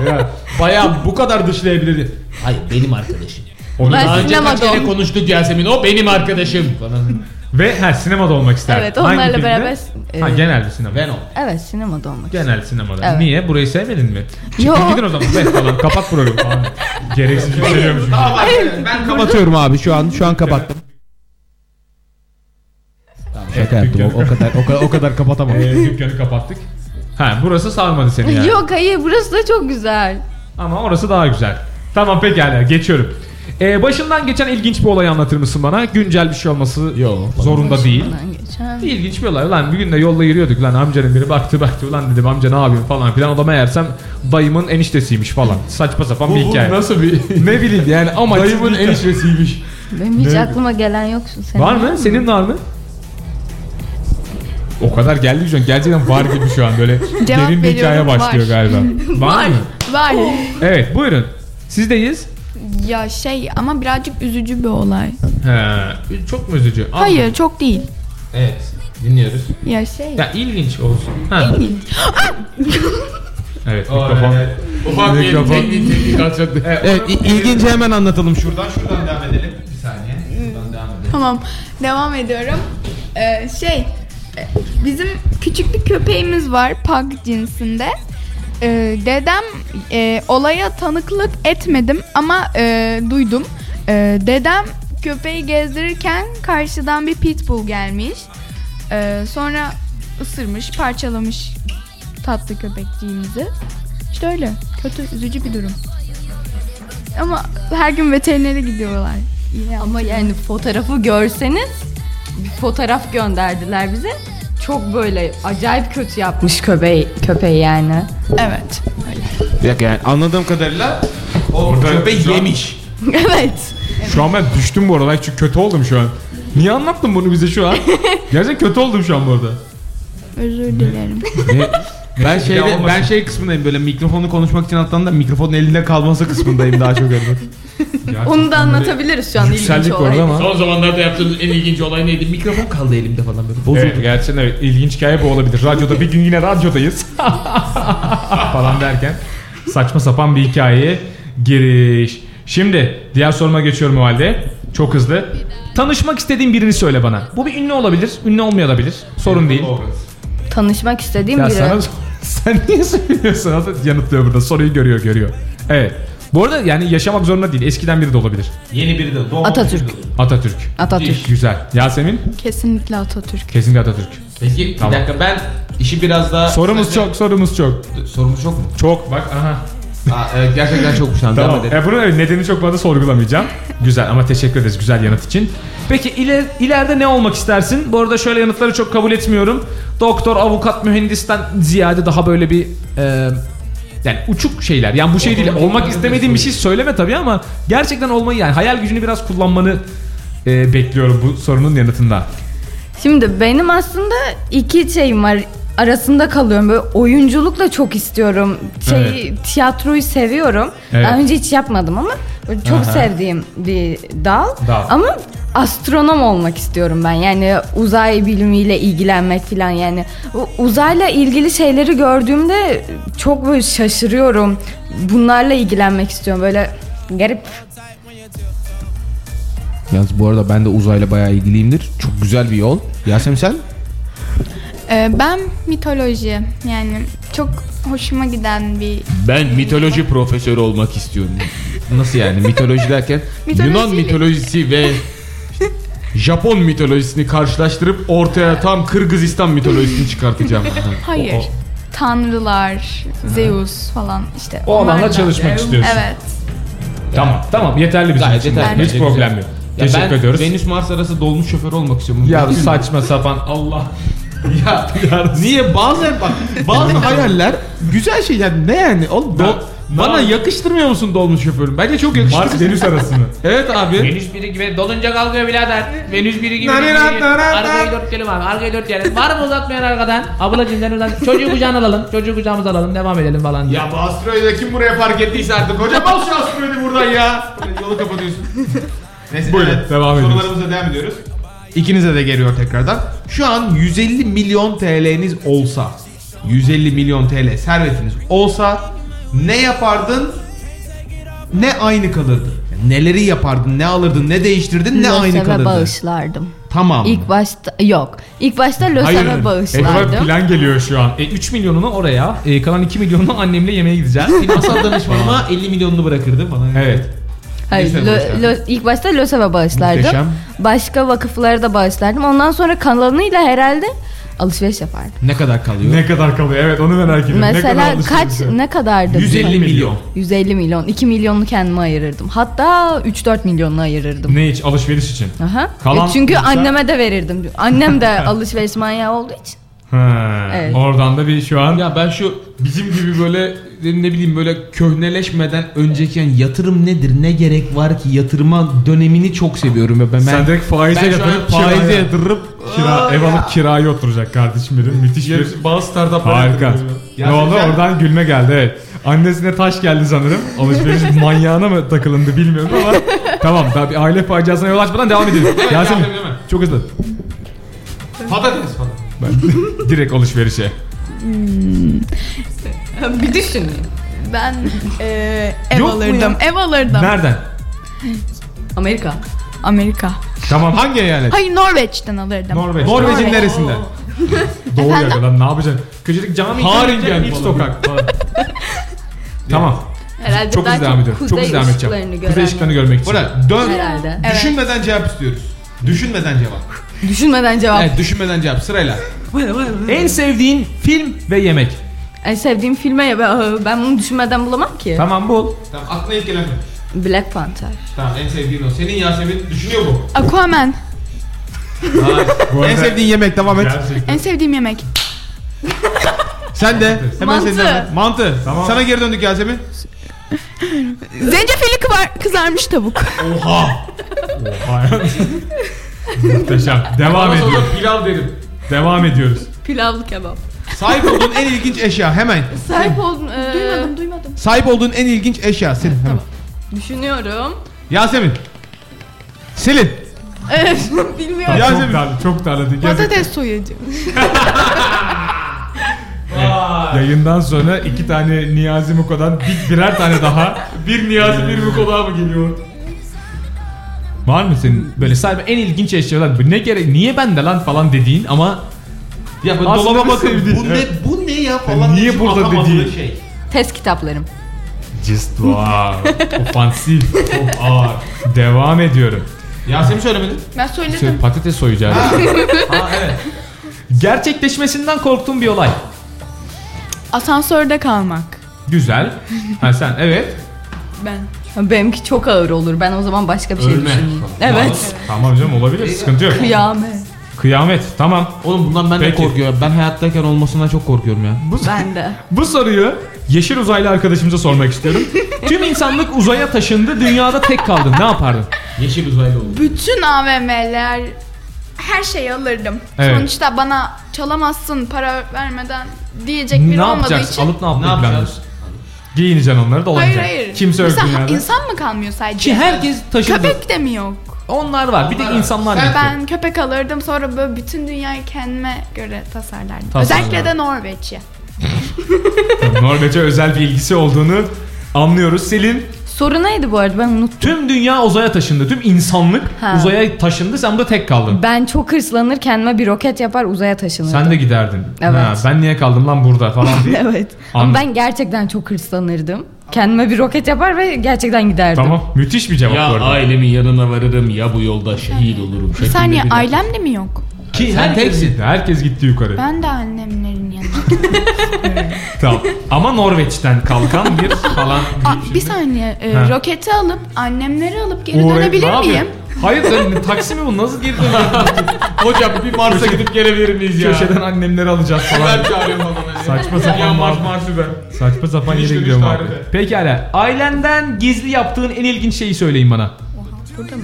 [SPEAKER 1] Bayağı bu kadar dışlayabilirdi.
[SPEAKER 8] Hayır benim arkadaşım.
[SPEAKER 1] Onu
[SPEAKER 3] Ben
[SPEAKER 7] Daha önce kaç
[SPEAKER 3] sinemada
[SPEAKER 7] kere
[SPEAKER 3] ol-
[SPEAKER 7] konuştuk Yasemin. O benim arkadaşım falan.
[SPEAKER 1] Ve ha sinemada olmak ister.
[SPEAKER 3] Evet
[SPEAKER 1] Hangi
[SPEAKER 3] onlarla
[SPEAKER 1] filmde?
[SPEAKER 3] beraber...
[SPEAKER 1] Ha
[SPEAKER 3] Ee,
[SPEAKER 1] genel bir sinema.
[SPEAKER 7] Ben o.
[SPEAKER 3] evet sinemada olmak.
[SPEAKER 1] Genel sinemada.
[SPEAKER 3] Evet.
[SPEAKER 1] Niye? Burayı sevmedin mi?
[SPEAKER 3] Yo.
[SPEAKER 1] Çıkın gidin o zaman. Ben falan kapat programı falan. Gereksiz bir şey diyormuşum.
[SPEAKER 2] Ben kapatıyorum abi şu an. Şu an kapattım. Tamam, şaka yaptım. O, o kadar o kadar o kadar kapatamam.
[SPEAKER 1] Ee, dükkanı kapattık. Ha burası sarmadı seni yani.
[SPEAKER 3] Yok hayır burası da çok güzel.
[SPEAKER 1] Ama orası daha güzel. Tamam pekala geçiyorum. Ee, başından geçen ilginç bir olayı anlatır mısın bana? Güncel bir şey olması
[SPEAKER 2] Yo,
[SPEAKER 1] zorunda değil.
[SPEAKER 3] Buradan geçen.
[SPEAKER 1] İlginç bir olay. Ulan bir gün de yolda yürüyorduk. Lan amcanın biri baktı baktı. Ulan dedim amca ne yapıyorsun falan filan. O da meğersem dayımın eniştesiymiş falan. Saçma sapan bir hikaye.
[SPEAKER 7] nasıl bir...
[SPEAKER 1] Ne bileyim yani ama
[SPEAKER 7] Dayımın eniştesiymiş.
[SPEAKER 3] Benim hiç aklıma gelen yoksun senin.
[SPEAKER 1] Var mı? Senin var mı? O kadar geldi ki şu an. Gerçekten var gibi şu an böyle
[SPEAKER 11] Cevap
[SPEAKER 1] derin bir hikaye
[SPEAKER 11] veriyorum,
[SPEAKER 1] başlıyor
[SPEAKER 11] var.
[SPEAKER 1] galiba. var mı?
[SPEAKER 11] Var.
[SPEAKER 1] Evet buyurun. Sizdeyiz.
[SPEAKER 11] ya şey ama birazcık üzücü bir olay.
[SPEAKER 1] He, çok mu üzücü? Anladım.
[SPEAKER 11] Hayır çok değil.
[SPEAKER 1] Evet dinliyoruz.
[SPEAKER 11] Ya şey.
[SPEAKER 1] Ya ilginç olsun. Ha.
[SPEAKER 11] İlginç.
[SPEAKER 1] Evet mikrofon.
[SPEAKER 7] Ufak bir teknik teknik alçaklık.
[SPEAKER 2] Evet, i- ilginci hemen anlatalım şuradan. Şuradan devam edelim.
[SPEAKER 11] Tamam devam ediyorum. Ee, şey e, bizim
[SPEAKER 4] Küçük bir köpeğimiz var pug cinsinde. Ee, dedem e, olaya tanıklık etmedim ama e, duydum. Ee, dedem köpeği gezdirirken karşıdan bir pitbull gelmiş. Ee, sonra ısırmış, parçalamış tatlı köpekçiğimizi. İşte öyle. Kötü, üzücü bir durum. Ama her gün veterinere gidiyorlar. Yine
[SPEAKER 3] Ama yani fotoğrafı görseniz fotoğraf gönderdiler bize. Çok böyle acayip kötü yapmış köpeği, köpeği yani.
[SPEAKER 11] evet.
[SPEAKER 2] Bir dakika yani anladığım kadarıyla o köpek yemiş.
[SPEAKER 3] evet.
[SPEAKER 1] Şu an ben düştüm bu arada. Çünkü kötü oldum şu an. Niye anlattın bunu bize şu an? Gerçekten kötü oldum şu an bu arada.
[SPEAKER 11] Özür dilerim.
[SPEAKER 2] Ben şeyde,
[SPEAKER 1] olmasın.
[SPEAKER 2] ben şey kısmındayım böyle mikrofonu konuşmak için atlan da mikrofonun elinde kalması kısmındayım daha çok öyle.
[SPEAKER 3] Onu da anlatabiliriz şu an ilginç
[SPEAKER 1] Yükseldik bu
[SPEAKER 3] olay.
[SPEAKER 1] arada ama.
[SPEAKER 7] Son zamanlarda yaptığın en ilginç olay neydi? Mikrofon kaldı elimde falan böyle. Bozuldu.
[SPEAKER 1] Evet, gerçekten evet. ilginç hikaye bu olabilir. Radyoda bir gün yine radyodayız. falan derken saçma sapan bir hikayeye giriş. Şimdi diğer soruma geçiyorum o halde. Çok hızlı. Tanışmak istediğin birini söyle bana. Bu bir ünlü olabilir, ünlü olmayabilir. Sorun değil.
[SPEAKER 3] Tanışmak istediğim
[SPEAKER 1] Ya
[SPEAKER 3] biri.
[SPEAKER 1] sana, sen niye söylüyorsun? Nasıl yanıtlıyor burada? Soruyu görüyor, görüyor. Evet. Bu arada yani yaşamak zorunda değil. Eskiden biri de olabilir.
[SPEAKER 2] Yeni biri de doğum.
[SPEAKER 3] Atatürk.
[SPEAKER 1] Atatürk.
[SPEAKER 3] Atatürk.
[SPEAKER 1] Güzel. Yasemin?
[SPEAKER 11] Kesinlikle Atatürk.
[SPEAKER 1] Kesinlikle Atatürk.
[SPEAKER 8] Peki
[SPEAKER 1] Tamam.
[SPEAKER 8] bir dakika ben işi biraz daha...
[SPEAKER 1] Sorumuz çok, sorumuz çok.
[SPEAKER 8] Sorumuz çok mu?
[SPEAKER 1] Çok bak aha.
[SPEAKER 8] Aa, evet, gerçekten çokmuş lan.
[SPEAKER 1] Tamam.
[SPEAKER 8] Devam edelim.
[SPEAKER 1] E, bunun evet, nedenini çok fazla sorgulamayacağım. Güzel ama teşekkür ederiz güzel yanıt için. Peki iler, ileride ne olmak istersin? Bu arada şöyle yanıtları çok kabul etmiyorum. Doktor, avukat, mühendisten ziyade daha böyle bir e, yani uçuk şeyler. Yani bu şey değil. Olmak istemediğin bir şey söyleme tabii ama gerçekten olmayı yani hayal gücünü biraz kullanmanı e, bekliyorum bu sorunun yanıtında.
[SPEAKER 3] Şimdi benim aslında iki şeyim var. Arasında kalıyorum. Böyle oyunculukla çok istiyorum. Şey, Tiyatroyu seviyorum.
[SPEAKER 1] Evet.
[SPEAKER 3] Daha önce hiç yapmadım ama böyle çok sevdiğim bir dal.
[SPEAKER 1] Dal.
[SPEAKER 3] Ama astronom olmak istiyorum ben. Yani uzay bilimiyle ilgilenmek falan yani. U- Uzayla ilgili şeyleri gördüğümde çok böyle şaşırıyorum. Bunlarla ilgilenmek istiyorum. Böyle garip.
[SPEAKER 2] Yalnız bu arada ben de uzayla bayağı ilgiliyimdir. Çok güzel bir yol. Yasemin sen?
[SPEAKER 4] Ee, ben mitoloji yani çok hoşuma giden bir
[SPEAKER 7] Ben mitoloji profesörü olmak istiyorum.
[SPEAKER 2] Nasıl yani mitoloji derken?
[SPEAKER 7] Yunan mitolojisi ve Japon mitolojisini karşılaştırıp ortaya tam Kırgızistan mitolojisini çıkartacağım.
[SPEAKER 4] hayır tanrılar, Zeus falan işte.
[SPEAKER 1] O alanda
[SPEAKER 4] onlardan.
[SPEAKER 1] çalışmak istiyorsun.
[SPEAKER 4] Evet.
[SPEAKER 1] Tamam tamam yeterli bizim
[SPEAKER 2] Gayet
[SPEAKER 1] için.
[SPEAKER 2] yeterli.
[SPEAKER 1] Hiç
[SPEAKER 2] Bence
[SPEAKER 1] problem
[SPEAKER 2] güzel.
[SPEAKER 1] yok.
[SPEAKER 2] Ya
[SPEAKER 1] Teşekkür
[SPEAKER 2] ben
[SPEAKER 1] ediyoruz.
[SPEAKER 2] Venüs Mars arası dolmuş şoförü olmak istiyorum.
[SPEAKER 1] Ya saçma sapan Allah.
[SPEAKER 2] Ya niye bazen bak bazı hayaller güzel şey yani ne yani oğlum do-
[SPEAKER 1] Ben-
[SPEAKER 2] bana
[SPEAKER 1] ben-
[SPEAKER 2] yakıştırmıyor musun dolmuş şoförüm? Bence çok yakıştırıyor.
[SPEAKER 1] Mars Venüs arasını.
[SPEAKER 2] Evet abi.
[SPEAKER 8] Venüs biri gibi dolunca kalkıyor birader. Venüs biri gibi.
[SPEAKER 2] Nani lan, nani lan.
[SPEAKER 8] Arkaya dört kelime abi. Arkaya dört yani. Var mı uzatmayan arkadan? Ablacım sen uzat. Çocuğu kucağına alalım. Çocuğu kucağımıza alalım. Devam edelim falan diye.
[SPEAKER 7] ya bu asteroidi de kim buraya fark ettiyse artık. Hocam al şu asteroidi buradan ya.
[SPEAKER 2] Yolu kapatıyorsun. Neyse,
[SPEAKER 1] Buyurun,
[SPEAKER 2] evet,
[SPEAKER 1] devam ediyoruz.
[SPEAKER 2] Sorularımıza devam ediyoruz. İkinize de geliyor tekrardan. Şu an 150 milyon TL'niz olsa, 150 milyon TL servetiniz olsa ne yapardın? Ne aynı kalırdı? Neleri yapardın, ne alırdın, ne değiştirdin, ne aynı
[SPEAKER 3] Löseve
[SPEAKER 2] kalırdı.
[SPEAKER 3] bağışlardım.
[SPEAKER 2] Tamam.
[SPEAKER 3] İlk başta yok. İlk başta
[SPEAKER 1] Hayır.
[SPEAKER 3] löseve
[SPEAKER 1] Edward
[SPEAKER 3] bağışlardım.
[SPEAKER 1] plan geliyor şu an. E, 3 milyonunu oraya, e, kalan 2 milyonunu annemle yemeğe gideceğiz.
[SPEAKER 8] Finansal danışmanıma 50 milyonunu bırakırdım falan.
[SPEAKER 1] evet.
[SPEAKER 3] Hayır,
[SPEAKER 2] Löseve
[SPEAKER 3] lö-
[SPEAKER 2] bağışlardım.
[SPEAKER 3] lö- ilk başta löseve bağışlardım.
[SPEAKER 2] Muhteşem.
[SPEAKER 3] Başka vakıflara da bağışlardım. Ondan sonra kalanıyla herhalde alışveriş yapardım.
[SPEAKER 2] Ne kadar kalıyor?
[SPEAKER 1] Ne kadar kalıyor? Evet onu merak ediyorum. Ne kadar
[SPEAKER 3] Mesela kaç
[SPEAKER 1] alışverişe?
[SPEAKER 3] ne kadardı?
[SPEAKER 1] 150 milyon.
[SPEAKER 3] 150 milyon. 2 milyonunu kendime ayırırdım. Hatta 3-4 milyonunu ayırırdım.
[SPEAKER 1] Ne iç? Alışveriş için.
[SPEAKER 3] Aha.
[SPEAKER 1] Kalan-
[SPEAKER 3] E çünkü anneme de verirdim. Annem de alışveriş manyağı olduğu için.
[SPEAKER 1] Ha,
[SPEAKER 3] Evet.
[SPEAKER 1] Oradan da bir şu an
[SPEAKER 8] Ya ben şu bizim gibi böyle ne bileyim böyle köhneleşmeden önceki yani yatırım nedir? Ne gerek var ki yatırıma dönemini çok seviyorum ve ben
[SPEAKER 1] sen direkt faize
[SPEAKER 8] ben şu an
[SPEAKER 1] yatırıp
[SPEAKER 8] faize
[SPEAKER 1] kiraya-
[SPEAKER 8] yatırıp
[SPEAKER 1] Kira,
[SPEAKER 8] Aa,
[SPEAKER 1] ev
[SPEAKER 8] ya.
[SPEAKER 1] alıp kiraya oturacak kardeşim benim. Müthiş bir
[SPEAKER 8] Yarısı bazı startuplar
[SPEAKER 1] Harika.
[SPEAKER 8] yatırıyor.
[SPEAKER 1] Ne oldu? Oradan gülme geldi evet. Annesine taş geldi sanırım. Alışveriş manyağına mı takılındı bilmiyorum ama tamam daha bir aile faciasına yol açmadan devam edelim. Yasemin
[SPEAKER 8] devam, devam.
[SPEAKER 1] çok hızlı.
[SPEAKER 8] Patates falan.
[SPEAKER 1] Ben direkt alışverişe.
[SPEAKER 3] Bir düşün.
[SPEAKER 11] Ben eee, ev
[SPEAKER 1] Yok mu
[SPEAKER 11] alırdım. Ev alırdım.
[SPEAKER 1] Nereden?
[SPEAKER 3] Amerika.
[SPEAKER 11] Amerika.
[SPEAKER 1] Tamam hangi yani?
[SPEAKER 11] Hayır Norveç'ten alırdım.
[SPEAKER 1] Norveç.
[SPEAKER 2] Norveç'in neresinden?
[SPEAKER 1] Doğru yerde lan ne yapacaksın? Köşedeki cami
[SPEAKER 8] Haringen
[SPEAKER 1] ilk
[SPEAKER 8] falan.
[SPEAKER 1] sokak falan. tamam.
[SPEAKER 3] Herhalde
[SPEAKER 1] Çok
[SPEAKER 3] daha
[SPEAKER 1] hızlı devam ediyorum. Çok
[SPEAKER 3] kuzey
[SPEAKER 1] hızlı devam
[SPEAKER 3] ışıklarını
[SPEAKER 1] edeceğim. Kuzey
[SPEAKER 3] gören-
[SPEAKER 1] ışıklarını görmek için.
[SPEAKER 2] Bora dön.
[SPEAKER 3] Herhalde. E,
[SPEAKER 2] Düşünmeden cevap istiyoruz. Düşünmeden cevap.
[SPEAKER 3] Düşünmeden cevap.
[SPEAKER 2] Evet düşünmeden cevap sırayla.
[SPEAKER 1] En sevdiğin film ve yemek.
[SPEAKER 3] En E, sevdiğim filme ya ben, ben bunu düşünmeden bulamam ki.
[SPEAKER 1] Tamam bul.
[SPEAKER 2] Tamam aklına ilk gelen.
[SPEAKER 3] Black Panther.
[SPEAKER 2] Tamam en sevdiğin o. Senin Yasemin düşünüyor bu.
[SPEAKER 11] Aquaman.
[SPEAKER 1] Bu
[SPEAKER 2] en
[SPEAKER 1] arada-
[SPEAKER 2] sevdiğin yemek devam et.
[SPEAKER 1] Gerçekten.
[SPEAKER 11] En sevdiğim yemek.
[SPEAKER 2] Sen de. Hemen senin
[SPEAKER 3] Mantı.
[SPEAKER 2] hemen. Mantı.
[SPEAKER 1] Tamam.
[SPEAKER 2] Sana geri döndük Yasemin.
[SPEAKER 11] Zencefili kıvar- kızarmış tavuk.
[SPEAKER 1] Oha. Oha. Muhteşem. Devam ediyoruz.
[SPEAKER 8] Pilav derim.
[SPEAKER 1] Devam ediyoruz.
[SPEAKER 3] Pilavlı kebap.
[SPEAKER 2] Sahip olduğun en ilginç eşya hemen.
[SPEAKER 3] Sahip oldum. e,
[SPEAKER 11] duymadım duymadım.
[SPEAKER 2] Sahip olduğun en ilginç eşya senin hemen.
[SPEAKER 3] Düşünüyorum.
[SPEAKER 2] Yasemin. Selin.
[SPEAKER 11] Bilmiyorum.
[SPEAKER 1] Tamam,
[SPEAKER 2] Yasemin.
[SPEAKER 1] çok darladı, çok darladın. Yazık.
[SPEAKER 11] Patates soyacı.
[SPEAKER 1] Yayından sonra iki tane Niyazi Muko'dan bir, birer tane daha. bir Niyazi bir Muko daha mı geliyor? Var mı senin böyle sadece en ilginç eşyalar? Bu Ne gerek? Niye bende lan falan dediğin ama
[SPEAKER 8] Ya ben
[SPEAKER 1] Aslında
[SPEAKER 8] dolaba
[SPEAKER 1] bir
[SPEAKER 8] bakıyorum.
[SPEAKER 1] sevdiğin,
[SPEAKER 8] Bu ne
[SPEAKER 1] evet. E,
[SPEAKER 8] bu ne ya falan.
[SPEAKER 1] niye
[SPEAKER 8] hiç
[SPEAKER 1] burada
[SPEAKER 8] anlamadığı
[SPEAKER 1] dediğin?
[SPEAKER 8] şey.
[SPEAKER 3] Test kitaplarım.
[SPEAKER 1] Just wow. Ofansif. Çok ağır. Devam ediyorum.
[SPEAKER 8] Yasemin söylemedi.
[SPEAKER 11] Ben
[SPEAKER 1] Şey,
[SPEAKER 11] söyledim.
[SPEAKER 1] patates soyacağız.
[SPEAKER 8] Aa evet.
[SPEAKER 1] Gerçekleşmesinden korktuğum bir olay.
[SPEAKER 11] Asansörde kalmak.
[SPEAKER 1] Güzel. Ha sen evet.
[SPEAKER 11] Ben.
[SPEAKER 3] Benimki çok ağır olur. Ben o zaman başka bir şey
[SPEAKER 8] Ölme.
[SPEAKER 3] düşüneyim. Evet.
[SPEAKER 1] Tamam canım olabilir. Sıkıntı yok.
[SPEAKER 3] Kıyamet.
[SPEAKER 1] Kıyamet. Tamam.
[SPEAKER 8] Oğlum bundan ben de
[SPEAKER 1] Peki.
[SPEAKER 8] korkuyorum. Ben hayattayken olmasından çok korkuyorum ya.
[SPEAKER 3] Ben de.
[SPEAKER 1] Bu soruyu yeşil uzaylı arkadaşımıza sormak istiyorum. Tüm insanlık uzaya taşındı, dünyada tek kaldın. Ne yapardın?
[SPEAKER 8] Yeşil uzaylı oldum.
[SPEAKER 4] Bütün AVM'ler her şeyi alırdım.
[SPEAKER 1] Evet.
[SPEAKER 4] Sonuçta bana çalamazsın para vermeden diyecek biri
[SPEAKER 1] ne
[SPEAKER 4] olmadığı
[SPEAKER 1] yapacaksın?
[SPEAKER 4] için.
[SPEAKER 1] Alıp ne
[SPEAKER 8] Ne
[SPEAKER 1] yapmayı
[SPEAKER 8] yapacağız?
[SPEAKER 1] planlıyorsun? Giyineceksin onları da
[SPEAKER 4] Hayır
[SPEAKER 1] olacak.
[SPEAKER 4] hayır.
[SPEAKER 1] Kimse yok
[SPEAKER 4] İnsan,
[SPEAKER 1] dünyada.
[SPEAKER 4] insan mı kalmıyor sadece?
[SPEAKER 1] Ki şey herkes taşındı.
[SPEAKER 4] Köpek de mi yok?
[SPEAKER 1] Onlar var. Bir de insanlar gitti.
[SPEAKER 4] Ben köpek alırdım sonra böyle bütün dünyayı kendime göre tasarlardım.
[SPEAKER 1] Tasarlar.
[SPEAKER 4] Özellikle de Norveç'i.
[SPEAKER 1] Norveç'e özel bir ilgisi olduğunu anlıyoruz. Selin
[SPEAKER 3] Soru neydi bu arada ben unuttum.
[SPEAKER 1] tüm dünya uzaya taşındı. Tüm insanlık
[SPEAKER 3] Ha.
[SPEAKER 1] uzaya taşındı. Sen burada tek kaldın.
[SPEAKER 3] Ben çok hırslanır kendime bir roket yapar uzaya taşınırdım.
[SPEAKER 1] Sen de giderdin.
[SPEAKER 3] Evet.
[SPEAKER 1] ben niye kaldım lan burada falan diye.
[SPEAKER 3] Evet.
[SPEAKER 1] Anladım.
[SPEAKER 3] Ama ben gerçekten çok hırslanırdım. Kendime bir roket yapar ve gerçekten giderdim.
[SPEAKER 1] Tamam. Müthiş bir cevap
[SPEAKER 7] Ya
[SPEAKER 1] bu arada.
[SPEAKER 7] ailemin yanına varırım ya bu yolda şehit olurum.
[SPEAKER 4] Bir saniye ailem de mi yok?
[SPEAKER 1] Ki herkes gitti. Herkes gitti yukarı.
[SPEAKER 4] Ben de annemlerin yanına.
[SPEAKER 1] Tamam. Ama Norveç'ten kalkan bir falan.
[SPEAKER 4] Aa, bir saniye e,
[SPEAKER 1] Ha.
[SPEAKER 4] roketi alıp annemleri alıp geri
[SPEAKER 1] Uğrayıp ne
[SPEAKER 4] dönebilir
[SPEAKER 1] yapıyor?
[SPEAKER 4] miyim?
[SPEAKER 1] Hayır sen taksi mi bu? Nasıl geri dönüyorsun?
[SPEAKER 8] Hocam bir Mars'a gidip gelebilir miyiz ya?
[SPEAKER 1] Köşeden annemleri alacağız falan.
[SPEAKER 8] çağırıyorum falan.
[SPEAKER 1] Saçma sapan
[SPEAKER 8] Ya Mars
[SPEAKER 1] muhabbet.
[SPEAKER 8] Mars'ı ben.
[SPEAKER 1] Saçma sapan
[SPEAKER 8] Giriş
[SPEAKER 1] yere
[SPEAKER 8] dönüş
[SPEAKER 1] gidiyorum abi.
[SPEAKER 8] tarihi.
[SPEAKER 1] Pekala. Ailenden gizli yaptığın en ilginç şeyi söyleyin bana. burada mı?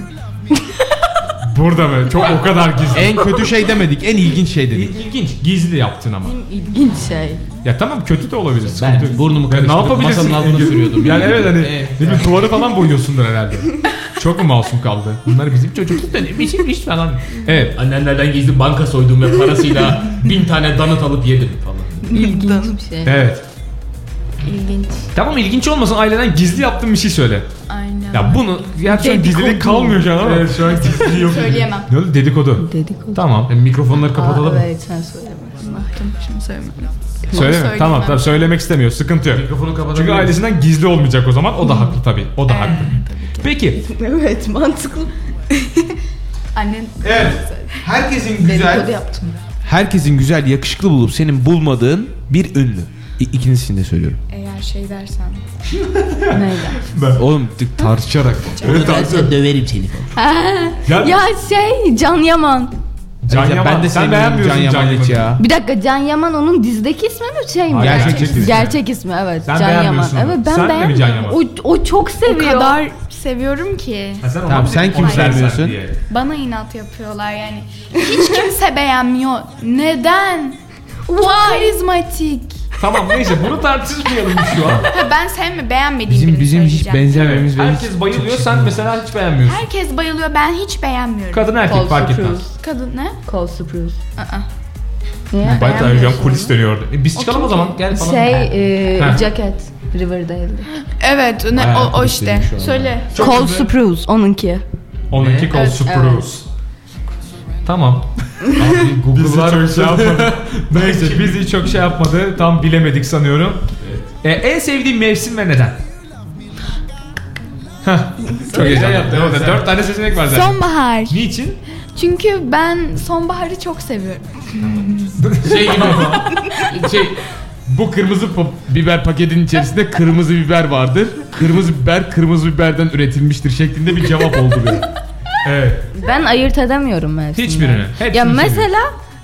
[SPEAKER 1] burada mı? Çok o kadar gizli.
[SPEAKER 2] En kötü şey demedik. En ilginç şey dedik.
[SPEAKER 1] İlginç. Gizli yaptın ama.
[SPEAKER 3] İlginç şey.
[SPEAKER 1] Ya tamam kötü de olabilir.
[SPEAKER 8] Ben
[SPEAKER 1] sıkıntı yok.
[SPEAKER 8] burnumu
[SPEAKER 1] Ya ne
[SPEAKER 8] karıştırıp
[SPEAKER 1] yapabilirsin?
[SPEAKER 8] masanın altına sürüyordum.
[SPEAKER 1] Yani evet hani
[SPEAKER 8] Evet.
[SPEAKER 1] ne bileyim duvarı falan boyuyorsundur herhalde. Çok mu masum kaldı? Bunlar bizim çocukluk dönemimizmiş iş falan. Evet.
[SPEAKER 7] Annenlerden gizli banka soydum ve parasıyla bin tane donut alıp yedim falan.
[SPEAKER 3] İlginç bir şey.
[SPEAKER 1] Evet.
[SPEAKER 4] İlginç.
[SPEAKER 1] Tamam ilginç olmasın aileden gizli yaptığın bir şey söyle.
[SPEAKER 4] Ay, Aynen.
[SPEAKER 1] Ya bunu gerçekten gizlilik kalmıyor şu an ama.
[SPEAKER 8] Şey, Evet şu an gizli yok.
[SPEAKER 4] Söyleyemem.
[SPEAKER 1] Ne oldu dedikodu.
[SPEAKER 3] Dedikodu.
[SPEAKER 1] Tamam.
[SPEAKER 8] Yani mikrofonları kapatalım. mı?
[SPEAKER 3] evet sen söyleme.
[SPEAKER 4] Baktım şimdi söylemem.
[SPEAKER 1] Söyleme. Tamam tamam söylemek istemiyor. Sıkıntı yok.
[SPEAKER 8] Mikrofonu kapatalım.
[SPEAKER 1] Çünkü ailesinden gizli olmayacak o zaman. O da haklı tabii. O
[SPEAKER 3] Ee,
[SPEAKER 1] da haklı. Peki.
[SPEAKER 3] evet mantıklı.
[SPEAKER 4] Annen
[SPEAKER 2] Evet. Herkesin güzel,
[SPEAKER 3] Dedikodu yaptım.
[SPEAKER 2] herkesin güzel, yakışıklı bulup senin bulmadığın bir ünlü. İ- İkincisini de söylüyorum.
[SPEAKER 4] eğer şey dersen.
[SPEAKER 3] Neyden?
[SPEAKER 2] Oğlum t- tartışarak.
[SPEAKER 3] Ya şey Can Yaman.
[SPEAKER 1] Can
[SPEAKER 2] Ya
[SPEAKER 1] Yaman.
[SPEAKER 2] ben de
[SPEAKER 1] sen
[SPEAKER 2] sevmiyorum
[SPEAKER 1] beğenmiyorsun Can,
[SPEAKER 2] Can Yaman'ı hiç
[SPEAKER 1] Yaman'ı.
[SPEAKER 2] ya.
[SPEAKER 3] Bir dakika Can Yaman onun dizideki ismi mi şey mi?
[SPEAKER 1] Hayır, gerçek ismi.
[SPEAKER 3] Gerçek ismi evet.
[SPEAKER 1] Sen
[SPEAKER 3] Can Yaman.
[SPEAKER 1] beğenmiyorsun onu.
[SPEAKER 3] Evet ben
[SPEAKER 1] Sen de mi Can
[SPEAKER 3] beğenmiyorum.
[SPEAKER 1] Yaman?
[SPEAKER 3] O, o çok
[SPEAKER 4] O
[SPEAKER 3] seviyor.
[SPEAKER 4] kadar seviyorum ki.
[SPEAKER 1] Ha, sen ona
[SPEAKER 2] Tamam,
[SPEAKER 1] bir-
[SPEAKER 2] sen kimi
[SPEAKER 1] ona dersen
[SPEAKER 2] sevmiyorsun?
[SPEAKER 1] diye.
[SPEAKER 4] Bana inat yapıyorlar yani. Hiç kimse beğenmiyor. Neden? Çok karizmatik.
[SPEAKER 1] Tamam neyse bunu tartışmayalım şu an.
[SPEAKER 4] Ha, ben sevme beğenmediğim
[SPEAKER 2] Bizim
[SPEAKER 4] birini
[SPEAKER 2] bizim hiç
[SPEAKER 4] söyleyeceğim.
[SPEAKER 2] benzememiz ve hiç
[SPEAKER 1] Herkes bayılıyor sen mesela hiç beğenmiyorsun.
[SPEAKER 4] Herkes bayılıyor ben hiç beğenmiyorum.
[SPEAKER 1] Kadın erkek fark etmez.
[SPEAKER 4] Kadın ne?
[SPEAKER 3] Cole Sprouse.
[SPEAKER 4] Aa.
[SPEAKER 3] Niye?
[SPEAKER 1] Bayağı şu an kulis dönüyor orada. E, biz çıkalım o
[SPEAKER 4] kim
[SPEAKER 1] zaman gel falan.
[SPEAKER 3] Şey e,
[SPEAKER 1] Heh.
[SPEAKER 3] ceket Riverdale'de.
[SPEAKER 4] Evet ne, o, o işte. Söyle.
[SPEAKER 3] Cole Sprouse onunki.
[SPEAKER 1] Onunki kol Spruce. Tamam.
[SPEAKER 8] Google'lar
[SPEAKER 1] çok şey yapmadı. Neyse bizi çok şey yapmadı. Tam bilemedik sanıyorum. E, en sevdiğim mevsim ve neden? Heh, çok heyecanlı.
[SPEAKER 8] yaptın,
[SPEAKER 1] Orada
[SPEAKER 8] sen.
[SPEAKER 1] Dört tane seçenek var zaten.
[SPEAKER 4] Sonbahar.
[SPEAKER 1] Niçin?
[SPEAKER 4] Çünkü ben sonbaharı çok seviyorum.
[SPEAKER 8] şey gibi ama. şey bu kırmızı pa- biber paketinin içerisinde kırmızı biber vardır. Kırmızı biber kırmızı biberden üretilmiştir şeklinde bir cevap oldu benim.
[SPEAKER 1] Evet.
[SPEAKER 3] Ben ayırt edemiyorum mevsimleri.
[SPEAKER 1] Hiçbirini. Hepsini
[SPEAKER 3] Ya
[SPEAKER 1] seviyorum.
[SPEAKER 3] mesela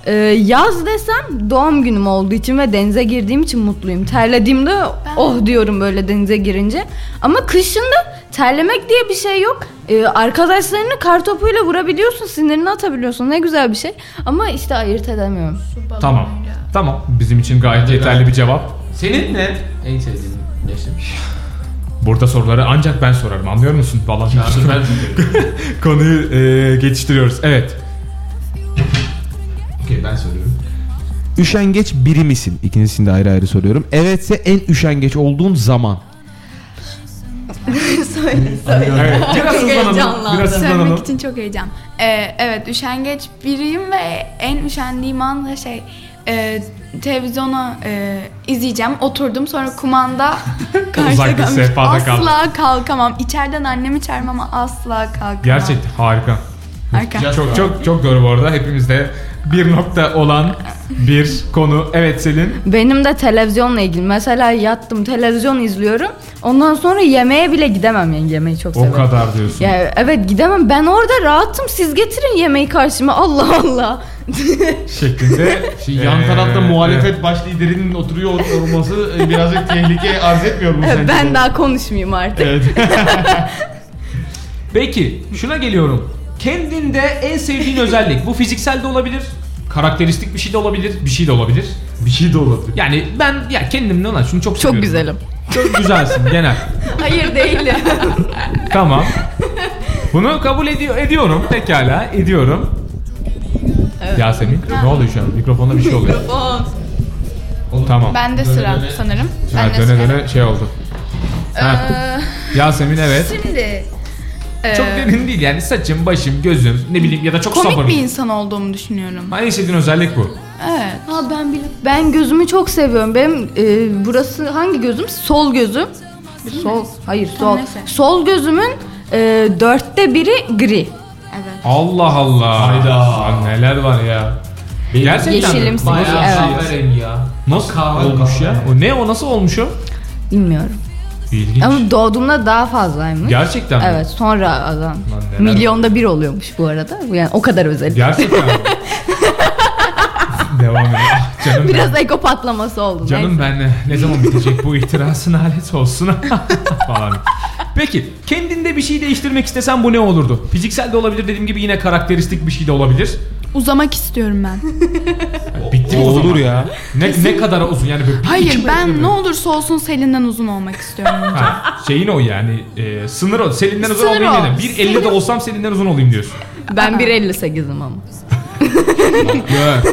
[SPEAKER 3] e, yaz desem doğum günüm olduğu için ve denize girdiğim için mutluyum. Terlediğimde oh diyorum böyle denize girince. Ama kışında terlemek diye bir şey yok. E, arkadaşlarını kar topuyla vurabiliyorsun, sinirini atabiliyorsun. Ne güzel bir şey. Ama işte ayırt edemiyorum.
[SPEAKER 1] Tamam. Tamam. Bizim için gayet yeterli bir cevap.
[SPEAKER 8] Senin ne? En sevdiğin
[SPEAKER 1] Burada soruları ancak ben sorarım. Anlıyor musun? Vallahi
[SPEAKER 8] ben
[SPEAKER 1] konuyu e, geçiştiriyoruz. Evet.
[SPEAKER 8] Okey ben söylüyorum.
[SPEAKER 2] Üşengeç biri misin? İkincisini de ayrı ayrı soruyorum. Evetse en üşengeç olduğun zaman.
[SPEAKER 1] evet. Biraz hızlanalım.
[SPEAKER 3] heyecanlandım.
[SPEAKER 1] Biraz
[SPEAKER 4] Söylemek
[SPEAKER 1] hızlanalım.
[SPEAKER 4] için çok heyecan. Ee, evet üşengeç biriyim ve en üşendiğim an da şey e, televizyona e, izleyeceğim. Oturdum sonra kumanda karşıya
[SPEAKER 1] Uzak bir
[SPEAKER 4] kalmış.
[SPEAKER 1] sehpada kaldım.
[SPEAKER 4] Asla kalkamam. İçeriden annemi çağırmama asla kalkamam.
[SPEAKER 1] Gerçekten harika.
[SPEAKER 4] Arka.
[SPEAKER 1] Çok çok çok doğru bu arada. Hepimizde bir nokta olan bir konu. Evet Selin.
[SPEAKER 3] Benim de televizyonla ilgili. Mesela yattım televizyon izliyorum. Ondan sonra yemeğe bile gidemem yani yemeği çok
[SPEAKER 1] O
[SPEAKER 3] severim.
[SPEAKER 1] kadar diyorsun.
[SPEAKER 3] Ya evet gidemem. Ben orada rahatım. Siz getirin yemeği karşıma. Allah Allah.
[SPEAKER 1] Şeklinde.
[SPEAKER 8] Şey, yan
[SPEAKER 1] Ee,
[SPEAKER 8] tarafta muhalefet
[SPEAKER 1] evet.
[SPEAKER 8] baş liderinin oturuyor olması e, birazcık tehlike arz etmiyor mu sence?
[SPEAKER 3] ben
[SPEAKER 8] bu?
[SPEAKER 3] daha konuşmayayım artık.
[SPEAKER 8] Evet.
[SPEAKER 1] Peki şuna geliyorum. Kendinde en sevdiğin özellik. Bu fiziksel de olabilir. Karakteristik bir şey de olabilir. Bir şey de olabilir.
[SPEAKER 8] bir şey de olabilir.
[SPEAKER 1] Yani ben ya kendimden olan şunu çok
[SPEAKER 3] Çok
[SPEAKER 1] seviyorum.
[SPEAKER 3] güzelim.
[SPEAKER 1] Çok güzelsin genel.
[SPEAKER 3] Hayır değilim.
[SPEAKER 1] Tamam. Bunu kabul ediyor ediyorum. Pekala ediyorum. Yasemin ne oluyor şu an? Mikrofonda bir şey oluyor. Tamam.
[SPEAKER 4] Bende sıra sanırım.
[SPEAKER 1] Ha,
[SPEAKER 4] Bende
[SPEAKER 1] döne
[SPEAKER 4] sıra.
[SPEAKER 1] döne şey oldu. Ha.
[SPEAKER 4] Ee,
[SPEAKER 1] Yasemin evet.
[SPEAKER 4] Şimdi e,
[SPEAKER 1] Çok derin değil yani saçım, başım, gözüm ne bileyim ya da çok
[SPEAKER 4] komik
[SPEAKER 1] sabırlı.
[SPEAKER 4] bir insan olduğumu düşünüyorum.
[SPEAKER 1] Ha, en sevdiğin özellik bu.
[SPEAKER 4] Evet.
[SPEAKER 3] ben bilim. Ben gözümü çok seviyorum. Benim e, burası hangi gözüm? Sol gözüm. Sol. Hayır sol.
[SPEAKER 4] neyse.
[SPEAKER 3] Sol gözümün e, dörtte biri gri.
[SPEAKER 4] Evet.
[SPEAKER 1] Allah Allah. Lan neler var ya. Gerçekten mi?
[SPEAKER 3] Yeşilimsi.
[SPEAKER 1] Bayağı
[SPEAKER 3] Evet.
[SPEAKER 1] şey.
[SPEAKER 8] ya.
[SPEAKER 1] Nasıl
[SPEAKER 8] Kahve
[SPEAKER 1] olmuş
[SPEAKER 8] kahve.
[SPEAKER 1] ya? O ne o nasıl olmuş o?
[SPEAKER 3] Bilmiyorum.
[SPEAKER 1] İlginç.
[SPEAKER 3] Ama doğduğumda daha fazlaymış.
[SPEAKER 1] Gerçekten mi?
[SPEAKER 3] Evet sonra adam
[SPEAKER 1] Lan neler-
[SPEAKER 3] milyonda bir oluyormuş bu arada. Yani o kadar özel.
[SPEAKER 1] Gerçekten mi? Devam edelim. Ah, Canım benim.
[SPEAKER 3] Biraz ego patlaması oldu.
[SPEAKER 1] Canım
[SPEAKER 3] neyse.
[SPEAKER 1] ben e, ne zaman bitecek bu ihtirasın alet olsun falan. Peki kendinde bir şey değiştirmek istesen bu ne olurdu? Fiziksel de olabilir dediğim gibi yine karakteristik bir şey de olabilir.
[SPEAKER 4] Uzamak istiyorum ben.
[SPEAKER 1] Bitti mi o zaman?
[SPEAKER 2] Olur ya.
[SPEAKER 1] Ne, ne kadar uzun yani böyle bir
[SPEAKER 4] Hayır
[SPEAKER 1] iki
[SPEAKER 4] ben
[SPEAKER 1] metre
[SPEAKER 4] ne
[SPEAKER 1] mi?
[SPEAKER 4] olursa olsun Selin'den uzun olmak istiyorum.
[SPEAKER 1] Ha, şeyin o yani e, sınır o. Selin'den uzun
[SPEAKER 4] Sınır
[SPEAKER 1] olayım
[SPEAKER 4] o.
[SPEAKER 1] dedim. 1.50 de olsam Selin'den uzun olayım diyorsun.
[SPEAKER 3] Ben 1.58'im ama.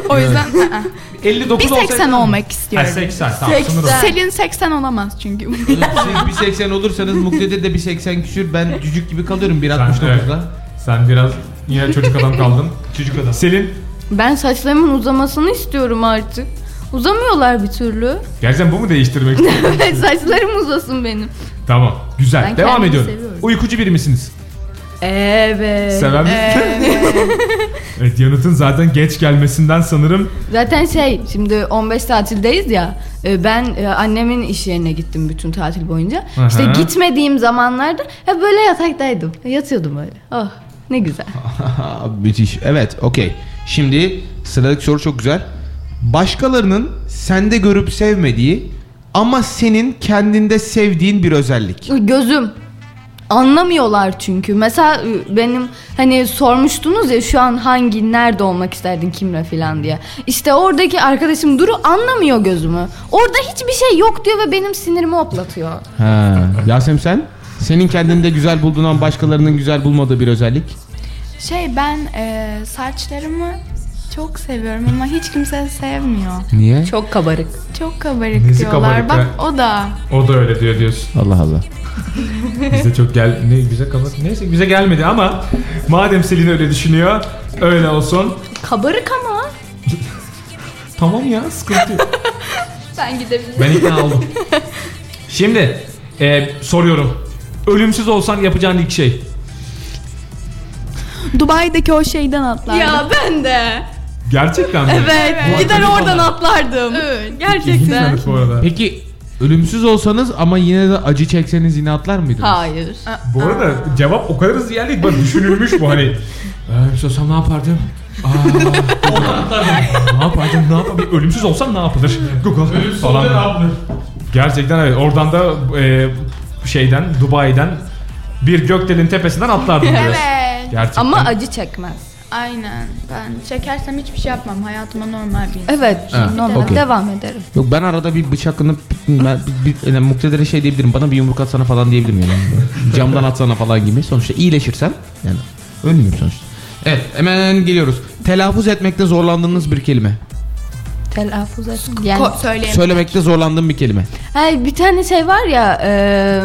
[SPEAKER 4] O yüzden ı-ı.
[SPEAKER 1] 59
[SPEAKER 4] bir
[SPEAKER 1] olsaydı-
[SPEAKER 4] 80 olmak
[SPEAKER 1] Ha,
[SPEAKER 4] istiyorum.
[SPEAKER 1] 80 tamam sınır o.
[SPEAKER 4] Selin 80 olamaz çünkü.
[SPEAKER 2] Siz 1.80 olursanız Muktedir de 1.80 küsür. Ben cücük gibi kalıyorum
[SPEAKER 1] evet.
[SPEAKER 2] 1.69'da.
[SPEAKER 1] Sen biraz yine çocuk adam kaldın. çocuk adam. Selin
[SPEAKER 3] Ben saçlarımın uzamasını istiyorum artık. Uzamıyorlar bir türlü.
[SPEAKER 1] gerçekten bu mu değiştirmek istiyorsun?
[SPEAKER 3] Evet saçlarım uzasın benim.
[SPEAKER 1] tamam güzel
[SPEAKER 3] Ben
[SPEAKER 1] devam
[SPEAKER 3] kendimi
[SPEAKER 1] ediyorum.
[SPEAKER 3] seviyorum.
[SPEAKER 1] Uykucu biri misiniz?
[SPEAKER 3] Evet.
[SPEAKER 1] Seven mi? evet yanıtın zaten geç gelmesinden sanırım.
[SPEAKER 3] Zaten şey şimdi 15 tatildeyiz ya e, ben e, annemin iş yerine gittim bütün tatil boyunca.
[SPEAKER 1] Aha.
[SPEAKER 3] İşte gitmediğim zamanlarda hep böyle yataktaydım. Yatıyordum böyle. Oh ne güzel.
[SPEAKER 2] Ah. Aa, Müthiş. Evet, okey. Şimdi sıradaki soru çok güzel. Başkalarının sende görüp sevmediği ama senin kendinde sevdiğin bir özellik.
[SPEAKER 3] Gözüm. Anlamıyorlar çünkü. Mesela e, benim hani sormuştunuz ya şu an hangi nerede olmak isterdin kimle filan diye. İşte oradaki arkadaşım Duru anlamıyor gözümü. Orada hiçbir şey yok diyor ve benim sinirimi hoplatıyor.
[SPEAKER 2] Ha. Yasem sen? Senin kendinde güzel bulduğun ama başkalarının güzel bulmadığı bir özellik.
[SPEAKER 4] Şey ben e, saçlarımı çok seviyorum ama hiç kimse sevmiyor.
[SPEAKER 2] Niye?
[SPEAKER 3] Çok kabarık.
[SPEAKER 4] Çok kabarık
[SPEAKER 1] Nesi
[SPEAKER 4] diyorlar.
[SPEAKER 1] kabarık
[SPEAKER 4] Bak o da.
[SPEAKER 1] O da öyle diyor diyorsun.
[SPEAKER 2] Allah Allah.
[SPEAKER 1] Bize çok gel ne güzel kapat. Neyse bize gelmedi ama madem Selin öyle düşünüyor öyle olsun.
[SPEAKER 3] Kabarık ama.
[SPEAKER 1] Tamam ya sıkıntı yok.
[SPEAKER 3] Ben gidebilirim.
[SPEAKER 1] Ben ikna oldum. Şimdi e, soruyorum. Ölümsüz olsan yapacağın ilk şey.
[SPEAKER 11] Dubai'deki o şeyden atlardım.
[SPEAKER 3] Ya ben de.
[SPEAKER 1] Gerçekten mi?
[SPEAKER 3] Evet. Gider oradan atlardım.
[SPEAKER 1] İlginç evet bu arada.
[SPEAKER 2] Peki ölümsüz olsanız ama yine de acı çekseniz yine atlar mıydınız?
[SPEAKER 3] Hayır.
[SPEAKER 1] Bu arada cevap o kadar hızlı geldi ki bak düşünülmüş bu hani.
[SPEAKER 2] Ee,
[SPEAKER 1] Ölümsüz olsam ne yapardım? Aa, ne yapardım ne yapardım? Ölümsüz olsam ne yapılır? Google falan. Gerçekten evet oradan da e, şeyden Dubai'den bir gökdelenin tepesinden atlardım diyor.
[SPEAKER 4] Evet.
[SPEAKER 1] Gerçekten.
[SPEAKER 3] Ama acı çekmez.
[SPEAKER 4] Aynen. Ben çekersem hiçbir şey yapmam. Hayatıma normal bir insan.
[SPEAKER 3] Evet.
[SPEAKER 2] Ha,
[SPEAKER 3] normal.
[SPEAKER 2] okey.
[SPEAKER 3] Devam ederim.
[SPEAKER 2] Yok ben arada bir bıçaklanıp ben bir, bir, yani muktedire şey diyebilirim. Bana bir yumruk atsana falan diyebilirim yani. Camdan atsana falan gibi. Sonuçta iyileşirsem yani ölmüyorum sonuçta. Evet hemen geliyoruz. Telaffuz etmekte zorlandığınız bir kelime.
[SPEAKER 3] Telaffuz et. Yani.
[SPEAKER 4] Ko- söyleyemem.
[SPEAKER 2] Söylemekte zorlandığım bir kelime.
[SPEAKER 3] Hayır, bir tane şey var ya. e,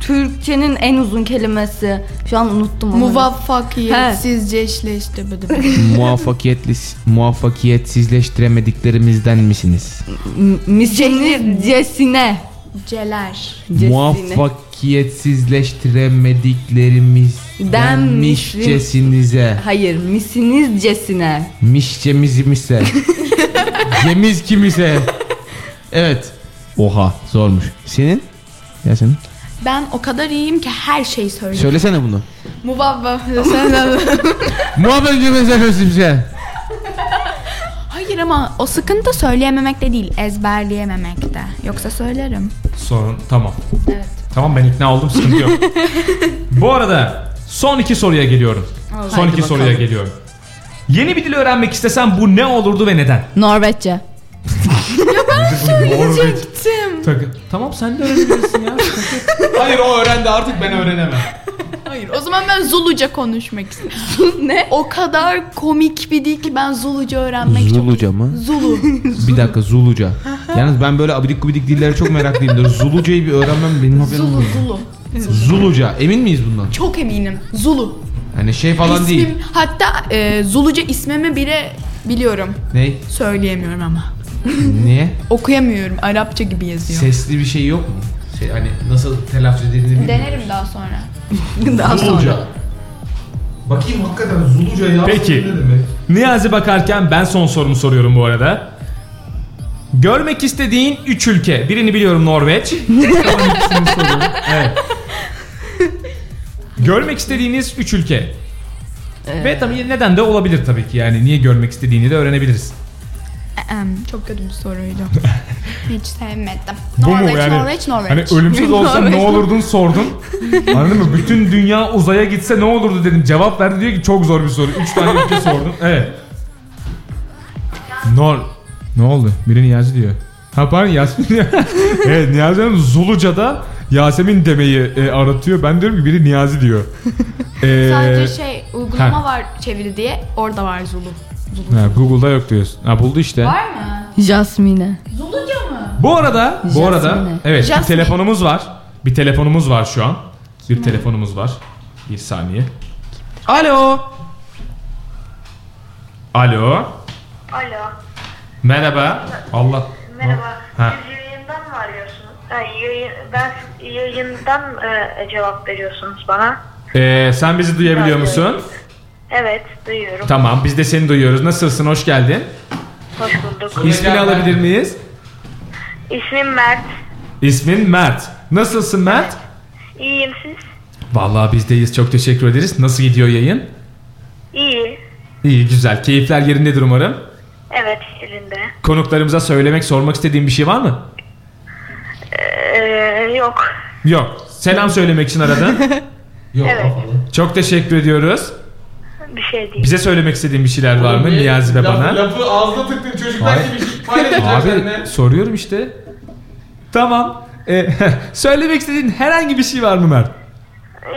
[SPEAKER 3] Türkçenin en uzun kelimesi. Şu an unuttum onu.
[SPEAKER 4] Muvaffakiyetsizce işleşti.
[SPEAKER 2] Muvaffakiyetli, muvaffakiyetsizleştiremediklerimizden misiniz?
[SPEAKER 3] M- Miscenicesine.
[SPEAKER 4] Celer.
[SPEAKER 3] Cesine.
[SPEAKER 2] Muvaffakiyetsizleştiremediklerimizden
[SPEAKER 3] Den
[SPEAKER 2] mişçesinize.
[SPEAKER 3] Hayır, misinizcesine.
[SPEAKER 2] Mişçemizimize. Cemiz kimize. Evet. Oha zormuş. Senin? Ya senin.
[SPEAKER 4] Ben o kadar iyiyim ki her şeyi söylüyorum.
[SPEAKER 2] Söylesene bunu.
[SPEAKER 4] Muvavva.
[SPEAKER 2] Muhabbet cümlesi özümse.
[SPEAKER 4] Hayır ama o sıkıntı söyleyememekte değil, ezberleyememekte. Yoksa söylerim.
[SPEAKER 1] Sorun tamam. Tamam ben ikna oldum sıkıntı yok. Bu arada son iki soruya geliyorum. son
[SPEAKER 3] Haydi
[SPEAKER 1] iki soruya
[SPEAKER 3] bakalım.
[SPEAKER 1] geliyorum. Yeni bir dil öğrenmek istesen bu ne olurdu ve neden?
[SPEAKER 3] Norveççe.
[SPEAKER 1] Söyleyecektim. Tamam sen de öğrenebilirsin ya.
[SPEAKER 2] Hayır o öğrendi artık ben öğrenemem.
[SPEAKER 4] Hayır, o zaman ben Zuluca konuşmak istiyorum. ne? O kadar komik bir dil ki ben Zuluca öğrenmek çok...
[SPEAKER 2] Zuluca mı?
[SPEAKER 4] Zulu.
[SPEAKER 2] Bir dakika Zuluca. Yalnız ben böyle abidik gubidik dillere çok meraklıyımdır. Zuluca'yı bir öğrenmem benim haberim
[SPEAKER 4] Zulu,
[SPEAKER 2] olmadı.
[SPEAKER 4] Zulu.
[SPEAKER 2] Zuluca. Emin miyiz bundan?
[SPEAKER 4] Çok eminim. Zulu.
[SPEAKER 2] Hani şey falan
[SPEAKER 4] İsmim,
[SPEAKER 2] değil.
[SPEAKER 4] hatta e, Zuluca ismimi bile biliyorum.
[SPEAKER 2] Ney?
[SPEAKER 4] Söyleyemiyorum ama.
[SPEAKER 2] Niye?
[SPEAKER 4] Okuyamıyorum. Arapça gibi yazıyor.
[SPEAKER 2] Sesli bir şey yok mu? Şey, hani nasıl telaffuz edildiğini bilmiyorum.
[SPEAKER 4] Denerim daha sonra.
[SPEAKER 3] Daha sonra.
[SPEAKER 2] Bakayım hakikaten Zuluca ya.
[SPEAKER 1] Peki.
[SPEAKER 2] Ne demek?
[SPEAKER 1] Niyazi bakarken ben son sorumu soruyorum bu arada. Görmek istediğin 3 ülke. Birini biliyorum Norveç. Ama ikisini soruyorum. evet. Görmek istediğiniz 3 ülke. Ve tabii neden de olabilir tabii ki yani niye görmek istediğini de öğrenebiliriz.
[SPEAKER 4] Em, Çok kötü bir soruydu. Hiç sevmedim.
[SPEAKER 1] Bu mu
[SPEAKER 4] Norveç,
[SPEAKER 1] yani?
[SPEAKER 4] Norveç, Norveç.
[SPEAKER 1] Hani ölümsüz olsan ne olurdun sordum. Anladın mı? Bütün dünya uzaya gitse ne olurdu dedim. Cevap verdi diyor ki çok zor bir soru. Üç tane ülke sordum. Evet. Nor... Ne oldu? Biri Niyazi diyor. Ha pardon Yasemin diyor. evet Niyazi Hanım Zuluca'da Yasemin demeyi e, aratıyor. Ben diyorum ki biri Niyazi diyor. Ee,
[SPEAKER 4] Sadece şey uygulama
[SPEAKER 1] ha.
[SPEAKER 4] var çeviri diye orada var Zulu.
[SPEAKER 1] Ha, Google'da yok diyorsun. Ha buldu işte.
[SPEAKER 4] Var mı?
[SPEAKER 3] Jasmine.
[SPEAKER 4] Zuluca mı?
[SPEAKER 1] Bu arada, bu
[SPEAKER 3] Jasmine.
[SPEAKER 1] arada evet
[SPEAKER 4] Jasmine.
[SPEAKER 1] bir telefonumuz var. Bir telefonumuz var şu an. Bir telefonumuz var. Bir saniye. Alo. Alo.
[SPEAKER 12] Alo.
[SPEAKER 1] Merhaba. Allah.
[SPEAKER 12] Merhaba.
[SPEAKER 1] Ha.
[SPEAKER 12] Siz yayından mı arıyorsunuz? Ha, yayı- ben yayından e, cevap veriyorsunuz bana.
[SPEAKER 1] Ee, sen bizi duyabiliyor musun?
[SPEAKER 12] Evet, duyuyorum.
[SPEAKER 1] Tamam biz de seni duyuyoruz. Nasılsın? Hoş geldin.
[SPEAKER 12] Hoş bulduk.
[SPEAKER 1] İsmini alabilir miyiz?
[SPEAKER 12] İsmim Mert.
[SPEAKER 1] İsmin Mert. Nasılsın Mert?
[SPEAKER 12] İyiyim siz?
[SPEAKER 1] Vallahi bizdeyiz. Çok teşekkür ederiz. Nasıl gidiyor yayın?
[SPEAKER 12] İyi.
[SPEAKER 1] İyi güzel. Keyifler yerindedir umarım.
[SPEAKER 12] Evet, elinde.
[SPEAKER 1] Konuklarımıza söylemek, sormak istediğin bir şey var mı?
[SPEAKER 12] Ee, yok.
[SPEAKER 1] Yok. Selam söylemek için aradın.
[SPEAKER 12] Evet,
[SPEAKER 1] Çok teşekkür ediyoruz.
[SPEAKER 12] bir şey değil.
[SPEAKER 1] Bize söylemek istediğin bir şeyler var mı Niyazi ve bana?
[SPEAKER 2] Lafı ağzına tıktın çocuklar gibi şey paylaşacak seninle.
[SPEAKER 1] Abi soruyorum işte. Tamam. Ee, söylemek istediğin herhangi bir şey var mı Mert?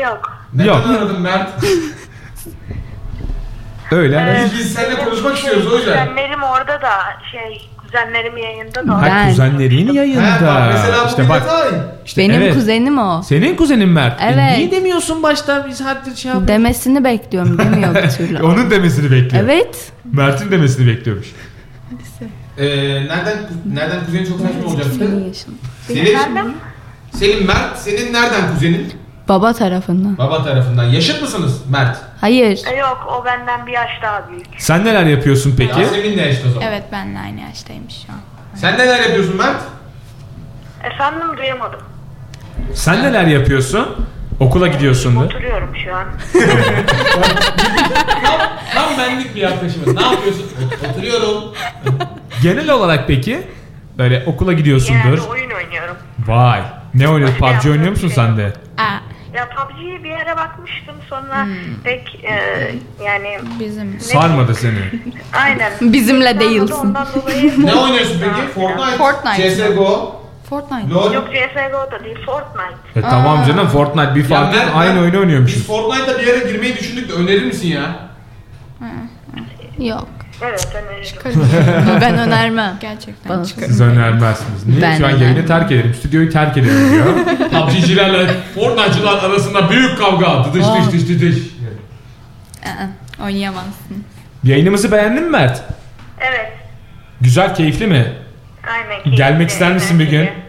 [SPEAKER 12] Yok.
[SPEAKER 2] Neden
[SPEAKER 1] Yok.
[SPEAKER 2] aradın Mert?
[SPEAKER 1] Öyle.
[SPEAKER 2] Biz, biz seninle konuşmak istiyoruz o yüzden.
[SPEAKER 12] Kuzenlerim orada da şey, kuzenlerim yayında da.
[SPEAKER 1] Ha,
[SPEAKER 3] Ben-
[SPEAKER 1] kuzenlerin yayında.
[SPEAKER 2] Ha, bak, mesela bu
[SPEAKER 1] işte
[SPEAKER 2] bir
[SPEAKER 1] bak.
[SPEAKER 2] detay.
[SPEAKER 1] işte
[SPEAKER 3] Benim
[SPEAKER 1] evet.
[SPEAKER 3] kuzenim o.
[SPEAKER 1] Senin kuzenin Mert. E,
[SPEAKER 3] Evet.
[SPEAKER 1] niye demiyorsun başta biz hatta şey yap-
[SPEAKER 3] Demesini bekliyorum demiyor bir türlü.
[SPEAKER 1] Onun demesini bekliyor.
[SPEAKER 3] evet.
[SPEAKER 1] Mert'in demesini bekliyormuş.
[SPEAKER 2] Ee, nereden nereden kuzenin çok saçma olacaktı?
[SPEAKER 3] Senin yaşın.
[SPEAKER 2] Senin, senin Mert, senin nereden kuzenin?
[SPEAKER 3] Baba tarafından.
[SPEAKER 2] Baba tarafından. Yaşıt mısınız Mert?
[SPEAKER 3] Hayır.
[SPEAKER 12] Yok, o benden bir yaş daha büyük.
[SPEAKER 1] Sen neler yapıyorsun peki?
[SPEAKER 2] Yasemin'le eşit o zaman.
[SPEAKER 4] Evet benle aynı yaştaymış şu an.
[SPEAKER 2] Sen neler yapıyorsun Mert?
[SPEAKER 12] Efendim duyamadım.
[SPEAKER 1] Sen neler yapıyorsun? Okula gidiyorsun da.
[SPEAKER 12] Oturuyorum şu an.
[SPEAKER 2] Tam benlik bir yaklaşımız. Ne yapıyorsun? Ot- Oturuyorum.
[SPEAKER 1] Genel olarak peki? Böyle okula gidiyorsundur.
[SPEAKER 12] Genelde oyun oynuyorum.
[SPEAKER 1] Vay. Ne oynuyor?
[SPEAKER 12] Başka
[SPEAKER 1] PUBG oynuyor
[SPEAKER 12] yaptığım
[SPEAKER 1] musun
[SPEAKER 12] bir şey
[SPEAKER 1] sen de?
[SPEAKER 4] Aa,
[SPEAKER 12] Ya PUBG'ye bir yere bakmıştım sonra
[SPEAKER 1] Hmm.
[SPEAKER 12] pek e, yani
[SPEAKER 4] bizim.
[SPEAKER 1] Sarmadı seni.
[SPEAKER 12] aynen.
[SPEAKER 3] Bizimle
[SPEAKER 12] Da
[SPEAKER 3] değilsin.
[SPEAKER 12] Ondan dolayı
[SPEAKER 2] Ne oynuyorsun peki? Fortnite,
[SPEAKER 4] Fortnite.
[SPEAKER 2] CSGO,
[SPEAKER 4] Fortnite.
[SPEAKER 2] LoL.
[SPEAKER 12] Yok CSGO da değil Fortnite.
[SPEAKER 1] E tamam canım Fortnite bir farklı
[SPEAKER 2] Mert,
[SPEAKER 1] aynı
[SPEAKER 2] Mert,
[SPEAKER 1] oyunu
[SPEAKER 2] Biz
[SPEAKER 1] oynuyormuşuz.
[SPEAKER 2] Fortnite'da bir yere girmeyi düşündük de önerir misin ya?
[SPEAKER 13] Yok.
[SPEAKER 12] Evet öneririm.
[SPEAKER 3] ben önermem.
[SPEAKER 4] Gerçekten
[SPEAKER 3] Bana-
[SPEAKER 4] çıkar.
[SPEAKER 1] Siz önermezsiniz. Niye?
[SPEAKER 3] Ben
[SPEAKER 1] Şu an
[SPEAKER 3] önermem.
[SPEAKER 1] yayını terk ederim. Stüdyoyu terk ederim diyor.
[SPEAKER 2] PUBG'cilerle Fortnite'cılar arasında büyük kavga. Dıdış dış dış dış dış.
[SPEAKER 4] Aa, Oynayamazsın.
[SPEAKER 1] Yayınımızı beğendin mi Mert?
[SPEAKER 12] Evet.
[SPEAKER 1] Güzel, keyifli mi?
[SPEAKER 12] Aynen.
[SPEAKER 1] Gelmek
[SPEAKER 12] keyifli,
[SPEAKER 1] ister misin bir gün?
[SPEAKER 12] eğlenceli.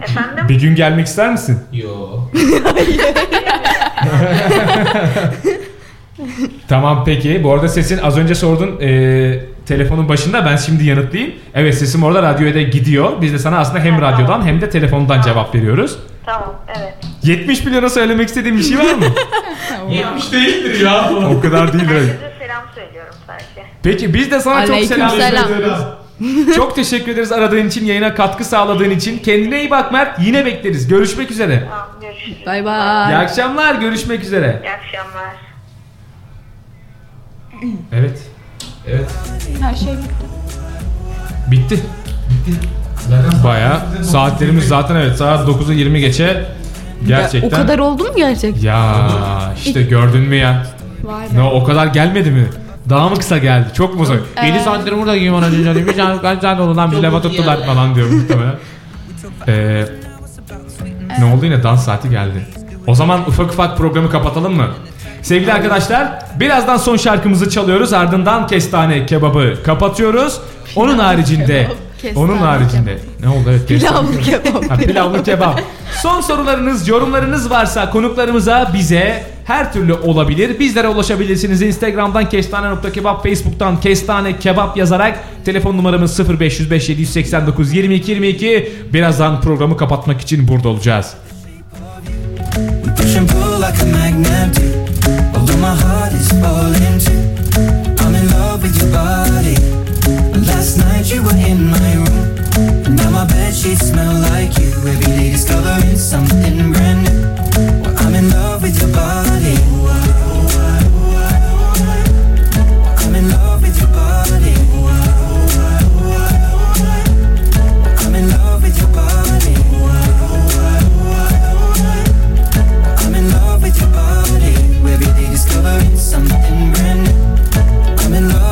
[SPEAKER 12] Efendim?
[SPEAKER 1] Bir gün gelmek ister misin?
[SPEAKER 2] Yo.
[SPEAKER 1] Tamam peki. Bu arada sesin az önce sordun e, telefonun başında ben şimdi yanıtlayayım. Evet sesim orada radyoya da gidiyor. Biz de sana aslında hem
[SPEAKER 12] Tamam.
[SPEAKER 1] radyodan hem de telefondan cevap veriyoruz.
[SPEAKER 12] Tamam evet.
[SPEAKER 1] 70 milyona söylemek istediğim bir şey var mı?
[SPEAKER 2] 70 değildir ya.
[SPEAKER 1] o kadar değil öyle.
[SPEAKER 12] Herkese selam söylüyorum sadece.
[SPEAKER 1] Peki biz de sana çok selam
[SPEAKER 3] Aleykümselam.
[SPEAKER 1] söylüyoruz. çok teşekkür ederiz aradığın için, yayına katkı sağladığın için. Kendine iyi bak Mert. Yine bekleriz. Görüşmek üzere.
[SPEAKER 12] Tamam görüşürüz.
[SPEAKER 3] Bay
[SPEAKER 1] İyi
[SPEAKER 3] bay.
[SPEAKER 1] akşamlar. Görüşmek üzere.
[SPEAKER 12] İyi akşamlar.
[SPEAKER 1] Evet.
[SPEAKER 2] Evet.
[SPEAKER 4] Her şey
[SPEAKER 1] Bitti. Baya saatlerimiz zaten evet saat 9'a 20 geçe gerçekten.
[SPEAKER 3] O kadar oldu mu gerçek?
[SPEAKER 1] Ya işte gördün mü ya?
[SPEAKER 4] var.
[SPEAKER 1] Ne o kadar gelmedi mi? Daha mı kısa geldi? Çok mu zor? 7 saattir burada giyim anacığım. Bir saat kaç saat oldu lan bir lava tuttular falan diyor muhtemelen. Ee, ne oldu yine dans saati geldi. O zaman ufak ufak programı kapatalım mı? Sevgili arkadaşlar birazdan son şarkımızı çalıyoruz ardından kestane kebabı kapatıyoruz. Onun haricinde
[SPEAKER 4] Kestane
[SPEAKER 1] onun haricinde ne oldu evet kestane
[SPEAKER 3] Pilavlı kebap.
[SPEAKER 1] Ha, pilavlı kebap. Son sorularınız, yorumlarınız varsa konuklarımıza, bize her türlü olabilir. Bizlere ulaşabilirsiniz. Instagram'dan kestane.kebap, Facebook'tan kestane kebap yazarak telefon numaramız 0505 789 22 22. Birazdan programı kapatmak için burada olacağız.
[SPEAKER 8] Push and pull like a magnet do. Although my heart is falling too I'm in love with your body Last night you were in my room Now my bed sheets smell like you Every day discovering something brand new Well, I'm in love with your body I'm in love with your body I'm in love with your body I'm in love with your body. Every day discovering something brand new.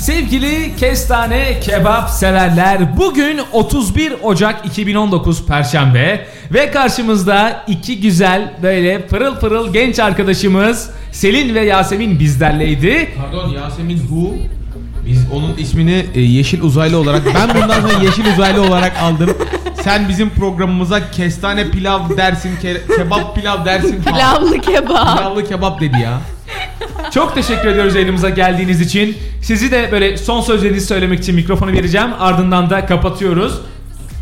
[SPEAKER 1] Sevgili kestane kebap severler bugün 31 Ocak 2019 Perşembe ve karşımızda iki güzel böyle pırıl pırıl genç arkadaşımız Selin ve Yasemin bizlerleydi.
[SPEAKER 2] Pardon Yasemin Hu. Biz onun ismini e, Yeşil Uzaylı olarak ben bundan sonra Yeşil Uzaylı olarak aldım. Sen bizim programımıza kestane pilav dersin, ke- kebap pilav dersin falan.
[SPEAKER 3] Pilavlı kebap.
[SPEAKER 2] Pilavlı kebap dedi ya.
[SPEAKER 1] Çok teşekkür ediyoruz elimize geldiğiniz için. Sizi de böyle son sözlerinizi söylemek için mikrofonu vereceğim. Ardından da kapatıyoruz.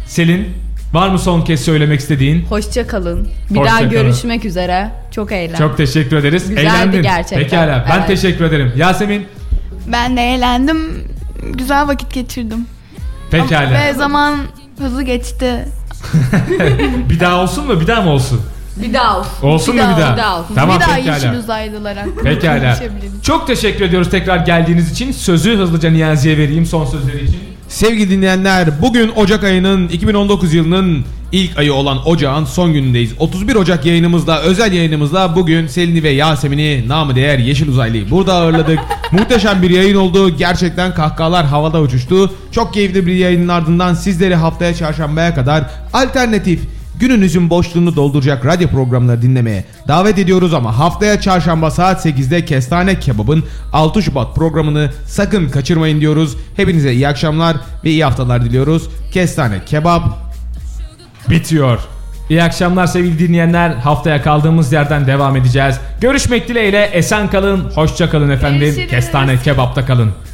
[SPEAKER 1] Selin var mı son kez söylemek istediğin?
[SPEAKER 3] Hoşça kalın. Bir
[SPEAKER 1] Hoşça
[SPEAKER 3] daha
[SPEAKER 1] kalın.
[SPEAKER 3] görüşmek üzere. Çok eğlen.
[SPEAKER 1] Çok teşekkür ederiz.
[SPEAKER 3] Güzeldi
[SPEAKER 1] Eğlendin.
[SPEAKER 3] gerçekten.
[SPEAKER 1] Pekala. Ben
[SPEAKER 3] Evet.
[SPEAKER 1] teşekkür ederim. Yasemin
[SPEAKER 4] Ben de eğlendim. Güzel vakit geçirdim.
[SPEAKER 1] pekala.
[SPEAKER 4] Ve zaman hızlı geçti.
[SPEAKER 1] Bir daha olsun mu? Bir daha mı olsun?
[SPEAKER 3] Bir daha olsun.
[SPEAKER 1] Olsun
[SPEAKER 4] Bir
[SPEAKER 1] mu
[SPEAKER 4] daha,
[SPEAKER 1] bir daha?
[SPEAKER 3] bir daha olsun.
[SPEAKER 1] Tamam
[SPEAKER 4] bir daha yeşil
[SPEAKER 1] pekala.
[SPEAKER 4] uzaylılar hakkında
[SPEAKER 1] Pekala.
[SPEAKER 4] konuşabiliriz.
[SPEAKER 1] Çok teşekkür ediyoruz tekrar geldiğiniz için. Sözü hızlıca Niyazi'ye vereyim son sözleri için.
[SPEAKER 2] Sevgili dinleyenler bugün Ocak ayının 2019 yılının ilk ayı olan Ocağın son günündeyiz. 31 Ocak yayınımızda özel yayınımızda bugün Selin'i ve Yasemin'i namı değer Yeşil Uzaylı'yı burada ağırladık. Muhteşem bir yayın oldu. Gerçekten kahkahalar havada uçuştu. Çok keyifli bir yayının ardından sizleri haftaya çarşambaya kadar alternatif Gününüzün boşluğunu dolduracak radyo programları dinlemeye davet ediyoruz ama haftaya çarşamba saat 8'de Kestane Kebap'ın 6 Şubat programını sakın kaçırmayın diyoruz. Hepinize iyi akşamlar ve iyi haftalar diliyoruz. Kestane Kebap
[SPEAKER 1] bitiyor. İyi akşamlar sevgili dinleyenler. Haftaya kaldığımız yerden devam edeceğiz. Görüşmek dileğiyle esen kalın, hoşça kalın efendim.
[SPEAKER 4] Görüşürüz.
[SPEAKER 1] Kestane kebapta kalın.
[SPEAKER 6] "Oh, Oh, "Oh, "Oh,